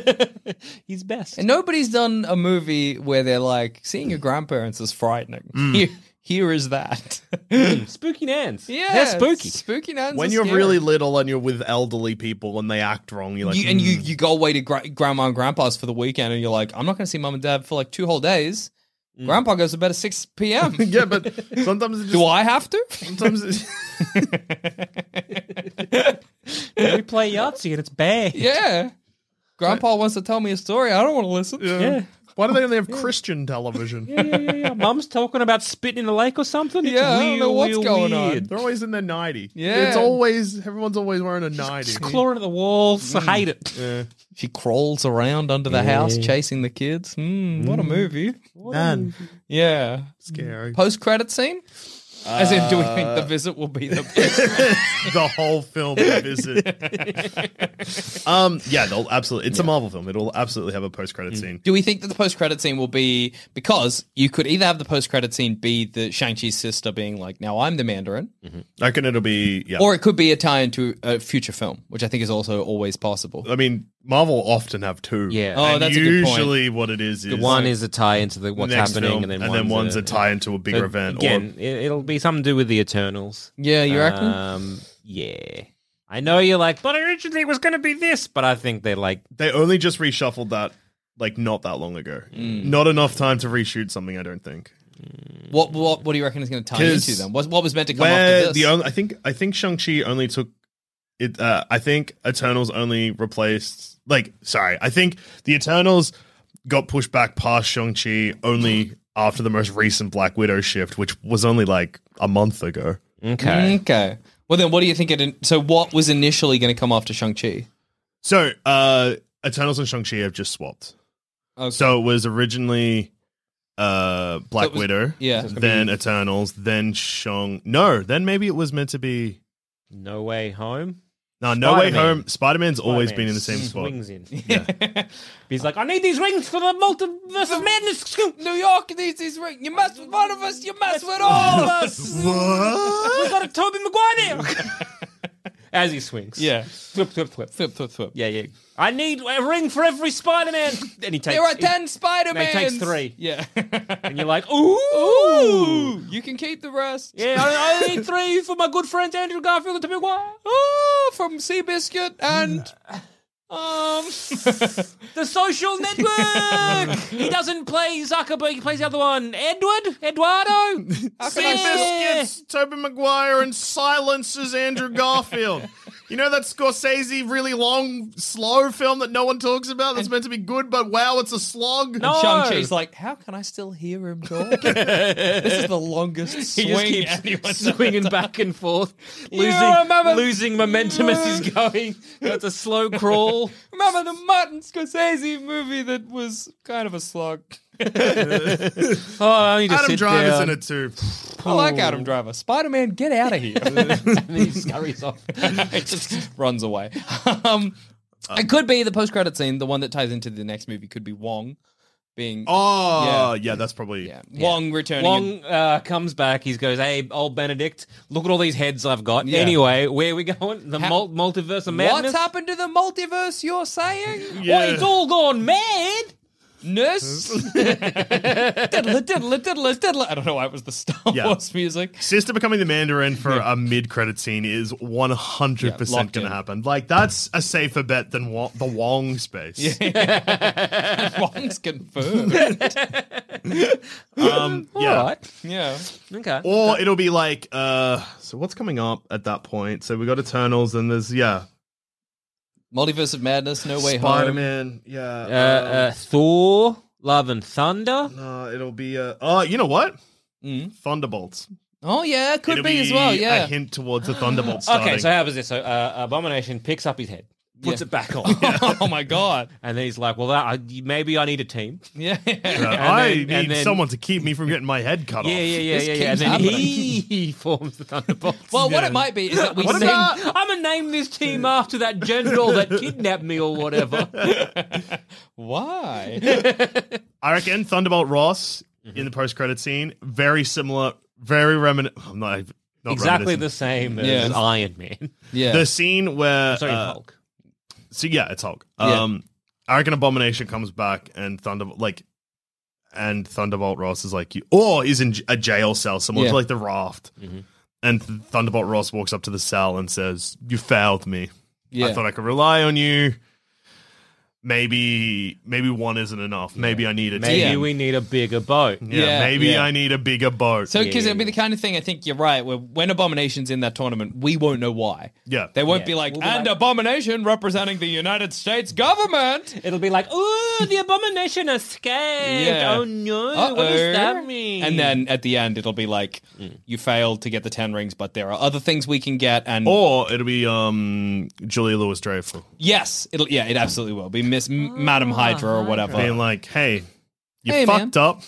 Speaker 8: He's best.
Speaker 7: And nobody's done a movie where they're like, seeing your grandparents is frightening.
Speaker 6: Hmm.
Speaker 7: Here, here is that.
Speaker 8: spooky Nans.
Speaker 7: yeah.
Speaker 8: They're spooky.
Speaker 7: Spooky nuns.
Speaker 6: When
Speaker 7: are
Speaker 6: you're
Speaker 7: scary.
Speaker 6: really little and you're with elderly people and they act wrong, you're like,
Speaker 7: you, and you,
Speaker 6: "Mm."
Speaker 7: you go away to gra- grandma and grandpa's for the weekend and you're like, I'm not going to see mum and dad for like two whole days. Grandpa goes to bed at 6 p.m.
Speaker 6: yeah, but sometimes it just,
Speaker 7: Do I have to?
Speaker 6: sometimes it,
Speaker 8: we play Yahtzee and it's bad.
Speaker 7: Yeah. Grandpa wants to tell me a story. I don't want to listen.
Speaker 6: yeah. Why do they only have Christian television?
Speaker 8: yeah, yeah, yeah. Mum's talking about spitting in the lake or something. It's
Speaker 7: Yeah, I don't
Speaker 8: real,
Speaker 7: know what's
Speaker 8: real
Speaker 7: going on.
Speaker 8: weird.
Speaker 6: They're always in their ninety.
Speaker 7: Yeah.
Speaker 6: it's always everyone's always wearing a ninety.
Speaker 8: Just clawing at the walls. I hate it.
Speaker 7: She crawls around under the house chasing the kids. Mm, What a movie.
Speaker 6: Man,
Speaker 7: Yeah.
Speaker 6: scary.
Speaker 7: Post credit scene? As in, do we think the visit will be the.
Speaker 6: the whole film visit. um, yeah, they'll absolutely. It's a Marvel film. It'll absolutely have a post-credit scene.
Speaker 7: do we think that the post credit scene will be. Because you could either have the post credit scene be the Shang-Chi's sister being like, now I'm the Mandarin,
Speaker 6: I reckon it'll be. Yeah,
Speaker 7: or it could be a tie into a future film, which I think is also always possible.
Speaker 6: I mean, Marvel often have two.
Speaker 8: Yeah.
Speaker 7: Oh,
Speaker 6: And
Speaker 7: that's a good point.
Speaker 6: usually what it is. is
Speaker 8: One is a tie into the what's
Speaker 6: next
Speaker 8: happening,
Speaker 6: film,
Speaker 8: and then
Speaker 6: one's a, tie into a bigger event. or-
Speaker 8: Again, it, it'll be something to do with the Eternals.
Speaker 7: Yeah, you reckon?
Speaker 6: Uh,
Speaker 8: Um, yeah. I know you're like, but originally it was going to be this, but I think they're like,
Speaker 6: they only just reshuffled that like not that long ago. Not enough time to reshoot something. I don't think.
Speaker 7: what, what what do you reckon is going to tie
Speaker 6: 'Cause
Speaker 7: into then? What, what was meant to come after
Speaker 6: Where
Speaker 7: this?
Speaker 6: the only, I think I think Shang Chi only took it. Uh, I think Eternals only replaced like sorry. I think the Eternals got pushed back past Shang Chi only after the most recent Black Widow shift, which was only like a month ago.
Speaker 8: okay.
Speaker 7: Mm, Okay. Well, then, what do you think? It so, what was initially going to come after Shang Chi?
Speaker 6: So uh, Eternals and Shang Chi have just swapped.
Speaker 8: Oh,
Speaker 7: Okay.
Speaker 6: So it was originally uh, Black
Speaker 7: it was-
Speaker 6: Widow,
Speaker 7: yeah.
Speaker 6: then Eternals, then Shang. No, then maybe it was meant to be.
Speaker 8: No way home.
Speaker 6: No, No Way
Speaker 8: Spider-Man.
Speaker 6: Home. Spider Man's always been in the same
Speaker 8: Spider-Man
Speaker 6: spot.
Speaker 8: swings in. He's like, I need these rings for the multiverse of madness.
Speaker 7: New York needs these rings. You mess with one of us, you mess with all of us.
Speaker 8: We got a Toby Maguire now. As he swings.
Speaker 7: Yeah.
Speaker 8: Flip, flip, flip.
Speaker 7: Flip, flip, flip.
Speaker 8: Yeah, yeah. I need a ring for every Spider Man. And he takes
Speaker 7: There are ten Spider
Speaker 8: No, he
Speaker 7: Mans.
Speaker 8: takes three.
Speaker 7: Yeah.
Speaker 8: And you're like, ooh.
Speaker 7: Ooh, you can keep the rest.
Speaker 8: Yeah, I, I need three for my good friends Andrew Garfield and Toby Maguire.
Speaker 7: Oh, from Seabiscuit and um.
Speaker 8: The social network. he doesn't play Zuckerberg, he plays the other one. Edward? Eduardo? Yeah.
Speaker 6: Biscuits, Toby Maguire, and silences Andrew Garfield. You know that Scorsese really long, slow film that no one talks about that's meant to be good, but wow, it's a slog.
Speaker 8: No.
Speaker 7: Shang Chi's like, how can I still hear him talk? this is the longest
Speaker 8: He
Speaker 7: swing.
Speaker 8: just keeps swinging back and forth, losing,
Speaker 7: remember-
Speaker 8: losing momentum as he's going. It's a slow crawl.
Speaker 7: Remember the Martin Scorsese movie that was kind of a slog?
Speaker 8: Oh, I need to
Speaker 6: Adam
Speaker 8: sit
Speaker 6: Driver's
Speaker 8: down.
Speaker 6: in it too.
Speaker 7: I like Adam Driver. Spider Man, get out of here.
Speaker 8: And then he scurries off.
Speaker 7: it just runs away. Um,
Speaker 8: Uh.
Speaker 7: it could be the post credit scene, the one that ties into the next movie, could be Wong being.
Speaker 6: Oh,
Speaker 7: Yeah.
Speaker 6: yeah, that's probably.
Speaker 7: yeah. Wong returning.
Speaker 8: Long uh, comes back. He goes, "Hey, old Benedict, look at all these heads I've got."
Speaker 7: Yeah.
Speaker 8: Anyway, where are we going? The
Speaker 7: Ha-
Speaker 8: mul- multiverse of
Speaker 7: in-
Speaker 8: madness.
Speaker 7: What's happened to the multiverse you're saying?
Speaker 8: Why, it's all gone mad.
Speaker 7: Nurse? diddler, diddler, diddler, diddler. I don't know why it was the Star
Speaker 6: Yeah.
Speaker 7: Wars music.
Speaker 6: Sister becoming the Mandarin for a mid-credit scene is 100%
Speaker 7: Yeah,
Speaker 6: going
Speaker 7: locked
Speaker 6: to
Speaker 7: in.
Speaker 6: happen. Like, that's a safer bet than wa- the Wong space.
Speaker 7: Wong's confirmed.
Speaker 6: Um, yeah.
Speaker 8: All right.
Speaker 7: yeah.
Speaker 8: Okay.
Speaker 6: Or it'll be like, uh, so what's coming up at that point? So we got Eternals and there's, yeah,
Speaker 7: Multiverse of Madness, No Way Home.
Speaker 6: Spider-Man, yeah.
Speaker 8: uh, uh, Thor. Love and Thunder.
Speaker 6: Uh, it'll be. Uh, oh, you know what?
Speaker 8: Mm.
Speaker 6: Thunderbolts.
Speaker 7: Oh yeah, it could
Speaker 6: It'll
Speaker 7: be, as well.
Speaker 6: a
Speaker 7: Yeah.
Speaker 6: hint towards the Thunderbolt starting.
Speaker 8: Okay, so how was this? So uh, Abomination picks up his head, puts
Speaker 7: Yeah.
Speaker 8: it back on,
Speaker 7: oh my god.
Speaker 8: and then he's like, "Well, that, I, maybe I need a team."
Speaker 7: Yeah.
Speaker 6: Uh, I
Speaker 8: then-
Speaker 6: need
Speaker 8: and then-
Speaker 6: someone to keep me from getting my head cut
Speaker 8: Yeah,
Speaker 6: off.
Speaker 8: yeah, yeah,
Speaker 7: This
Speaker 8: yeah, yeah. And
Speaker 7: keeps
Speaker 8: then
Speaker 7: happening.
Speaker 8: he, he forms the Thunderbolts.
Speaker 7: Well, what
Speaker 6: Yeah.
Speaker 7: it might be is that we
Speaker 6: What
Speaker 7: sing.
Speaker 6: about-
Speaker 8: I'm gonna name this team after that general that kidnapped me or whatever.
Speaker 7: Why?
Speaker 6: I reckon Thunderbolt Ross
Speaker 8: Mm-hmm.
Speaker 6: in the post credit scene, very similar, very remin. I'm not, not
Speaker 8: exactly the
Speaker 6: reminiscent.
Speaker 8: same as
Speaker 7: Yeah.
Speaker 8: Iron Man.
Speaker 7: yeah.
Speaker 6: The scene where.
Speaker 8: Sorry,
Speaker 6: uh,
Speaker 8: Hulk.
Speaker 6: So yeah, it's Hulk.
Speaker 7: Yeah.
Speaker 6: Um, I reckon Abomination comes back and Thunderbolt like, and Thunderbolt Ross is like, you, or is in j- a jail cell similar
Speaker 7: Yeah. Mm-hmm.
Speaker 6: to like the raft. And Th- Thunderbolt Ross walks up to the cell and says, "You failed me.
Speaker 7: yeah.
Speaker 6: I thought I could rely on you. Maybe, maybe one isn't enough. Maybe I need a
Speaker 8: Maybe
Speaker 6: team.
Speaker 7: Yeah.
Speaker 8: we need a bigger boat.
Speaker 6: Yeah,
Speaker 7: Yeah,
Speaker 6: maybe
Speaker 7: yeah.
Speaker 6: I need a bigger boat.
Speaker 7: so, because it'd be the kind of thing I think you're right. Where when Abomination's in that tournament, we won't know why.
Speaker 6: Yeah.
Speaker 7: they won't
Speaker 8: Yeah.
Speaker 7: be like,
Speaker 8: We'll be
Speaker 7: and
Speaker 8: like-
Speaker 7: Abomination representing the United States government.
Speaker 8: It'll be like, ooh, the abomination escaped.
Speaker 7: Yeah.
Speaker 8: Oh no,
Speaker 7: Uh-oh.
Speaker 8: what does that mean?
Speaker 7: And then at the end, it'll be like,
Speaker 6: Mm.
Speaker 7: you failed to get the ten rings, but there are other things we can get. And
Speaker 6: or it'll be um Julia Lewis Dreyfus
Speaker 7: yes, it'll yeah, it absolutely will be Miss M-
Speaker 8: Ah.
Speaker 7: Madam Hydra or whatever.
Speaker 6: being like, "Hey, you
Speaker 7: Hey,
Speaker 6: fucked up,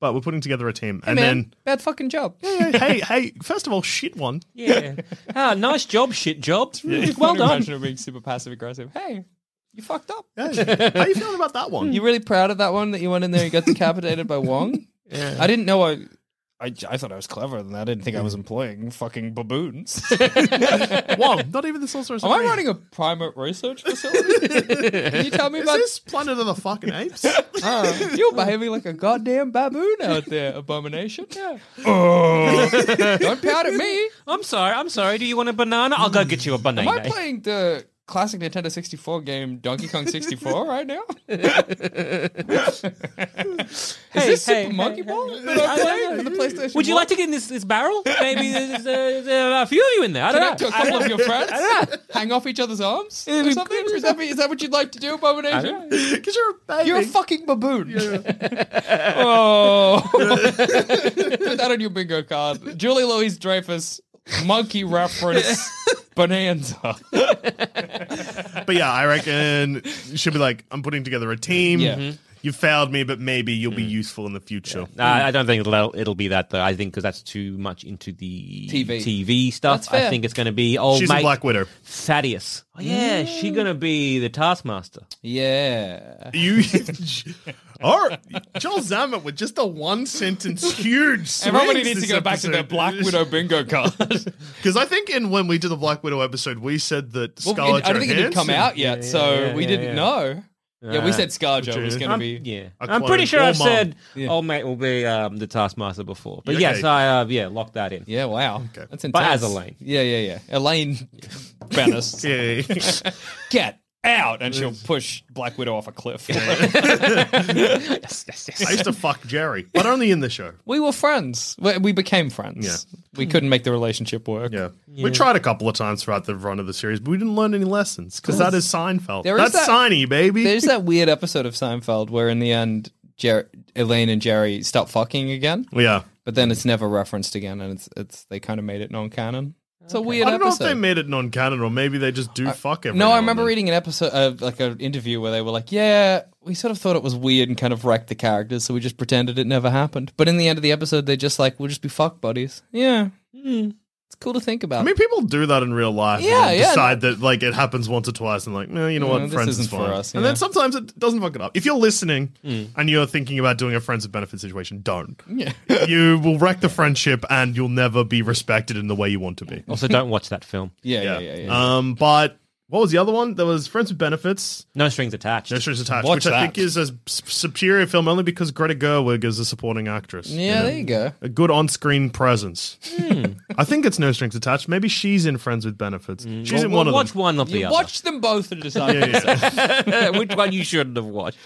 Speaker 6: but we're putting together a team." and
Speaker 7: Man, bad fucking job.
Speaker 6: then, hey, hey, first of all, shit one.
Speaker 8: yeah, ah, nice job, shit job. Well
Speaker 7: Can't
Speaker 8: done.
Speaker 7: Imagine her being super passive aggressive. Hey, you fucked up.
Speaker 6: Hey, how you feeling about that one?
Speaker 7: You really proud of that one that you went in there and got decapitated by Wong? I didn't know I. I, I thought I was clever than that. I didn't think I was employing fucking baboons.
Speaker 6: one, not even the sorcerer's.
Speaker 7: Am I
Speaker 6: Supreme.
Speaker 7: running a primate research facility? Can you tell me
Speaker 6: Is
Speaker 7: about
Speaker 6: this Planet of the Fucking Apes?
Speaker 7: Uh, you're behaving like a goddamn baboon out there, abomination. Yeah. Oh. Don't pout at me.
Speaker 8: I'm sorry. I'm sorry. Do you want a banana? I'll go get you a
Speaker 7: Am
Speaker 8: banana.
Speaker 7: I playing the classic Nintendo 64 game Donkey Kong 64 right now? Is this
Speaker 8: hey,
Speaker 7: Super
Speaker 8: hey,
Speaker 7: Monkey
Speaker 8: hey,
Speaker 7: Ball
Speaker 8: hey.
Speaker 7: that I'm
Speaker 8: I don't
Speaker 7: playing for the
Speaker 8: know.
Speaker 7: PlayStation?
Speaker 8: Would you like to get in this, this barrel? Maybe there's, uh, there are a few of you in there. I don't
Speaker 7: Connect
Speaker 8: know.
Speaker 7: to a couple of your friends, hang off each other's arms, or something. Is that, is that what you'd like to do, Abomination?
Speaker 6: Because you're a baby.
Speaker 7: You're a fucking baboon. oh. Put that on your bingo card. Julie Louise Dreyfus, monkey reference, bonanza.
Speaker 6: but yeah, I reckon you should be like, I'm putting together a team. Mm-hmm.
Speaker 7: Yeah. Mhm.
Speaker 6: You failed me, but maybe you'll be useful in the future.
Speaker 8: Nah, I don't think it'll, it'll be that though. I think because that's too much into the
Speaker 7: TV.
Speaker 8: TV stuff.
Speaker 7: That's fair.
Speaker 8: I think it's going to be
Speaker 7: Oh,
Speaker 8: old
Speaker 6: She's Mm.
Speaker 8: mate
Speaker 6: a Black Widow.
Speaker 8: Thaddeus. Oh, yeah, she going to be the Taskmaster.
Speaker 7: Yeah.
Speaker 6: You, or Joel Zammett with just a one sentence huge.
Speaker 7: Everybody needs to go back to their Black Widow bingo card.
Speaker 6: because I think in when we did the Black Widow episode, we said that
Speaker 7: Well,
Speaker 6: Scarlett
Speaker 7: I don't think it had come
Speaker 6: Johansson-
Speaker 7: out yet, so
Speaker 8: yeah,
Speaker 7: we
Speaker 8: yeah,
Speaker 7: didn't
Speaker 8: yeah.
Speaker 7: know. Yeah, we
Speaker 8: Ah.
Speaker 7: said ScarJo was going to
Speaker 1: um,
Speaker 6: I'm-
Speaker 7: be.
Speaker 8: Yeah,
Speaker 6: A
Speaker 8: I'm
Speaker 6: clone
Speaker 8: pretty sure
Speaker 6: or
Speaker 8: I've
Speaker 6: mom.
Speaker 8: said old mate will be um, the Taskmaster before. But
Speaker 6: Okay.
Speaker 8: yes, I uh, yeah locked that in.
Speaker 7: Yeah, wow. That's intense.
Speaker 8: But as Elaine.
Speaker 7: Yeah, yeah, yeah. Elaine Bennis.
Speaker 6: Yeah.
Speaker 7: Get out! And she'll push Black Widow off a cliff. yes, yes, yes.
Speaker 6: I used to fuck Jerry, but only in the show.
Speaker 7: We were friends. We, we became friends.
Speaker 6: Yeah.
Speaker 7: We couldn't make the relationship work.
Speaker 6: Yeah. We tried a couple of times throughout the run of the series, but we didn't learn any lessons because that is Seinfeld.
Speaker 7: There is
Speaker 6: That's
Speaker 7: that-
Speaker 6: Seiney, baby.
Speaker 7: There's that weird episode of Seinfeld where in the end Jer- Elaine and Jerry stop fucking again,
Speaker 6: yeah.
Speaker 7: but then it's never referenced again and it's it's they kind of made it non-canon. It's a weird
Speaker 6: I don't know if
Speaker 7: episode.
Speaker 6: they made it non canon or maybe they just do fuck everyone.
Speaker 7: no, I remember reading an episode of like an interview where they were like, "Yeah, we sort of thought it was weird and kind of wrecked the characters, so we just pretended it never happened." But in the end of the episode, they're just like, "We'll just be fuck buddies." Yeah. It's cool to think about.
Speaker 6: I mean, people do that in real life.
Speaker 7: Yeah,
Speaker 6: and
Speaker 7: yeah,
Speaker 6: Decide that like it happens once or twice, and like, no, you know
Speaker 7: Yeah,
Speaker 6: what,
Speaker 7: this
Speaker 6: friends
Speaker 7: isn't
Speaker 6: is
Speaker 7: for
Speaker 6: fine.
Speaker 7: us,
Speaker 6: And
Speaker 7: yeah. Hmm.
Speaker 6: then sometimes it doesn't fuck it up. If you're listening and you're thinking about doing a friends with benefit situation, don't.
Speaker 7: Yeah.
Speaker 6: you will wreck the friendship, and you'll never be respected in the way you want to be.
Speaker 8: Also, don't watch that film.
Speaker 7: yeah, Uh, yeah, yeah, yeah.
Speaker 6: Um, but what was the other one? There was friends with benefits.
Speaker 8: No strings attached.
Speaker 6: No Strings Attached,
Speaker 7: Watch
Speaker 6: which
Speaker 7: that.
Speaker 6: I think is a s- superior film only because Greta Gerwig is a supporting actress.
Speaker 7: yeah, there you go.
Speaker 6: A good on-screen presence. I think it's No Strings Attached. Maybe she's in Friends with Benefits. She's
Speaker 8: Well,
Speaker 6: in one
Speaker 8: well,
Speaker 6: of
Speaker 8: watch
Speaker 6: them.
Speaker 8: one of the
Speaker 7: You
Speaker 8: other.
Speaker 7: watch them both and decide.
Speaker 8: which one you shouldn't have watched.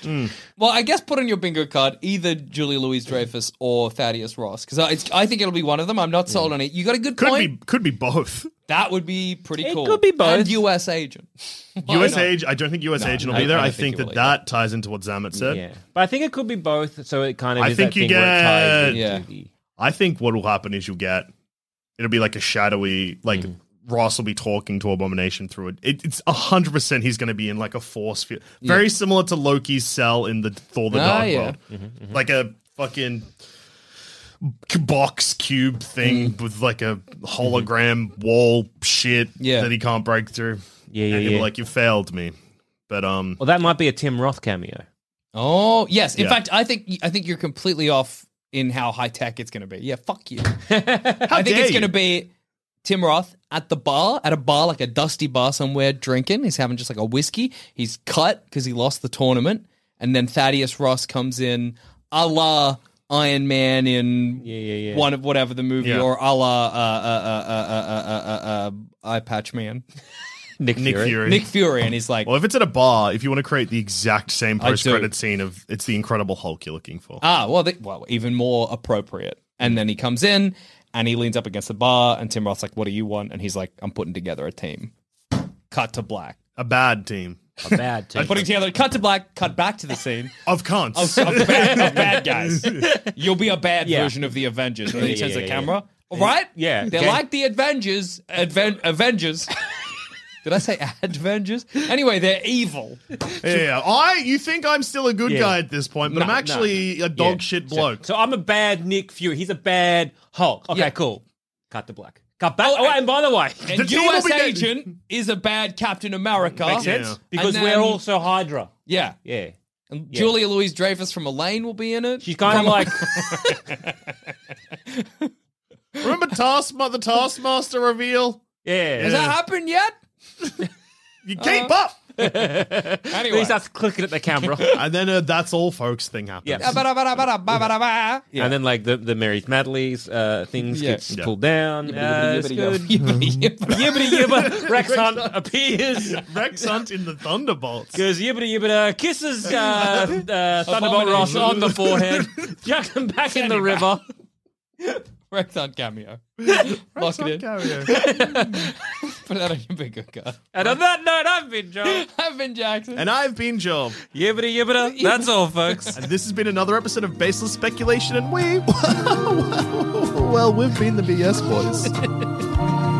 Speaker 7: Well, I guess put on your bingo card either Julie Louise Dreyfus or Thaddeus Ross because I, it's- I think it'll be one of them. I'm not sold on it. You got a good
Speaker 6: Could
Speaker 7: point.
Speaker 6: be could be both.
Speaker 7: That would be pretty
Speaker 8: It
Speaker 7: cool.
Speaker 8: could be both.
Speaker 7: And US agent.
Speaker 6: US
Speaker 7: not?
Speaker 6: age, I don't think US agent will
Speaker 8: I-
Speaker 6: be there.
Speaker 8: I
Speaker 6: I,
Speaker 8: don't think
Speaker 6: think,
Speaker 8: it will
Speaker 6: that that ties into what Zamet said.
Speaker 8: Yeah, but I think it could be both. So it kind of.
Speaker 6: I
Speaker 8: is
Speaker 6: think
Speaker 8: that
Speaker 6: you
Speaker 8: thing where it ties
Speaker 6: get-
Speaker 8: into
Speaker 7: Yeah.
Speaker 8: the-
Speaker 6: I think what will happen is you'll get it'll be like a shadowy like
Speaker 7: Hmm.
Speaker 6: Ross will be talking to Abomination through it. it it's hundred percent he's going to be in like a force field, very similar to Loki's cell in the Thor: The
Speaker 7: Ah,
Speaker 6: Dark
Speaker 7: yeah.
Speaker 6: World, like a fucking c- box cube thing
Speaker 7: Mm-hmm.
Speaker 6: with like a hologram wall shit
Speaker 7: Yeah.
Speaker 6: that he can't break through.
Speaker 8: Yeah, yeah,
Speaker 6: and he'll be
Speaker 8: yeah.
Speaker 6: like you failed me, but um,
Speaker 8: Well, that might be a Tim Roth cameo.
Speaker 7: Oh yes. In
Speaker 6: Yeah.
Speaker 7: fact, I think I think you're completely off in how high tech it's going to be. Yeah, fuck you. I think
Speaker 6: dare
Speaker 7: it's
Speaker 6: you.
Speaker 7: going to be Tim Roth at the bar, at a bar like a dusty bar somewhere, drinking. He's having just like a whiskey. He's cut because he lost the tournament, and then Thaddeus Ross comes in, a la Iron Man in
Speaker 8: yeah, yeah.
Speaker 7: one of whatever the movie,
Speaker 6: Yeah.
Speaker 7: or a la uh, uh, uh, uh, uh, uh, uh, eye patch man,
Speaker 8: Nick,
Speaker 6: Nick
Speaker 8: Fury.
Speaker 6: Fury.
Speaker 7: Nick Fury, and he's like,
Speaker 6: well, if it's at a bar, if you want to create the exact same
Speaker 7: I do.
Speaker 6: post-credit scene of it's the Incredible Hulk you're looking for.
Speaker 7: Ah, well, they, well, even more appropriate. And then he comes in and he leans up against the bar, and Tim Roth's like, "What do you want?" And he's like, "I'm putting together a team." Cut to black.
Speaker 6: a bad team
Speaker 8: A bad team.
Speaker 7: I'm putting together. Cut to black. Cut back to the scene
Speaker 6: of cons.
Speaker 7: of, of bad, of bad guys. You'll be a bad
Speaker 8: Yeah.
Speaker 7: version of the Avengers. And
Speaker 8: Yeah,
Speaker 7: he turns
Speaker 8: yeah,
Speaker 7: the
Speaker 8: yeah,
Speaker 7: camera. Right?
Speaker 8: Yeah.
Speaker 7: They're
Speaker 8: Okay.
Speaker 7: like the Avengers. Adven- Avengers. Did I say Avengers? Anyway, they're evil.
Speaker 6: Yeah, yeah. I you think I'm still a good
Speaker 8: Yeah.
Speaker 6: guy at this point, but I'm actually a dog shit bloke.
Speaker 8: So I'm a bad Nick Fury. He's a bad Hulk. Okay,
Speaker 7: Yeah.
Speaker 8: cool. Cut the black. Cut back. Oh, and by the way,
Speaker 7: And
Speaker 6: team will
Speaker 7: US
Speaker 6: be dead.
Speaker 7: agent is a bad Captain America.
Speaker 6: Makes sense. Yeah.
Speaker 8: because
Speaker 7: And
Speaker 8: we're
Speaker 7: then-
Speaker 8: also Hydra.
Speaker 7: Yeah.
Speaker 8: Yeah.
Speaker 7: And Julia Louise Dreyfus from Elaine will be in it.
Speaker 8: She's kind of
Speaker 7: From-
Speaker 8: like
Speaker 6: Remember Task the Taskmaster reveal?
Speaker 8: yeah.
Speaker 7: Has that happened yet?
Speaker 6: You
Speaker 8: Uh-huh.
Speaker 6: keep up.
Speaker 7: Anyway.
Speaker 8: He starts clicking at the camera.
Speaker 6: And then uh, that's all folks thing happens.
Speaker 8: Yeah.
Speaker 7: Ba-da-ba-da-ba-da-ba-ba-da-ba. Yeah.
Speaker 8: And then like the the Mary's Madley's uh, things
Speaker 7: Yeah.
Speaker 8: gets
Speaker 6: Yeah.
Speaker 8: pulled down. Uh, it's good.
Speaker 7: Yippity, yippity.
Speaker 8: Yibbity yibba. Rex Hunt appears.
Speaker 6: Rex Hunt in the Thunderbolts.
Speaker 8: Goes yibbity yibbita, kisses uh, uh, Thunderbolt
Speaker 7: Abomination.
Speaker 8: Ross on the forehead, chucks him back in the river.
Speaker 7: Rex on cameo. Lock it in.
Speaker 6: Carrier.
Speaker 7: Put that on your bigger guy.
Speaker 8: And on that note, I've been Joel.
Speaker 7: I've been Jackson.
Speaker 6: and I've been Joel.
Speaker 8: Yibbity yibbita. That's all, folks.
Speaker 6: And this has been another episode of Baseless Speculation, and we. well, we've been the BS boys.